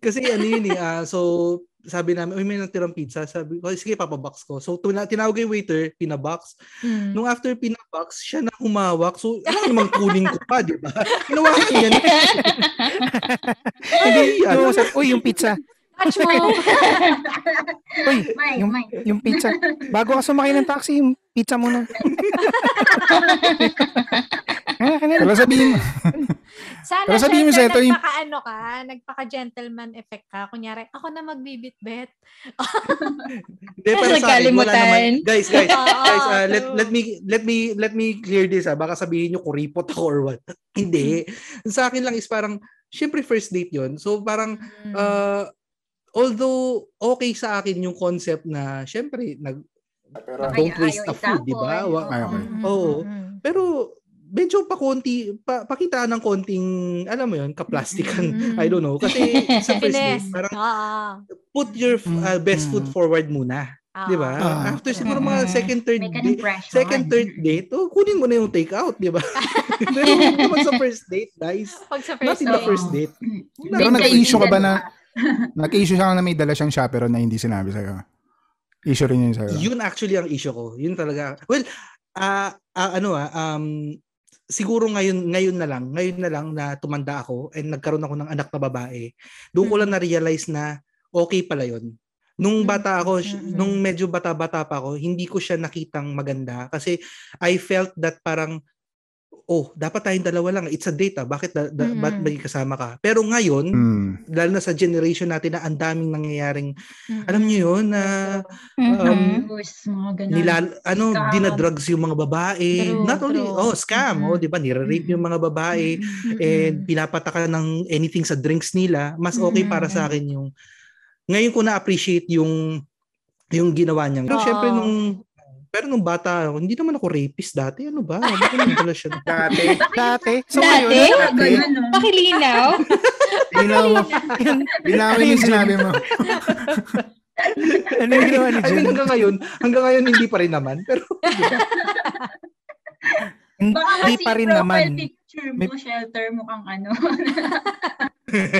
[SPEAKER 3] Kasi ano yun eh, ah, so sabi namin, uy, may natirang pizza. Sabi ko, sige, papabox ko. So, tuna- tinawag yung waiter, pinabox.
[SPEAKER 2] Mm.
[SPEAKER 3] Nung after pinabox, siya na humawak. So, ano namang kunin ko pa, di ba? Hinawakan niya. Hindi, ano,
[SPEAKER 4] Yung, usap, uy, yung pizza.
[SPEAKER 2] Touch mo.
[SPEAKER 4] Uy,
[SPEAKER 1] Mine,
[SPEAKER 4] yung,
[SPEAKER 1] mine.
[SPEAKER 4] yung pizza. Bago ka sumakay ng taxi, yung pizza muna. Kaya, kaya.
[SPEAKER 5] Pero sabihin mo,
[SPEAKER 2] Sana
[SPEAKER 5] Pero sabihin mo,
[SPEAKER 2] shelter,
[SPEAKER 5] Seto, yung-
[SPEAKER 2] nagpaka-ano ka, nagpaka-gentleman effect ka. Kunyari, ako na magbibitbit.
[SPEAKER 3] Hindi, para sa akin, wala
[SPEAKER 7] Nagkalimutan.
[SPEAKER 3] naman. Guys, guys,
[SPEAKER 2] Oo,
[SPEAKER 3] guys, ah, let,
[SPEAKER 2] true.
[SPEAKER 3] let me, let me, let me clear this, ah. Baka sabihin nyo, kuripot ako or what. Hindi. Sa akin lang is parang, syempre first date yon So, parang,
[SPEAKER 2] Mm.
[SPEAKER 3] Uh, although okay sa akin yung concept na syempre nag
[SPEAKER 1] Baka
[SPEAKER 3] don't
[SPEAKER 1] ayaw eh.
[SPEAKER 3] waste the food,
[SPEAKER 1] itapon.
[SPEAKER 3] di ba? Wa-
[SPEAKER 5] Ayaw mo.
[SPEAKER 2] Mm,
[SPEAKER 3] oo.
[SPEAKER 2] mm, mm.
[SPEAKER 3] Pero medyo pa konti pa, pakitaan ng konting alam mo yon kaplastikan
[SPEAKER 2] Mm.
[SPEAKER 3] I don't know kasi sa first
[SPEAKER 2] Finesse.
[SPEAKER 3] date parang
[SPEAKER 2] Oo.
[SPEAKER 3] put your uh, best foot
[SPEAKER 5] Mm.
[SPEAKER 3] forward muna
[SPEAKER 2] Oo.
[SPEAKER 3] di ba
[SPEAKER 5] Ah.
[SPEAKER 3] after siguro mga second third
[SPEAKER 1] Make an
[SPEAKER 3] date
[SPEAKER 1] impression.
[SPEAKER 3] second third date oh, kunin mo na yung take out di ba Pero hindi naman sa first date guys
[SPEAKER 2] Pag sa
[SPEAKER 3] not
[SPEAKER 2] first
[SPEAKER 3] in the
[SPEAKER 1] date.
[SPEAKER 3] first date
[SPEAKER 5] Pero
[SPEAKER 1] Big
[SPEAKER 5] nagka-issue ka ba
[SPEAKER 1] date.
[SPEAKER 5] na, nag-issue siya na may dala siyang chaperon na hindi sinabi sa'yo? Issue rin yun sa'yo.
[SPEAKER 3] Yun actually ang issue ko. Yun talaga. Well, ah ah, ano ah, um, siguro ngayon, ngayon na lang, ngayon na lang na tumanda ako and nagkaroon ako ng anak na babae, doon ko lang na-realize na okay pala yun. Nung bata ako, sh-
[SPEAKER 2] Mm-mm.
[SPEAKER 3] nung medyo bata-bata pa ako, hindi ko siya nakitang maganda kasi I felt that parang oh, dapat tayong dalawa lang. It's a date ah. Bakit da- da- ba't
[SPEAKER 2] Mm-mm.
[SPEAKER 3] may kasama ka? Pero ngayon,
[SPEAKER 5] Hmm.
[SPEAKER 3] dahil na sa generation natin na ang daming nangyayaring,
[SPEAKER 2] Mm-mm.
[SPEAKER 3] alam niyo yun, na um,
[SPEAKER 2] Mm-hmm.
[SPEAKER 7] Mhm.
[SPEAKER 1] Abuse, mga ganun.
[SPEAKER 3] nila ano
[SPEAKER 1] Scam.
[SPEAKER 3] dinadrugs yung mga babae
[SPEAKER 2] True,
[SPEAKER 3] not only
[SPEAKER 2] true.
[SPEAKER 3] oh scam oh
[SPEAKER 2] Mhm.
[SPEAKER 3] di ba nire-rape
[SPEAKER 1] Mhm.
[SPEAKER 3] yung mga babae
[SPEAKER 2] Mm-mm.
[SPEAKER 3] and pinapataka ng anything sa drinks nila mas okay para sa akin yung ngayon ko na appreciate yung yung ginawa niya pero
[SPEAKER 2] Oo.
[SPEAKER 3] syempre nung pero nung bata ako, hindi naman ako rapist dati ano ba bakit naman pala siya
[SPEAKER 5] Dati.
[SPEAKER 4] Dati. So,
[SPEAKER 7] Dati?
[SPEAKER 4] ngayon,
[SPEAKER 1] Mga ganun, no?
[SPEAKER 7] Pakilinaw.
[SPEAKER 5] Binaw mo. Binaw mo yung sinabi mo.
[SPEAKER 4] ano yung ginawa ni
[SPEAKER 3] I mean
[SPEAKER 4] Jen?
[SPEAKER 3] hanggang ngayon hanggang ngayon hindi pa rin naman pero
[SPEAKER 1] Baka
[SPEAKER 4] Hindi
[SPEAKER 1] kasi
[SPEAKER 4] pa rin
[SPEAKER 1] profile
[SPEAKER 4] naman.
[SPEAKER 1] picture mo,
[SPEAKER 4] May-
[SPEAKER 1] shelter, mukhang ano.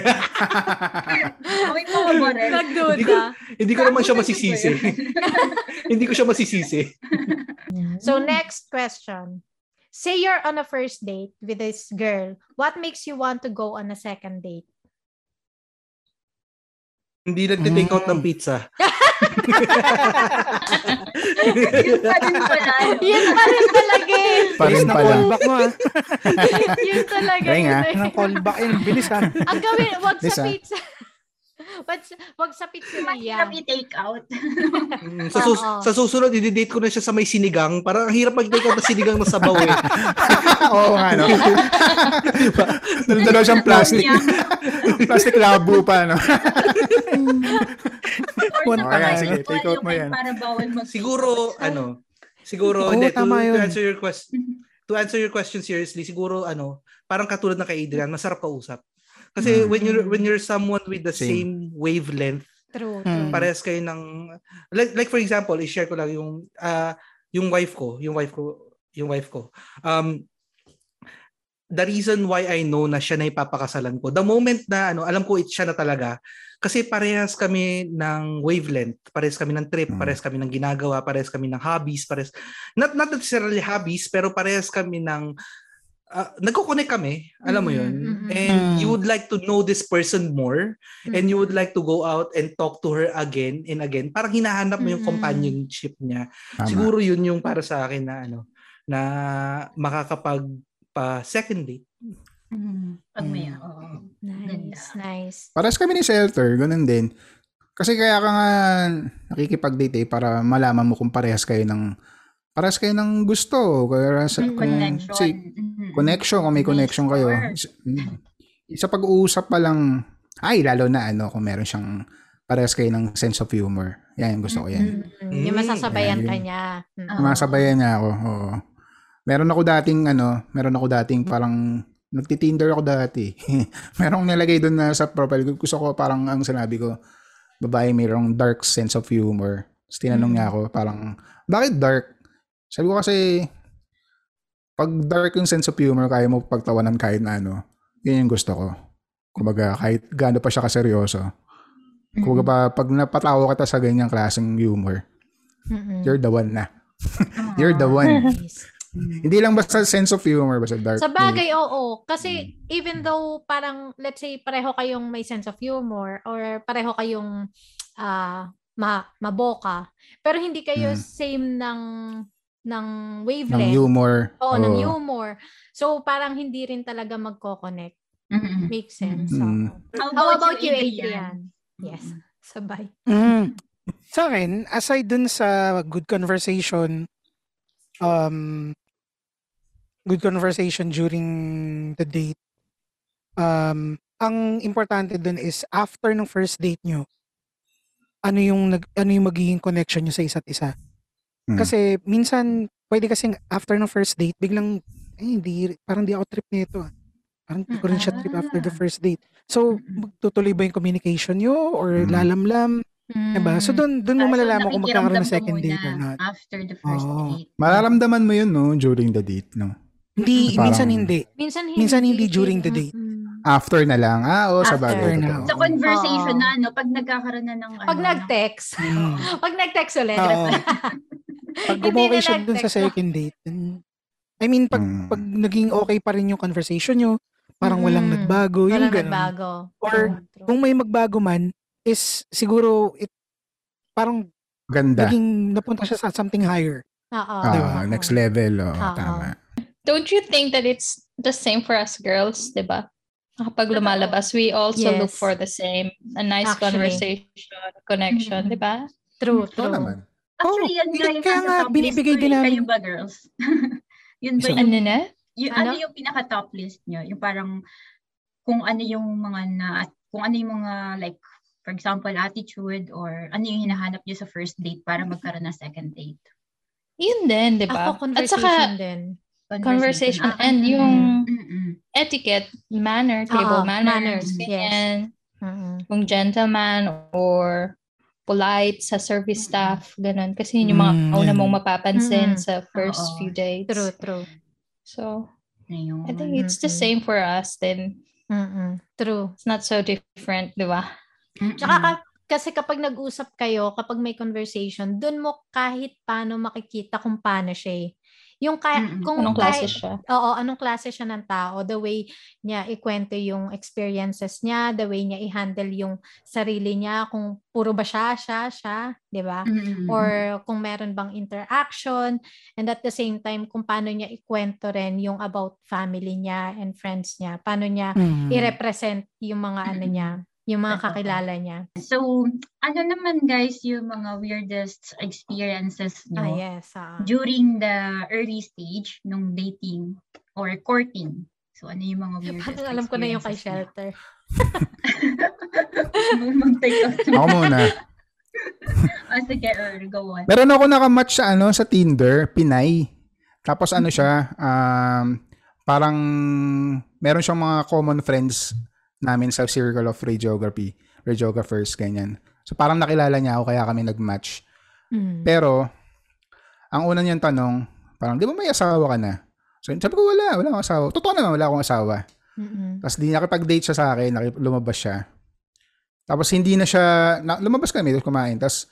[SPEAKER 1] May mga barel.
[SPEAKER 2] Nagduda.
[SPEAKER 3] hindi ko naman siya masisisi hindi ko siya masisisi
[SPEAKER 2] So next question. Say you're on a first date with this girl. What makes you want to go on a second date?
[SPEAKER 3] hindi nagte-take out ng
[SPEAKER 4] Hmm.
[SPEAKER 5] Mm.
[SPEAKER 3] pizza
[SPEAKER 1] Yun pa din pala. no?
[SPEAKER 2] Yun pa rin talaga eh.
[SPEAKER 5] Parin
[SPEAKER 4] Bilis ng
[SPEAKER 5] pala.
[SPEAKER 4] callback mo ha.
[SPEAKER 2] Yun talaga.
[SPEAKER 5] Galing,
[SPEAKER 2] yun
[SPEAKER 5] ah.
[SPEAKER 2] eh.
[SPEAKER 4] Ng callback yun. Bilis ha.
[SPEAKER 2] Ang gawin, wag sa
[SPEAKER 5] Lisa.
[SPEAKER 2] pizza. Wag, sa- wag sa pizzeria.
[SPEAKER 1] Mahirap i-take out.
[SPEAKER 3] Mm, Sa, sus-
[SPEAKER 2] Oo.
[SPEAKER 3] sa susunod, i-date ko na siya sa may sinigang. Parang ang hirap mag-date ng sinigang na sabaw eh.
[SPEAKER 5] Ah, Oo nga, no? Dala siyang plastic.
[SPEAKER 1] Yum.
[SPEAKER 5] Plastic labo pa, no?
[SPEAKER 1] Or
[SPEAKER 4] One
[SPEAKER 5] Okay,
[SPEAKER 4] time.
[SPEAKER 5] sige.
[SPEAKER 1] virtual
[SPEAKER 5] take out mo
[SPEAKER 1] yung
[SPEAKER 5] yan.
[SPEAKER 1] Para bawal mag
[SPEAKER 3] Siguro, ano, siguro,
[SPEAKER 4] Oo,
[SPEAKER 3] hindi, to,
[SPEAKER 4] tama yun.
[SPEAKER 3] to answer your question, to answer your question seriously, siguro, ano, parang katulad na kay Adrian, masarap kausap. Kasi
[SPEAKER 4] Hmm.
[SPEAKER 5] Mm.
[SPEAKER 3] when you're when you're someone with the
[SPEAKER 5] Same.
[SPEAKER 3] same wavelength,
[SPEAKER 5] Hmm.
[SPEAKER 2] True.
[SPEAKER 4] Mm.
[SPEAKER 2] true.
[SPEAKER 3] parehas kayo ng like, like for example, i-share ko lang yung ah, yung wife ko, yung wife ko, yung wife ko. Um the reason why I know na siya na ipapakasalan ko, the moment na ano, alam ko it siya na talaga kasi parehas kami ng wavelength, parehas kami ng trip,
[SPEAKER 5] Mm.
[SPEAKER 3] parehas kami ng ginagawa, parehas kami ng hobbies, parehas not not necessarily hobbies, pero parehas kami ng ah, nagko-connect kami, alam mo 'yun.
[SPEAKER 2] Mm, mm, mm.
[SPEAKER 3] And
[SPEAKER 4] Mm.
[SPEAKER 3] you would like to know this person more and you would like to go out and talk to her again and again parang hinahanap mo
[SPEAKER 2] Mm.
[SPEAKER 3] yung companionship niya
[SPEAKER 5] Tama.
[SPEAKER 3] siguro yun yung para sa akin na ano na makakapag pa second date
[SPEAKER 2] Mm-hmm.
[SPEAKER 1] Pag may,
[SPEAKER 4] Mm.
[SPEAKER 1] oo.
[SPEAKER 2] Nice, nice.
[SPEAKER 5] Paras kami ni Shelter, ganun din. Kasi kaya ka nga nakikipag-date eh, para malaman mo kung parehas kayo ng parehas kayo ng gusto, parehas
[SPEAKER 1] May
[SPEAKER 5] kung
[SPEAKER 1] connection.
[SPEAKER 5] si-
[SPEAKER 1] Mm.
[SPEAKER 5] connection kung may
[SPEAKER 1] May
[SPEAKER 5] connection kayo.
[SPEAKER 1] spark.
[SPEAKER 5] Sa- mm. Sa pag-uusap pa lang ay lalo na ano kung meron siyang parehas kayo ng sense of humor. Yan gusto ko yan.
[SPEAKER 3] Hmm.
[SPEAKER 2] Mm, Yung masasabayan
[SPEAKER 5] Mm.
[SPEAKER 2] ka niya. Mm.
[SPEAKER 1] Oo.
[SPEAKER 5] Masabayan niya ako. Oo. Meron ako dating ano, meron ako dating parang nagti-Tinder ako dati. meron akong nilagay doon na sa profile ko. Gusto ko parang ang sinabi ko, babae mayroong dark sense of humor. Tapos tinanong niya ako parang, bakit dark? Sabi ko kasi, pag dark yung sense of humor, kaya mo pagtawanan kahit na ano. Yun yung gusto ko. Kumbaga, kahit gaano pa siya kaseryoso. Kumbaga, pa, pag napatawa ka ta sa ganyang klaseng humor,
[SPEAKER 2] Mm-mm.
[SPEAKER 5] you're the one na. You're the one.
[SPEAKER 2] Nice.
[SPEAKER 5] Hindi lang basta sense of humor, basta dark.
[SPEAKER 2] Sa bagay, oo. Kasi even though parang, let's say, pareho kayong may sense of humor or pareho kayong ah ma- maboka, pero hindi kayo
[SPEAKER 5] Mm.
[SPEAKER 2] same ng ng
[SPEAKER 5] Ng
[SPEAKER 2] wavelength.
[SPEAKER 5] humor.
[SPEAKER 2] Oo, ng
[SPEAKER 5] Oo.
[SPEAKER 2] humor. So, parang hindi rin talaga magko-connect.
[SPEAKER 1] Mm.
[SPEAKER 2] Makes sense.
[SPEAKER 5] Mm.
[SPEAKER 2] oo. How about you, Adrian? Yes.
[SPEAKER 1] Mm-hmm.
[SPEAKER 2] Sabay.
[SPEAKER 4] Mm. Sa akin, aside dun sa good conversation, um, good conversation during the date, um, ang importante dun is after ng first date nyo, ano yung, nag, ano yung magiging connection nyo sa isa't isa.
[SPEAKER 5] Mm.
[SPEAKER 4] Kasi minsan, pwede kasing after ng first date, biglang, eh, hindi, parang di ako trip nito. ah. Parang di ko rin siya trip after the
[SPEAKER 1] Ah.
[SPEAKER 4] first date. So,
[SPEAKER 1] Mm-mm.
[SPEAKER 4] magtutuloy ba yung communication nyo or
[SPEAKER 5] Mm.
[SPEAKER 4] lalamlam? Diba? So doon doon mo
[SPEAKER 1] Ah, so
[SPEAKER 4] malalaman kung
[SPEAKER 1] nakikiramdam
[SPEAKER 4] magkakaroon ng
[SPEAKER 1] ka
[SPEAKER 4] second
[SPEAKER 1] muna
[SPEAKER 4] date or not.
[SPEAKER 1] After the first
[SPEAKER 4] Oo.
[SPEAKER 1] date.
[SPEAKER 5] Mararamdaman mo yun, no? During the date, no?
[SPEAKER 4] Hindi,
[SPEAKER 5] Parang-
[SPEAKER 4] minsan hindi.
[SPEAKER 2] Minsan hindi.
[SPEAKER 4] Minsan hindi during the date.
[SPEAKER 2] Mm-mm.
[SPEAKER 5] After na lang. Ah, oo, sa
[SPEAKER 2] After
[SPEAKER 5] bagay.
[SPEAKER 4] na.
[SPEAKER 5] totoo.
[SPEAKER 1] Sa conversation
[SPEAKER 2] Oo.
[SPEAKER 1] na, no, pag nagkakaroon na ng...
[SPEAKER 2] Pag
[SPEAKER 1] ano,
[SPEAKER 2] nag-text.
[SPEAKER 4] Mm.
[SPEAKER 2] Pag nag-text ulit.
[SPEAKER 4] Oo. Pag
[SPEAKER 2] Hindi
[SPEAKER 4] gumokay
[SPEAKER 2] na
[SPEAKER 4] siya doon sa
[SPEAKER 2] nag-text na.
[SPEAKER 4] second date, mm, I mean, pag,
[SPEAKER 5] Mm.
[SPEAKER 4] pag naging okay pa rin yung conversation nyo, parang walang
[SPEAKER 2] Mm-mm.
[SPEAKER 4] nagbago, yung
[SPEAKER 2] Walang
[SPEAKER 4] ganun.
[SPEAKER 2] nagbago.
[SPEAKER 4] Or
[SPEAKER 2] True, true.
[SPEAKER 4] Kung may magbago man, is siguro it, parang
[SPEAKER 5] Ganda.
[SPEAKER 4] naging napunta siya sa something higher.
[SPEAKER 2] Oo.
[SPEAKER 5] Ah,
[SPEAKER 2] oo.
[SPEAKER 5] next level. Oo,
[SPEAKER 2] Oo.
[SPEAKER 5] tama.
[SPEAKER 7] Don't you think that it's the same for us girls, di ba? Kapag lumalabas, we also look
[SPEAKER 2] Yes.
[SPEAKER 7] for the same. A
[SPEAKER 2] Actually.
[SPEAKER 7] nice
[SPEAKER 2] Mm-hmm.
[SPEAKER 7] conversation, connection,
[SPEAKER 1] Mhm.
[SPEAKER 7] di ba?
[SPEAKER 2] True,
[SPEAKER 5] Ito
[SPEAKER 2] true.
[SPEAKER 5] naman.
[SPEAKER 1] Actually, yan
[SPEAKER 4] Oh,
[SPEAKER 1] nga yung
[SPEAKER 4] kaya
[SPEAKER 1] nasa
[SPEAKER 4] nga
[SPEAKER 1] top
[SPEAKER 4] binibigay
[SPEAKER 1] list ko
[SPEAKER 4] din
[SPEAKER 1] eh.
[SPEAKER 4] namin.
[SPEAKER 1] Kayo ba, girls? yun ba
[SPEAKER 4] Isa-
[SPEAKER 1] yung,
[SPEAKER 7] Ano na?
[SPEAKER 1] yun-
[SPEAKER 2] Ano?
[SPEAKER 1] ano? yung pinaka-top list nyo? Yung parang kung ano yung mga na, kung ano yung mga like, for example, attitude or ano yung hinahanap nyo sa first date para magkaroon ng second date?
[SPEAKER 7] Yun din, di ba?
[SPEAKER 2] Ako,
[SPEAKER 7] Diba? At
[SPEAKER 2] conversation
[SPEAKER 7] saka,
[SPEAKER 2] din.
[SPEAKER 7] conversation
[SPEAKER 1] Ah, mm,
[SPEAKER 7] and
[SPEAKER 2] Mm-hmm.
[SPEAKER 7] yung
[SPEAKER 1] mm,
[SPEAKER 7] etiquette, manner, table
[SPEAKER 2] Oo,
[SPEAKER 7] manners,
[SPEAKER 2] Ah, manners,
[SPEAKER 7] ganyan.
[SPEAKER 2] Mm-mm.
[SPEAKER 7] Kung gentleman or polite sa service
[SPEAKER 1] Mhm.
[SPEAKER 7] staff, ganun. Kasi yun yung mga
[SPEAKER 4] Mm,
[SPEAKER 7] una
[SPEAKER 4] yan.
[SPEAKER 7] mong
[SPEAKER 2] Mhm.
[SPEAKER 7] mapapansin sa first
[SPEAKER 1] Oo.
[SPEAKER 7] few dates.
[SPEAKER 2] True, true.
[SPEAKER 7] So,
[SPEAKER 1] Ayun.
[SPEAKER 7] I think it's the
[SPEAKER 2] Mhm.
[SPEAKER 7] same for us then.
[SPEAKER 2] Mm-mm. True.
[SPEAKER 7] It's not so different, di ba?
[SPEAKER 1] Mm-mm.
[SPEAKER 2] Tsaka
[SPEAKER 7] Mm.
[SPEAKER 2] ka- kasi kapag nag-usap kayo, kapag may conversation, doon mo kahit paano makikita kung paano siya eh. Yung kaya,
[SPEAKER 1] Mm-mm.
[SPEAKER 2] kung
[SPEAKER 7] Mm, Anong klase
[SPEAKER 2] kahit,
[SPEAKER 7] siya?
[SPEAKER 2] oo, anong klase siya ng tao, the way niya ikwento yung experiences niya, the way niya i-handle yung sarili niya, kung puro ba siya, siya, siya, di ba?
[SPEAKER 1] Mm-mm.
[SPEAKER 7] Mm,
[SPEAKER 2] or kung meron bang interaction and at the same time kung paano niya ikwento rin yung about family niya and friends niya paano niya
[SPEAKER 4] Mm.
[SPEAKER 2] i-represent yung mga
[SPEAKER 7] Mm,
[SPEAKER 2] ano
[SPEAKER 1] Mm-mm.
[SPEAKER 2] niya yung mga
[SPEAKER 1] Totoo.
[SPEAKER 2] kakilala niya
[SPEAKER 1] So, ano naman guys yung mga weirdest experiences
[SPEAKER 2] ah
[SPEAKER 1] nyo
[SPEAKER 2] yes ah.
[SPEAKER 1] during the early stage nung dating or courting? So, ano yung mga weirdest
[SPEAKER 2] parang alam ko na yung kay
[SPEAKER 1] experiences
[SPEAKER 2] shelter
[SPEAKER 1] nyo? Nung Mag-take out.
[SPEAKER 5] Ako muna.
[SPEAKER 1] Ah, sige, Earl, go on.
[SPEAKER 5] Meron ako nakamatch sa ano sa Tinder, Pinay. Tapos ano siya, um, parang meron siyang mga common friends namin sa Circle of Radiography, radiographers, ganyan. So parang nakilala niya ako kaya kami nag-match.
[SPEAKER 2] Mm.
[SPEAKER 5] Pero, ang una niyang tanong, parang, di ba may asawa ka na? So, sabi ko, wala, wala akong asawa. Totoo naman, wala akong asawa.
[SPEAKER 2] Mm-mm.
[SPEAKER 5] Tapos di nakipag-date siya sa akin, nakip- lumabas siya. Tapos hindi na siya, na, lumabas kami, tapos kumain. Tapos,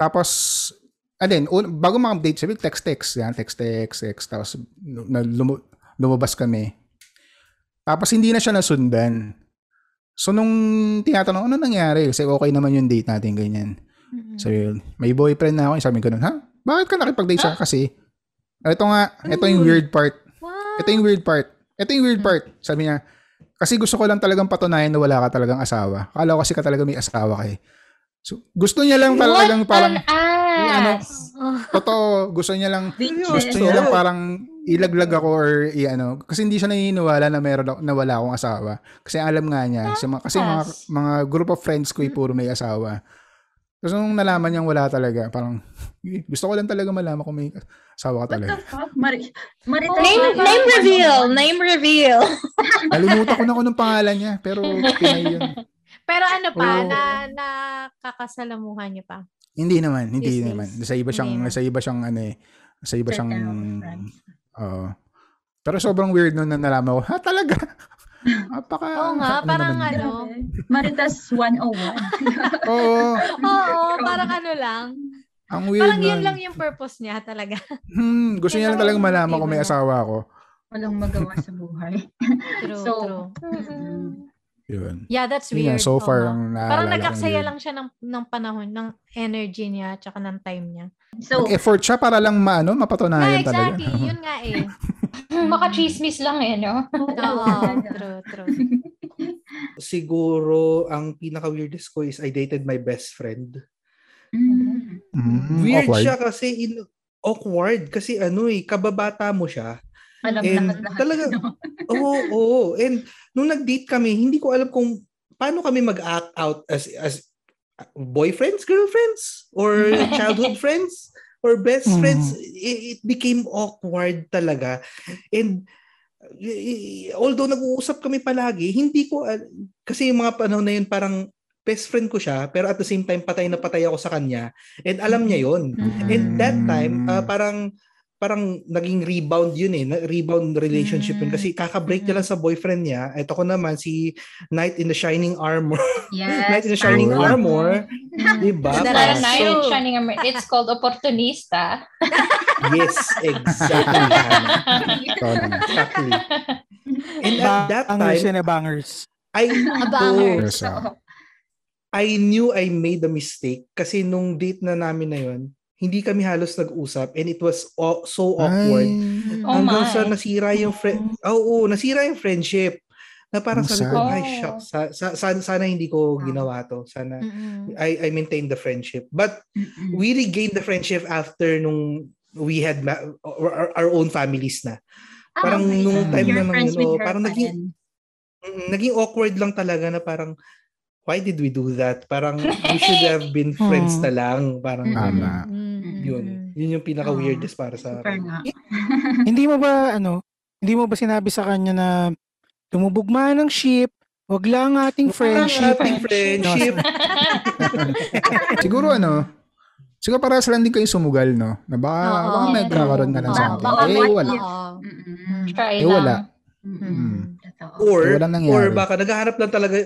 [SPEAKER 5] tapos, and then, un, bago makapag-date siya, text-text, yan, text-text, text. Tapos, nu- na, lumu- lumabas kami. Tapos hindi na siya nasundan. So, nung tinatanong, ano nangyari? Kasi okay naman yung date natin, ganyan.
[SPEAKER 2] Mm-mm.
[SPEAKER 5] So, yun, may boyfriend na ako. Sabi ko nun, ha? Bakit ka nakipag-date siya? Kasi, ito nga, ito yung weird part. Ito yung weird part. Ito yung weird part. Sabi niya, kasi gusto ko lang talagang patunayan na wala ka talagang asawa. Akala ko kasi ka talaga may asawa kay. So, gusto niya lang talagang parang,
[SPEAKER 7] ah,
[SPEAKER 5] yung ano, totoo, gusto niya lang, gusto niya lang parang ilaglag ako or i-ano. Kasi hindi siya naniniwala na meron ako, na wala akong asawa. Kasi alam
[SPEAKER 2] Ah,
[SPEAKER 5] nga niya, sa mga, kasi mga, mga group of friends
[SPEAKER 2] Mm.
[SPEAKER 5] ko ay puro may asawa. Tapos nung nalaman niyang wala talaga, parang, gusto ko lang talaga malaman kung may asawa ka
[SPEAKER 1] What
[SPEAKER 3] eh.
[SPEAKER 5] talaga.
[SPEAKER 1] the fuck? Mari oh Marita.
[SPEAKER 7] Name, name
[SPEAKER 2] ano
[SPEAKER 7] reveal. Name reveal.
[SPEAKER 5] Nalimutan ko na kung anong pangalan niya, pero Pinay yun.
[SPEAKER 2] Pero ano pa,
[SPEAKER 5] Oo.
[SPEAKER 2] na, nakakasalamuhan niyo pa.
[SPEAKER 5] Hindi naman, hindi
[SPEAKER 2] Yes,
[SPEAKER 5] naman.
[SPEAKER 2] yes.
[SPEAKER 5] Sa iba siyang,
[SPEAKER 2] Hindi naman.
[SPEAKER 5] sa iba siyang ano eh, sa iba siyang,
[SPEAKER 1] friends.
[SPEAKER 5] oo. pero sobrang weird nun na nalaman ko, ha talaga? Napaka,
[SPEAKER 2] Oo nga,
[SPEAKER 5] ano
[SPEAKER 2] parang
[SPEAKER 5] naman yun?
[SPEAKER 2] ano.
[SPEAKER 1] Maritas 101.
[SPEAKER 5] Oo,
[SPEAKER 2] Oo, parang ano lang.
[SPEAKER 5] ang weird
[SPEAKER 2] Parang yun
[SPEAKER 5] nun.
[SPEAKER 2] lang yung purpose niya talaga.
[SPEAKER 5] Hmm,
[SPEAKER 2] Yun
[SPEAKER 5] gusto niya lang
[SPEAKER 2] lang
[SPEAKER 5] talagang
[SPEAKER 2] yung
[SPEAKER 5] malaman kung
[SPEAKER 2] motibo
[SPEAKER 5] may
[SPEAKER 2] niya.
[SPEAKER 5] asawa ako.
[SPEAKER 1] Walang magawa sa buhay.
[SPEAKER 2] True,
[SPEAKER 1] So,
[SPEAKER 2] true.
[SPEAKER 1] Mm.
[SPEAKER 5] Yun.
[SPEAKER 2] Yeah, that's
[SPEAKER 5] Yun lang,
[SPEAKER 2] weird.
[SPEAKER 5] so far,
[SPEAKER 2] Oo.
[SPEAKER 5] ang naalala
[SPEAKER 2] Parang
[SPEAKER 5] kong
[SPEAKER 2] nagkaksaya
[SPEAKER 5] weird.
[SPEAKER 2] lang siya ng, ng panahon, ng energy niya, tsaka ng time niya.
[SPEAKER 1] So,
[SPEAKER 5] Effort siya para lang maano,
[SPEAKER 2] Yeah,
[SPEAKER 5] mapatunayan
[SPEAKER 2] exactly.
[SPEAKER 5] Ah, talaga.
[SPEAKER 2] Yun nga eh.
[SPEAKER 7] Maka-chismis lang eh, no?
[SPEAKER 2] Oo, true, true.
[SPEAKER 3] Siguro, ang pinaka-weirdest ko is I dated my best friend.
[SPEAKER 1] mm,
[SPEAKER 5] Mm,
[SPEAKER 3] Weird
[SPEAKER 5] awkward.
[SPEAKER 3] siya kasi in, awkward kasi ano eh, kababata mo siya.
[SPEAKER 1] alam
[SPEAKER 3] And
[SPEAKER 1] naman lahat.
[SPEAKER 3] talaga-
[SPEAKER 1] no?
[SPEAKER 3] Oo, oo. And nung nag-date kami, hindi ko alam kung paano kami mag-act out as as boyfriends, girlfriends, or childhood friends, or best
[SPEAKER 4] Mm.
[SPEAKER 3] friends. It, it became awkward talaga. And eh, although nag-uusap kami palagi, hindi ko al- kasi yung mga panahon na yun parang best friend ko siya pero at the same time patay na patay ako sa kanya and alam niya yon
[SPEAKER 5] Hmm.
[SPEAKER 3] and that time ah, parang parang naging rebound yun eh na- rebound relationship yun kasi kaka-break niya lang sa boyfriend niya eto ko naman si Knight in the Shining Armor
[SPEAKER 1] Yes.
[SPEAKER 3] Knight in the Shining
[SPEAKER 1] tama.
[SPEAKER 3] Armor diba
[SPEAKER 2] That's
[SPEAKER 7] Parang
[SPEAKER 2] true.
[SPEAKER 7] night, shining armor. It's called opportunista.
[SPEAKER 3] yes exactly Hannah.
[SPEAKER 5] Totoo naman.
[SPEAKER 3] exactly and at that
[SPEAKER 4] Bangers
[SPEAKER 3] time
[SPEAKER 4] yun eh, bangers.
[SPEAKER 3] I
[SPEAKER 2] A banger.
[SPEAKER 3] know
[SPEAKER 5] Yes, ah.
[SPEAKER 1] So,
[SPEAKER 3] I knew I made a mistake kasi nung date na namin na yon, hindi kami halos nag-usap and it was aw- so awkward.
[SPEAKER 5] Ay,
[SPEAKER 7] Oh
[SPEAKER 3] Hanggang
[SPEAKER 7] my. Mm-hmm.
[SPEAKER 3] sa nasira yung friend. Oo, nasira yung friendship. Na parang
[SPEAKER 5] Ang
[SPEAKER 3] sabi ko,
[SPEAKER 5] sad.
[SPEAKER 7] Oh.
[SPEAKER 3] ay, shucks. Sa- sa- sana, sana hindi
[SPEAKER 7] Ah.
[SPEAKER 3] ko ginawa to. Sana
[SPEAKER 2] Mm-mm.
[SPEAKER 7] Mm-hmm.
[SPEAKER 3] I, I maintained the friendship. But
[SPEAKER 1] mm-mm.
[SPEAKER 3] we regained the friendship after nung we had ma- our, our own families na.
[SPEAKER 1] Ah,
[SPEAKER 3] Parang
[SPEAKER 1] okay.
[SPEAKER 3] nung time
[SPEAKER 1] You're
[SPEAKER 3] naman
[SPEAKER 1] friends
[SPEAKER 3] yun,
[SPEAKER 1] with
[SPEAKER 3] oh,
[SPEAKER 1] her
[SPEAKER 3] parang
[SPEAKER 1] pa
[SPEAKER 3] naging,
[SPEAKER 1] rin.
[SPEAKER 7] Mm-hmm.
[SPEAKER 3] mm, naging awkward lang talaga na parang, why did we do that? Parang we should have been friends na lang. Parang
[SPEAKER 7] Mm-hmm.
[SPEAKER 5] Tama.
[SPEAKER 2] Mm-mm.
[SPEAKER 3] yun. Yun yung pinaka-weirdest para sa
[SPEAKER 7] Ah.
[SPEAKER 1] Super
[SPEAKER 3] akin.
[SPEAKER 1] nga.
[SPEAKER 4] Hindi mo ba, ano, hindi mo ba sinabi sa kanya na tumubugma ng ship, wag lang ating friendship.
[SPEAKER 3] Ating friendship.
[SPEAKER 5] Siguro ano, siguro para sa hindi kayo sumugal, no? Na baka,
[SPEAKER 2] Oo.
[SPEAKER 5] baka may magkakaroon ka ng
[SPEAKER 2] Oo,
[SPEAKER 5] something.
[SPEAKER 1] baka
[SPEAKER 5] eh,
[SPEAKER 1] may-
[SPEAKER 5] wala.
[SPEAKER 2] Oo.
[SPEAKER 1] Mm-mm.
[SPEAKER 7] Try
[SPEAKER 5] Eh, wala.
[SPEAKER 7] lang.
[SPEAKER 1] Mm-mm.
[SPEAKER 3] Hmm.
[SPEAKER 5] Mm.
[SPEAKER 1] Totoo.
[SPEAKER 3] Or,
[SPEAKER 5] Walang nangyari.
[SPEAKER 3] or baka naghahanap lang talaga,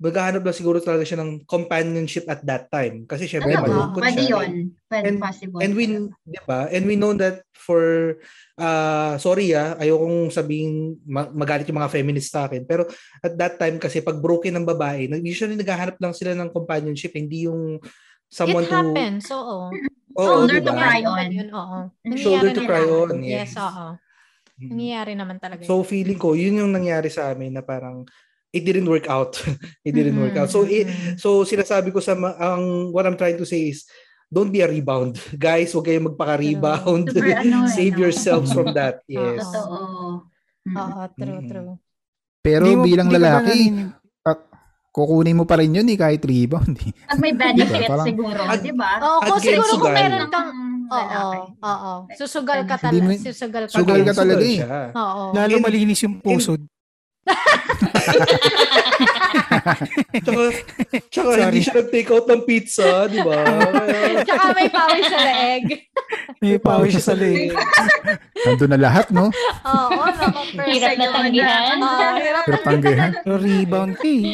[SPEAKER 3] naghahanap lang siguro talaga siya ng companionship at that time. Kasi syempre,
[SPEAKER 1] Totoo.
[SPEAKER 3] malungkot
[SPEAKER 1] Pwede
[SPEAKER 3] siya.
[SPEAKER 1] yun. Pwede
[SPEAKER 3] And-
[SPEAKER 1] possible.
[SPEAKER 3] And we, di ba? And we know that for, ah, sorry ah, ayokong sabihin ma- magalit yung mga feminist sa akin. Pero at that time kasi pag broken ng babae, nag- usually naghahanap lang sila ng companionship, hindi yung someone
[SPEAKER 2] It Oh,
[SPEAKER 3] to...
[SPEAKER 2] happens, oo.
[SPEAKER 3] Oo,
[SPEAKER 1] Shoulder
[SPEAKER 3] di
[SPEAKER 1] to
[SPEAKER 3] ba?
[SPEAKER 1] cry on.
[SPEAKER 2] Yun, oo. Nangyayari
[SPEAKER 3] Shoulder to
[SPEAKER 2] na
[SPEAKER 3] cry
[SPEAKER 2] lang.
[SPEAKER 3] on,
[SPEAKER 2] Yes,
[SPEAKER 3] yes.
[SPEAKER 2] oo.
[SPEAKER 3] Mm.
[SPEAKER 2] Nangyayari naman talaga.
[SPEAKER 3] So feeling ko yun yung nangyari sa amin na parang it didn't work out. it didn't work out. So it, so sinasabi ko sa ma- ang what I'm trying to say is don't be a rebound. Guys, huwag kayong magpaka-rebound.
[SPEAKER 1] Super ano eh,
[SPEAKER 3] Save
[SPEAKER 1] no?
[SPEAKER 3] yourselves from that. Yes.
[SPEAKER 1] Totoo. Mm.
[SPEAKER 2] Mm-hmm. Oo, true,
[SPEAKER 3] Mm.
[SPEAKER 2] true.
[SPEAKER 5] Pero
[SPEAKER 4] Hindi mo-
[SPEAKER 5] bilang
[SPEAKER 4] hindi ka ba
[SPEAKER 5] lalaki,
[SPEAKER 4] naninim-
[SPEAKER 5] kukunin mo pa rin yun eh, kahit rebound. eh.
[SPEAKER 1] Pag may benefit
[SPEAKER 5] Diba? Parang-
[SPEAKER 1] siguro,
[SPEAKER 3] Ag-
[SPEAKER 1] di ba?
[SPEAKER 2] Oo, kung
[SPEAKER 3] Against
[SPEAKER 2] siguro kung
[SPEAKER 3] sugal.
[SPEAKER 2] meron kang... Oo,
[SPEAKER 1] Mm, Lalaki.
[SPEAKER 2] oo. Susugal ka
[SPEAKER 5] Hindi
[SPEAKER 2] talaga.
[SPEAKER 5] mo-
[SPEAKER 2] Susugal ka.
[SPEAKER 5] Sugal ka
[SPEAKER 3] Again,
[SPEAKER 5] talaga eh.
[SPEAKER 3] siya.
[SPEAKER 2] Oo.
[SPEAKER 4] Lalo
[SPEAKER 3] In-
[SPEAKER 4] malinis yung pusod.
[SPEAKER 3] Tsaka, tsaka hindi siya nag-take out ng pizza, di ba? Kaya-
[SPEAKER 2] Tsaka may pawis sa leeg.
[SPEAKER 4] May pawis siya sa leeg.
[SPEAKER 5] Nandun na lahat, no?
[SPEAKER 2] Oo, oh, napaperson.
[SPEAKER 7] Hirap na tanggihan.
[SPEAKER 1] Ah,
[SPEAKER 2] Oo, hirap
[SPEAKER 5] Pero tanggihan.
[SPEAKER 4] Pero rebound ka eh.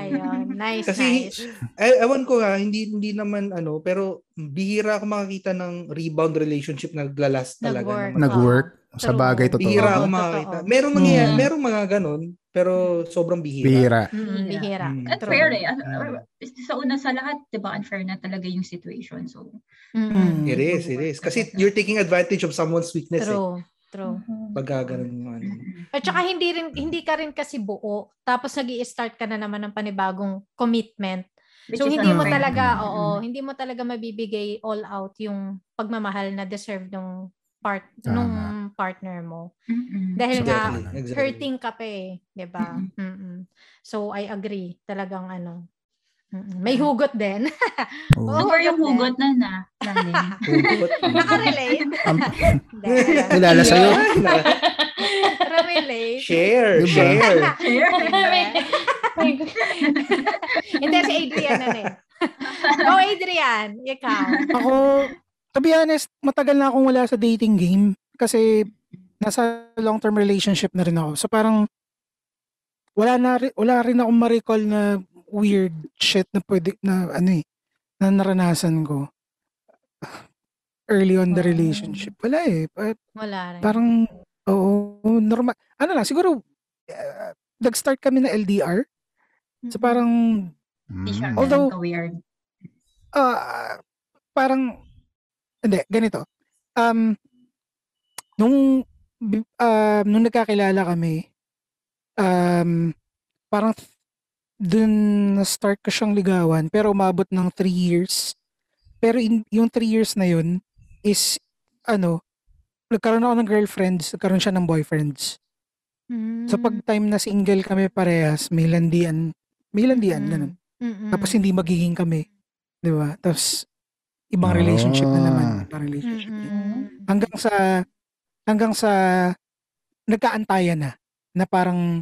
[SPEAKER 2] Ayun, nice,
[SPEAKER 3] Kasi-
[SPEAKER 2] nice.
[SPEAKER 3] Eh, ewan ko ha, hindi hindi naman ano, pero bihira ako makakita ng rebound relationship na naglalast talaga.
[SPEAKER 2] Nag-work.
[SPEAKER 3] naman.
[SPEAKER 5] Nag-work.
[SPEAKER 2] Oo.
[SPEAKER 5] Sa bagay,
[SPEAKER 2] True.
[SPEAKER 5] totoo.
[SPEAKER 3] Bihira ako
[SPEAKER 2] Totoo.
[SPEAKER 3] makakita. Merong nangyayari,
[SPEAKER 5] Hmm.
[SPEAKER 3] merong mga ganun, pero sobrang bihira.
[SPEAKER 5] Pira.
[SPEAKER 2] Mm, bihira.
[SPEAKER 3] Mm.
[SPEAKER 1] At
[SPEAKER 2] True.
[SPEAKER 1] fair eh. Sa una sa lahat, di ba, unfair na talaga yung situation. So,
[SPEAKER 2] Mm,
[SPEAKER 4] Hmm.
[SPEAKER 3] It is, it is. Kasi you're taking advantage of someone's weakness eh.
[SPEAKER 2] True. True.
[SPEAKER 3] Pagka ganun yung ano.
[SPEAKER 2] At saka hindi, rin, hindi ka rin kasi buo. Tapos nag start ka na naman ng panibagong commitment. So
[SPEAKER 1] Which is
[SPEAKER 2] hindi mo
[SPEAKER 1] unfair.
[SPEAKER 2] talaga, oo,
[SPEAKER 1] Mm.
[SPEAKER 2] hindi mo talaga mabibigay all out yung pagmamahal na deserve ng part
[SPEAKER 5] Tama.
[SPEAKER 2] nung partner mo.
[SPEAKER 1] Mm-mm.
[SPEAKER 2] Dahil nga
[SPEAKER 3] Exactly, exactly.
[SPEAKER 2] hurting ka pa eh, 'di ba? Mm-mm. So I agree, talagang ano. mm-mm. May hugot din.
[SPEAKER 5] Oo.
[SPEAKER 1] So, for yung hugot na na. namin.
[SPEAKER 3] Hugot.
[SPEAKER 2] Nakarelate.
[SPEAKER 5] Am-
[SPEAKER 2] Hindi.
[SPEAKER 5] Kilala sa'yo?
[SPEAKER 2] Relate.
[SPEAKER 3] Share,
[SPEAKER 5] Diba?
[SPEAKER 3] share.
[SPEAKER 7] Mm-hmm.
[SPEAKER 2] Hindi, si Adrian na eh. Go, Adrian. Ikaw.
[SPEAKER 4] Ako, to be honest, matagal na akong wala sa dating game kasi nasa long-term relationship na rin ako. So parang wala na ri- wala rin akong ma-recall na weird shit na pwede na ano eh na naranasan ko early on the
[SPEAKER 2] Wow.
[SPEAKER 4] relationship. Wala eh. Pa-
[SPEAKER 2] Wala rin.
[SPEAKER 4] Parang oo, normal. Ano lang siguro uh, nag-start kami na LDR. So parang
[SPEAKER 1] Hindi siya
[SPEAKER 5] Mm.
[SPEAKER 4] Although-
[SPEAKER 1] ganun ka-weird.
[SPEAKER 4] ah parang hindi ganito. Um nung bi- ah, nung nagkakilala kami um parang th- dun na start ko siyang ligawan pero umabot ng 3 years. Pero in, yung 3 years na yun is ano nagkaroon ako ng girlfriends, nagkaroon siya ng boyfriends. So pag time na single kami parehas, may landian, may landian ganun. Tapos hindi magiging kami. Di ba? Tapos, ibang relationship na naman.
[SPEAKER 5] Ah.
[SPEAKER 4] Ibang
[SPEAKER 2] Mm-hmm.
[SPEAKER 4] relationship. Hanggang sa, hanggang sa, nagkaantayan na. Na parang,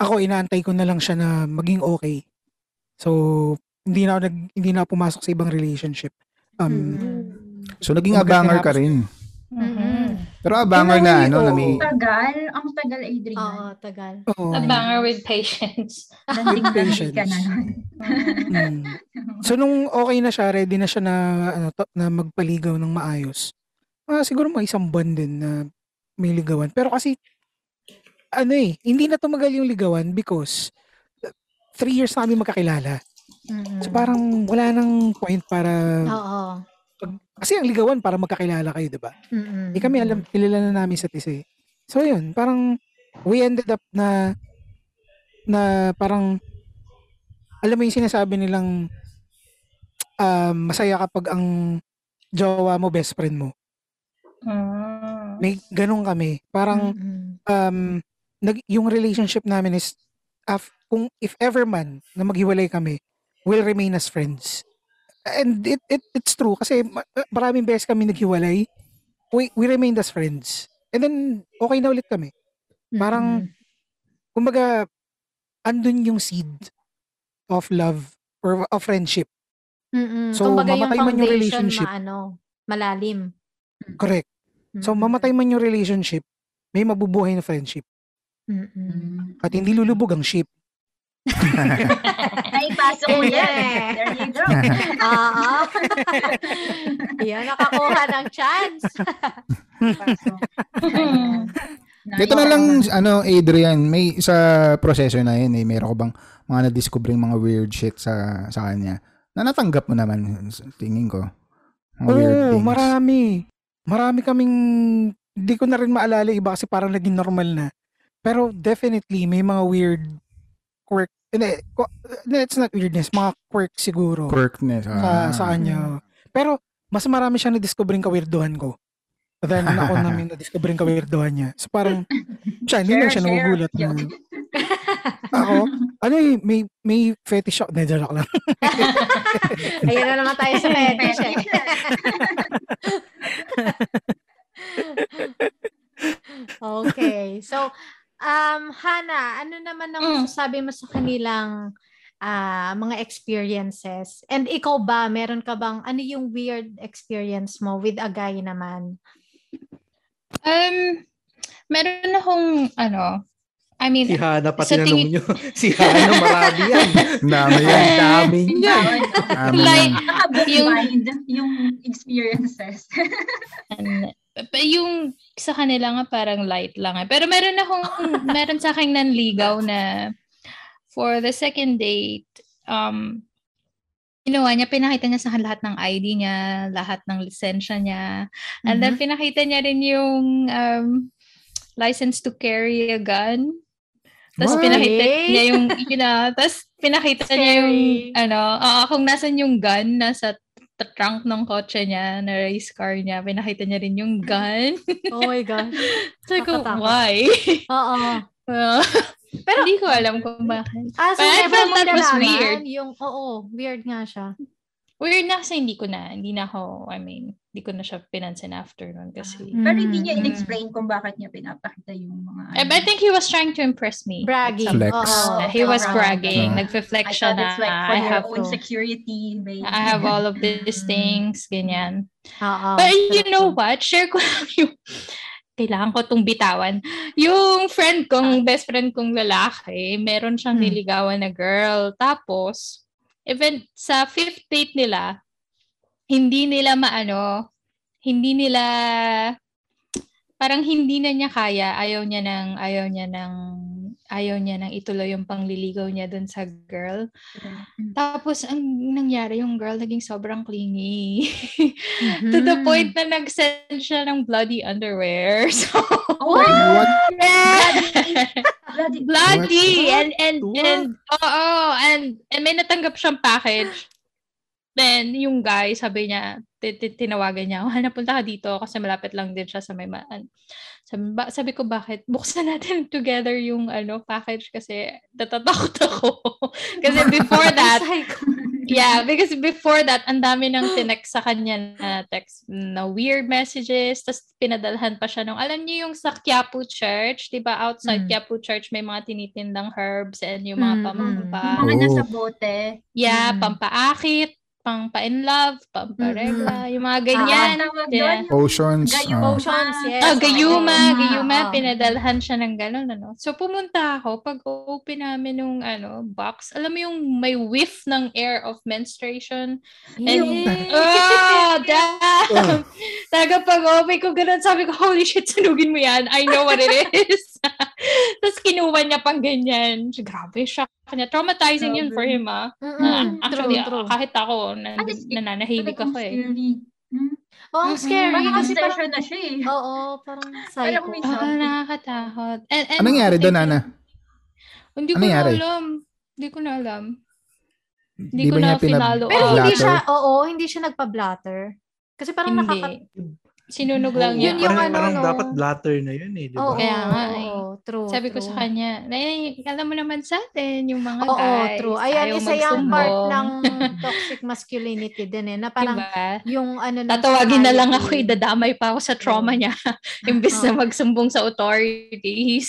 [SPEAKER 4] ako inaantay ko na lang siya na maging okay. So, hindi na ako nag, hindi na ako pumasok sa ibang relationship. Um,
[SPEAKER 7] Mm-hmm.
[SPEAKER 5] So, naging
[SPEAKER 4] Kumbaga,
[SPEAKER 5] abangar ka
[SPEAKER 4] tinapos-
[SPEAKER 5] rin.
[SPEAKER 2] Mm-hmm.
[SPEAKER 5] Pero abangar na, ano, na may...
[SPEAKER 1] Ang tagal. Ang tagal, Adrian.
[SPEAKER 2] Oo, tagal.
[SPEAKER 4] oo.
[SPEAKER 7] A banger with patience.
[SPEAKER 1] Landing na
[SPEAKER 4] Patience.
[SPEAKER 1] ka na nun.
[SPEAKER 4] Mm. So nung okay na siya, ready na siya na ano to, na magpaligaw ng maayos. Ah, siguro may isang buwan din na may ligawan. Pero kasi ano eh, hindi na tumagal yung ligawan because uh, three years na kami magkakilala.
[SPEAKER 2] Mm-mm.
[SPEAKER 4] So parang wala nang point para
[SPEAKER 2] Oo.
[SPEAKER 4] kasi ang ligawan para magkakilala kayo, 'di ba?
[SPEAKER 2] Mm-mm.
[SPEAKER 4] Eh kami alam, kilala na namin sa Tise. So yun, parang we ended up na na parang alam mo yung sinasabi nilang um, masaya kapag ang jowa mo best friend mo.
[SPEAKER 2] Mm.
[SPEAKER 4] May ganun kami. Parang
[SPEAKER 2] Mm-mm.
[SPEAKER 4] um, nag, yung relationship namin is af, kung if ever man na maghiwalay kami, we'll remain as friends. And it, it it's true kasi ma- maraming beses kami naghiwalay. We, we remained as friends. And then okay na ulit kami. Parang-
[SPEAKER 2] Mm-mm.
[SPEAKER 4] kumbaga, andun yung seed of love or of friendship.
[SPEAKER 2] Mm-mm.
[SPEAKER 4] so,
[SPEAKER 2] Kumbaga yung
[SPEAKER 4] mamatay man yung
[SPEAKER 2] foundation,
[SPEAKER 4] relationship.
[SPEAKER 2] Maano, malalim.
[SPEAKER 4] Correct. So,
[SPEAKER 2] Mm-mm.
[SPEAKER 4] mamatay man yung relationship, may mabubuhay na friendship.
[SPEAKER 1] Mm-hmm.
[SPEAKER 2] Mm-mm.
[SPEAKER 4] At hindi lulubog ang ship.
[SPEAKER 1] Naipasok mo yan.
[SPEAKER 2] Oh,
[SPEAKER 1] There you go.
[SPEAKER 2] Yeah. Oo. Yan, nakakuha ng chance.
[SPEAKER 1] Pasok. Ayan.
[SPEAKER 5] Ito na lang, ano, Adrian, may sa proseso na yun eh, meron ko bang mga na-discovering mga weird shit sa sa kanya na natanggap mo naman, s- tingin ko. Mga weird
[SPEAKER 4] Oo,
[SPEAKER 5] things.
[SPEAKER 4] marami. Marami kaming, hindi ko na rin maalala yung iba kasi parang naging normal na. Pero definitely, may mga weird quirk. Hindi, qu- hindi, it's not weirdness, mga quirk siguro
[SPEAKER 5] Quirkness.
[SPEAKER 4] sa,
[SPEAKER 5] Ah.
[SPEAKER 4] sa kanya. Pero, mas marami siyang na-discovering kawirduhan ko. Then, ako namin na-discovering kawirduhan niya. So, parang, siya, hindi lang
[SPEAKER 1] Share,
[SPEAKER 4] siya
[SPEAKER 1] share.
[SPEAKER 4] nagugulat na. Ako, ano eh, may, may fetish ako. Hindi, joke lang.
[SPEAKER 2] Ayan na naman tayo sa fetish eh. okay. So, um, Hana, ano naman ang
[SPEAKER 7] Mm.
[SPEAKER 2] masasabi mo sa kanilang ah, mga experiences? And ikaw ba, meron ka bang, ano yung weird experience mo with a guy naman?
[SPEAKER 7] Um, meron akong, ano, I mean,
[SPEAKER 3] Si Hana pa
[SPEAKER 7] Sa
[SPEAKER 3] tinanong
[SPEAKER 7] tingin-
[SPEAKER 3] nyo. Si Hana, marami yan.
[SPEAKER 5] Ang dami yan.
[SPEAKER 3] Ang dami niya.
[SPEAKER 5] Dami
[SPEAKER 7] Like,
[SPEAKER 5] yan.
[SPEAKER 1] Nakabook
[SPEAKER 7] Yung-
[SPEAKER 1] mind yung experiences.
[SPEAKER 7] An- pa- yung sa kanila nga parang light lang eh. Pero meron akong, meron sa akin nanligaw na for the second date, um, ginawa niya, pinakita niya sa akin lahat ng ID niya, lahat ng lisensya niya. And then pinakita niya rin yung um, license to carry a gun.
[SPEAKER 2] Oh,
[SPEAKER 7] Tapos
[SPEAKER 5] What?
[SPEAKER 7] pinakita
[SPEAKER 2] Okay.
[SPEAKER 7] niya yung, yun na, tapos pinakita niya yung,
[SPEAKER 2] Scary.
[SPEAKER 7] ano, ah, kung nasan yung gun, nasa t- trunk ng kotse niya, na race car niya, pinakita niya rin yung gun.
[SPEAKER 2] Oh my gosh.
[SPEAKER 7] Sabi ko,
[SPEAKER 2] Nakatakot.
[SPEAKER 7] why?
[SPEAKER 2] Oo.
[SPEAKER 7] Pero hindi ko alam kung bakit.
[SPEAKER 2] Ah, so
[SPEAKER 7] But I
[SPEAKER 2] never
[SPEAKER 7] felt
[SPEAKER 2] mo
[SPEAKER 7] that was
[SPEAKER 2] nalaman
[SPEAKER 7] weird.
[SPEAKER 2] Yung, oo, weird nga siya.
[SPEAKER 7] Weird na kasi hindi ko na, hindi na ako, I mean, hindi ko na siya pinansin after nun kasi.
[SPEAKER 1] Pero hindi
[SPEAKER 2] Mm.
[SPEAKER 1] niya
[SPEAKER 7] Mm.
[SPEAKER 1] in-explain kung bakit niya pinapakita yung mga...
[SPEAKER 7] I, I think he was trying to impress me.
[SPEAKER 2] Ah. Bragging.
[SPEAKER 5] Flex.
[SPEAKER 2] Oo.
[SPEAKER 7] Yeah, he was
[SPEAKER 1] Ah.
[SPEAKER 5] Ah.
[SPEAKER 7] bragging.
[SPEAKER 1] I
[SPEAKER 7] Nag-reflect siya
[SPEAKER 1] thought
[SPEAKER 7] na
[SPEAKER 1] it's like for
[SPEAKER 7] I
[SPEAKER 1] your
[SPEAKER 7] have
[SPEAKER 1] own
[SPEAKER 2] to.
[SPEAKER 1] security. May...
[SPEAKER 7] I have all of these
[SPEAKER 2] Mm.
[SPEAKER 7] things, ganyan.
[SPEAKER 2] Oo.
[SPEAKER 7] But you
[SPEAKER 2] True,
[SPEAKER 7] know
[SPEAKER 2] true.
[SPEAKER 7] what? Share ko lang yung kailangan ko tong bitawan. Yung friend kong, best friend kong lalaki, meron siyang
[SPEAKER 2] Hmm.
[SPEAKER 7] niligawan na girl. Tapos, even sa fifth date nila, hindi nila maano, hindi nila, parang hindi na niya kaya. Ayaw niya ng, ayaw niya ng, ayaw niya ng ituloy yung pangliligaw niya dun sa girl. Tapos, ang nangyari, yung girl naging sobrang clingy. to
[SPEAKER 5] Hmm.
[SPEAKER 7] the
[SPEAKER 2] Mhm.
[SPEAKER 7] point na nag-send siya ng bloody underwear. So,
[SPEAKER 1] Oh my God!
[SPEAKER 5] What?
[SPEAKER 1] Bloody...
[SPEAKER 7] bloody!
[SPEAKER 5] What?
[SPEAKER 7] And, and,
[SPEAKER 5] What?
[SPEAKER 7] and, oo, and, and may natanggap siyang package. Then, yung guy, sabi niya, ti- ti- tinawagan niya, oh, napunta ka dito kasi malapit lang din siya sa may, ma- an- sabi, ba- sabi ko, bakit? Buksan natin together yung, ano, package kasi natatakot ako. kasi before that,
[SPEAKER 2] Psycho.
[SPEAKER 7] Yeah, because before that, ang dami ng tinext sa kanya na text na weird messages, tapos pinadalhan pa siya nung, alam niyo yung sa Quiapo Church, di ba outside
[SPEAKER 2] Mm.
[SPEAKER 7] Quiapo Church, may mga tinitindang herbs and yung mga
[SPEAKER 2] Mm,
[SPEAKER 7] pampa,
[SPEAKER 1] Yung mga
[SPEAKER 5] Oh.
[SPEAKER 1] nasa bote.
[SPEAKER 7] yeah,
[SPEAKER 2] Mm.
[SPEAKER 7] pampaakit, pampa-in love,
[SPEAKER 2] Mm,
[SPEAKER 7] pamparela, yung mga
[SPEAKER 1] Ganyan. Ah,
[SPEAKER 7] ganyan.
[SPEAKER 1] Tawag
[SPEAKER 7] Yeah.
[SPEAKER 1] doon.
[SPEAKER 5] Oh, Oceans.
[SPEAKER 1] Gayuma.
[SPEAKER 5] ah.
[SPEAKER 2] Potions, Ah, yes. Ah,
[SPEAKER 7] Ah,
[SPEAKER 2] oo.
[SPEAKER 7] gayuma,
[SPEAKER 2] Gayuma,
[SPEAKER 7] gayuma,
[SPEAKER 2] oo.
[SPEAKER 7] pinadalhan siya ng gano'n, ano. So, pumunta ako, pag-open namin nung, ano, box, alam mo yung may whiff ng air of menstruation, And, oh, damn! Talaga pag okay ko ganun, sabi ko, holy shit, sunugin mo yan. I know what it is. Tapos kinuha niya pang ganyan. Grabe, shock niya. Traumatizing yun for
[SPEAKER 1] Grabe.
[SPEAKER 7] him, ah.
[SPEAKER 2] Mm-mm.
[SPEAKER 7] Ah, actually,
[SPEAKER 2] Mm, true, Ano true.
[SPEAKER 7] ah, kahit ako, nan-
[SPEAKER 1] At least,
[SPEAKER 7] nananahimik
[SPEAKER 1] Talagang
[SPEAKER 7] ako eh.
[SPEAKER 1] scary. Hmm?
[SPEAKER 2] Oh, ang
[SPEAKER 7] Mm-mm.
[SPEAKER 1] Parang
[SPEAKER 2] scary. Kasi parang,
[SPEAKER 1] obsession na siya eh.
[SPEAKER 2] oo, parang
[SPEAKER 1] Parang
[SPEAKER 2] psycho.
[SPEAKER 1] may-
[SPEAKER 7] Oo, nakakatakot. And, and,
[SPEAKER 5] Anong nangyari doon, Ana?
[SPEAKER 7] Hindi ko
[SPEAKER 5] Anong
[SPEAKER 7] na
[SPEAKER 5] nangyari?
[SPEAKER 7] alam. Hindi ko na alam. Hindi
[SPEAKER 5] Di
[SPEAKER 7] ko
[SPEAKER 5] ba
[SPEAKER 7] na
[SPEAKER 5] niya pinab-
[SPEAKER 7] pinalo.
[SPEAKER 2] Pero hindi
[SPEAKER 5] Blatter.
[SPEAKER 2] siya, oo, hindi siya nagpa-blatter. Kasi parang
[SPEAKER 7] Hindi.
[SPEAKER 2] nakaka...
[SPEAKER 7] Sinunog lang
[SPEAKER 2] Yun yung
[SPEAKER 7] niya.
[SPEAKER 3] parang,
[SPEAKER 2] ano,
[SPEAKER 3] parang
[SPEAKER 2] no?
[SPEAKER 3] dapat blatter na yun eh, di
[SPEAKER 2] Oo,
[SPEAKER 3] ba?
[SPEAKER 7] Kaya nga eh.
[SPEAKER 2] oo, true.
[SPEAKER 7] Sabi ko
[SPEAKER 2] true.
[SPEAKER 7] sa kanya, "Nay, alam mo naman sa atin, yung mga
[SPEAKER 2] Oo,
[SPEAKER 7] guys.
[SPEAKER 2] true. Ayan,
[SPEAKER 7] ayaw
[SPEAKER 2] isa yung part
[SPEAKER 7] magsumbong."
[SPEAKER 2] ng toxic masculinity din eh, na parang
[SPEAKER 7] Diba?
[SPEAKER 2] yung ano... ng
[SPEAKER 7] Tatawagin na lang ako, eh,
[SPEAKER 2] society.
[SPEAKER 7] idadamay pa ako sa trauma niya. Imbes na
[SPEAKER 2] Oo.
[SPEAKER 7] magsumbong sa authorities.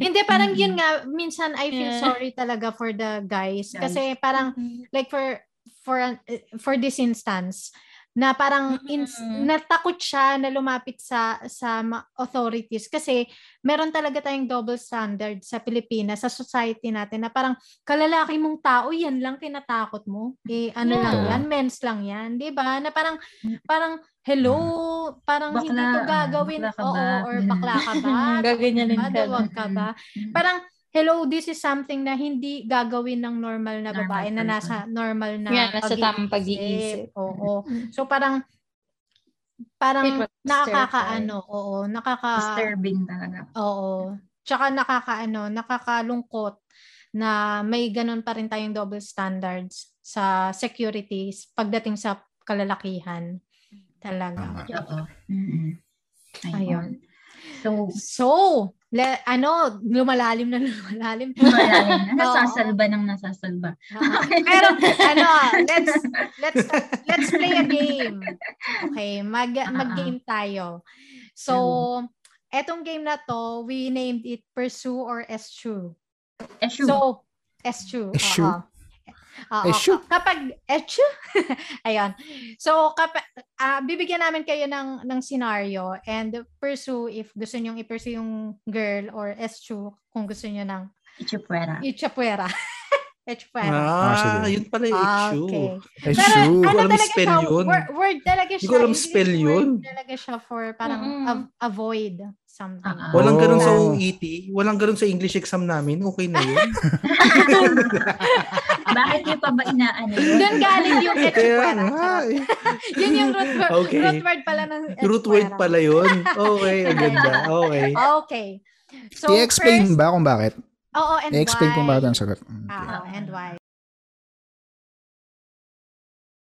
[SPEAKER 2] Hindi, parang yun nga, minsan I feel
[SPEAKER 7] Mm. Yeah.
[SPEAKER 2] sorry talaga for the guys.
[SPEAKER 1] Guys.
[SPEAKER 2] Kasi parang,
[SPEAKER 7] Mm,
[SPEAKER 2] like for, for, an- for this instance, na parang ins-
[SPEAKER 1] Mm-hmm.
[SPEAKER 7] Mhm.
[SPEAKER 2] natakot siya na lumapit sa sa ma- authorities kasi meron talaga tayong double standard sa Pilipinas sa society natin na parang kalalaki mong tao yan lang tinatakot mo eh ano lang
[SPEAKER 5] Yeah.
[SPEAKER 2] yan mens lang yan 'di ba na parang parang hello parang hindi
[SPEAKER 1] Mm. Bakla,
[SPEAKER 2] to
[SPEAKER 1] ah,
[SPEAKER 2] gagawin
[SPEAKER 1] bakla ka
[SPEAKER 2] oo
[SPEAKER 1] ba?
[SPEAKER 2] or bakla ka ba
[SPEAKER 7] Gaganyanin
[SPEAKER 2] Ba,
[SPEAKER 7] ka.
[SPEAKER 2] duwag ka ba
[SPEAKER 1] Mm.
[SPEAKER 2] parang hello this is something na hindi gagawin ng normal na
[SPEAKER 1] Normal
[SPEAKER 2] babae na
[SPEAKER 1] person.
[SPEAKER 2] nasa normal na
[SPEAKER 7] Yeah, nasa tamang
[SPEAKER 2] pag-iisip.
[SPEAKER 7] pag-iisip.
[SPEAKER 2] oo
[SPEAKER 7] Mm.
[SPEAKER 2] so parang
[SPEAKER 7] It
[SPEAKER 2] parang
[SPEAKER 7] was
[SPEAKER 2] nakakaano oo nakaka
[SPEAKER 1] Disturbing talaga.
[SPEAKER 2] oo tsaka nakakaano nakakalungkot na may ganun pa rin tayong double standards sa securities pagdating sa kalalakihan talaga
[SPEAKER 5] Tama.
[SPEAKER 1] Oo. Mm-mm.
[SPEAKER 2] Ayun.
[SPEAKER 1] Ayun. So,
[SPEAKER 2] so le, ano lumalalim na lumalalim
[SPEAKER 1] malalim na.
[SPEAKER 2] Oo.
[SPEAKER 1] Nasasalba ng nasasalba.
[SPEAKER 2] Oo. Pero ano, let's let's let's play a game. Okay, mag
[SPEAKER 1] Ah, ah.
[SPEAKER 2] mag-game tayo. So, Etong game na to, we named it Pursue or Eschew.
[SPEAKER 1] Issue.
[SPEAKER 2] So, eschew.
[SPEAKER 5] Eschew?
[SPEAKER 2] oo. Oo,
[SPEAKER 5] Eschew?
[SPEAKER 2] ka- Kapag eschew. Ayun. So, kapag bibigyan namin kayo ng ng scenario and pursue if gusto niyo i-pursue yung girl or eschew kung gusto niyo ng
[SPEAKER 1] Ichipuera.
[SPEAKER 2] ichapuera. Echapuera.
[SPEAKER 5] Ah, sige.
[SPEAKER 3] Ah, yun pala yung issue.
[SPEAKER 2] okay.
[SPEAKER 5] Eh,
[SPEAKER 2] Pero
[SPEAKER 5] shoot.
[SPEAKER 3] ko
[SPEAKER 2] ano
[SPEAKER 3] alam
[SPEAKER 2] talaga
[SPEAKER 3] spell
[SPEAKER 2] siya,
[SPEAKER 3] yun.
[SPEAKER 2] word, word talaga siya.
[SPEAKER 3] Hindi ko alam
[SPEAKER 2] English
[SPEAKER 3] spell
[SPEAKER 2] word
[SPEAKER 3] yun.
[SPEAKER 2] talaga siya for parang
[SPEAKER 7] Mm-mm.
[SPEAKER 2] av- avoid something.
[SPEAKER 1] Ah, ah.
[SPEAKER 3] Walang ganun sa
[SPEAKER 5] Oh.
[SPEAKER 3] OET, walang ganun sa English exam namin. Okay na yun.
[SPEAKER 1] Bakit niyo pa ba inaano? yun?
[SPEAKER 2] Doon galing yung
[SPEAKER 3] Kaya
[SPEAKER 2] echapuera.
[SPEAKER 3] nga.
[SPEAKER 2] Charot.
[SPEAKER 3] eh.
[SPEAKER 2] Yun yung root word,
[SPEAKER 3] Okay.
[SPEAKER 2] root word pala ng
[SPEAKER 3] Root word
[SPEAKER 2] echapuera.
[SPEAKER 3] pala yun. Okay, ang ganda. Okay.
[SPEAKER 2] Okay. So,
[SPEAKER 5] I-explain
[SPEAKER 2] first,
[SPEAKER 5] ba kung bakit?
[SPEAKER 2] oo, and
[SPEAKER 5] I-explain
[SPEAKER 2] why.
[SPEAKER 5] kung bakit ang sagot. Mm, Okay.
[SPEAKER 2] Ah, and why.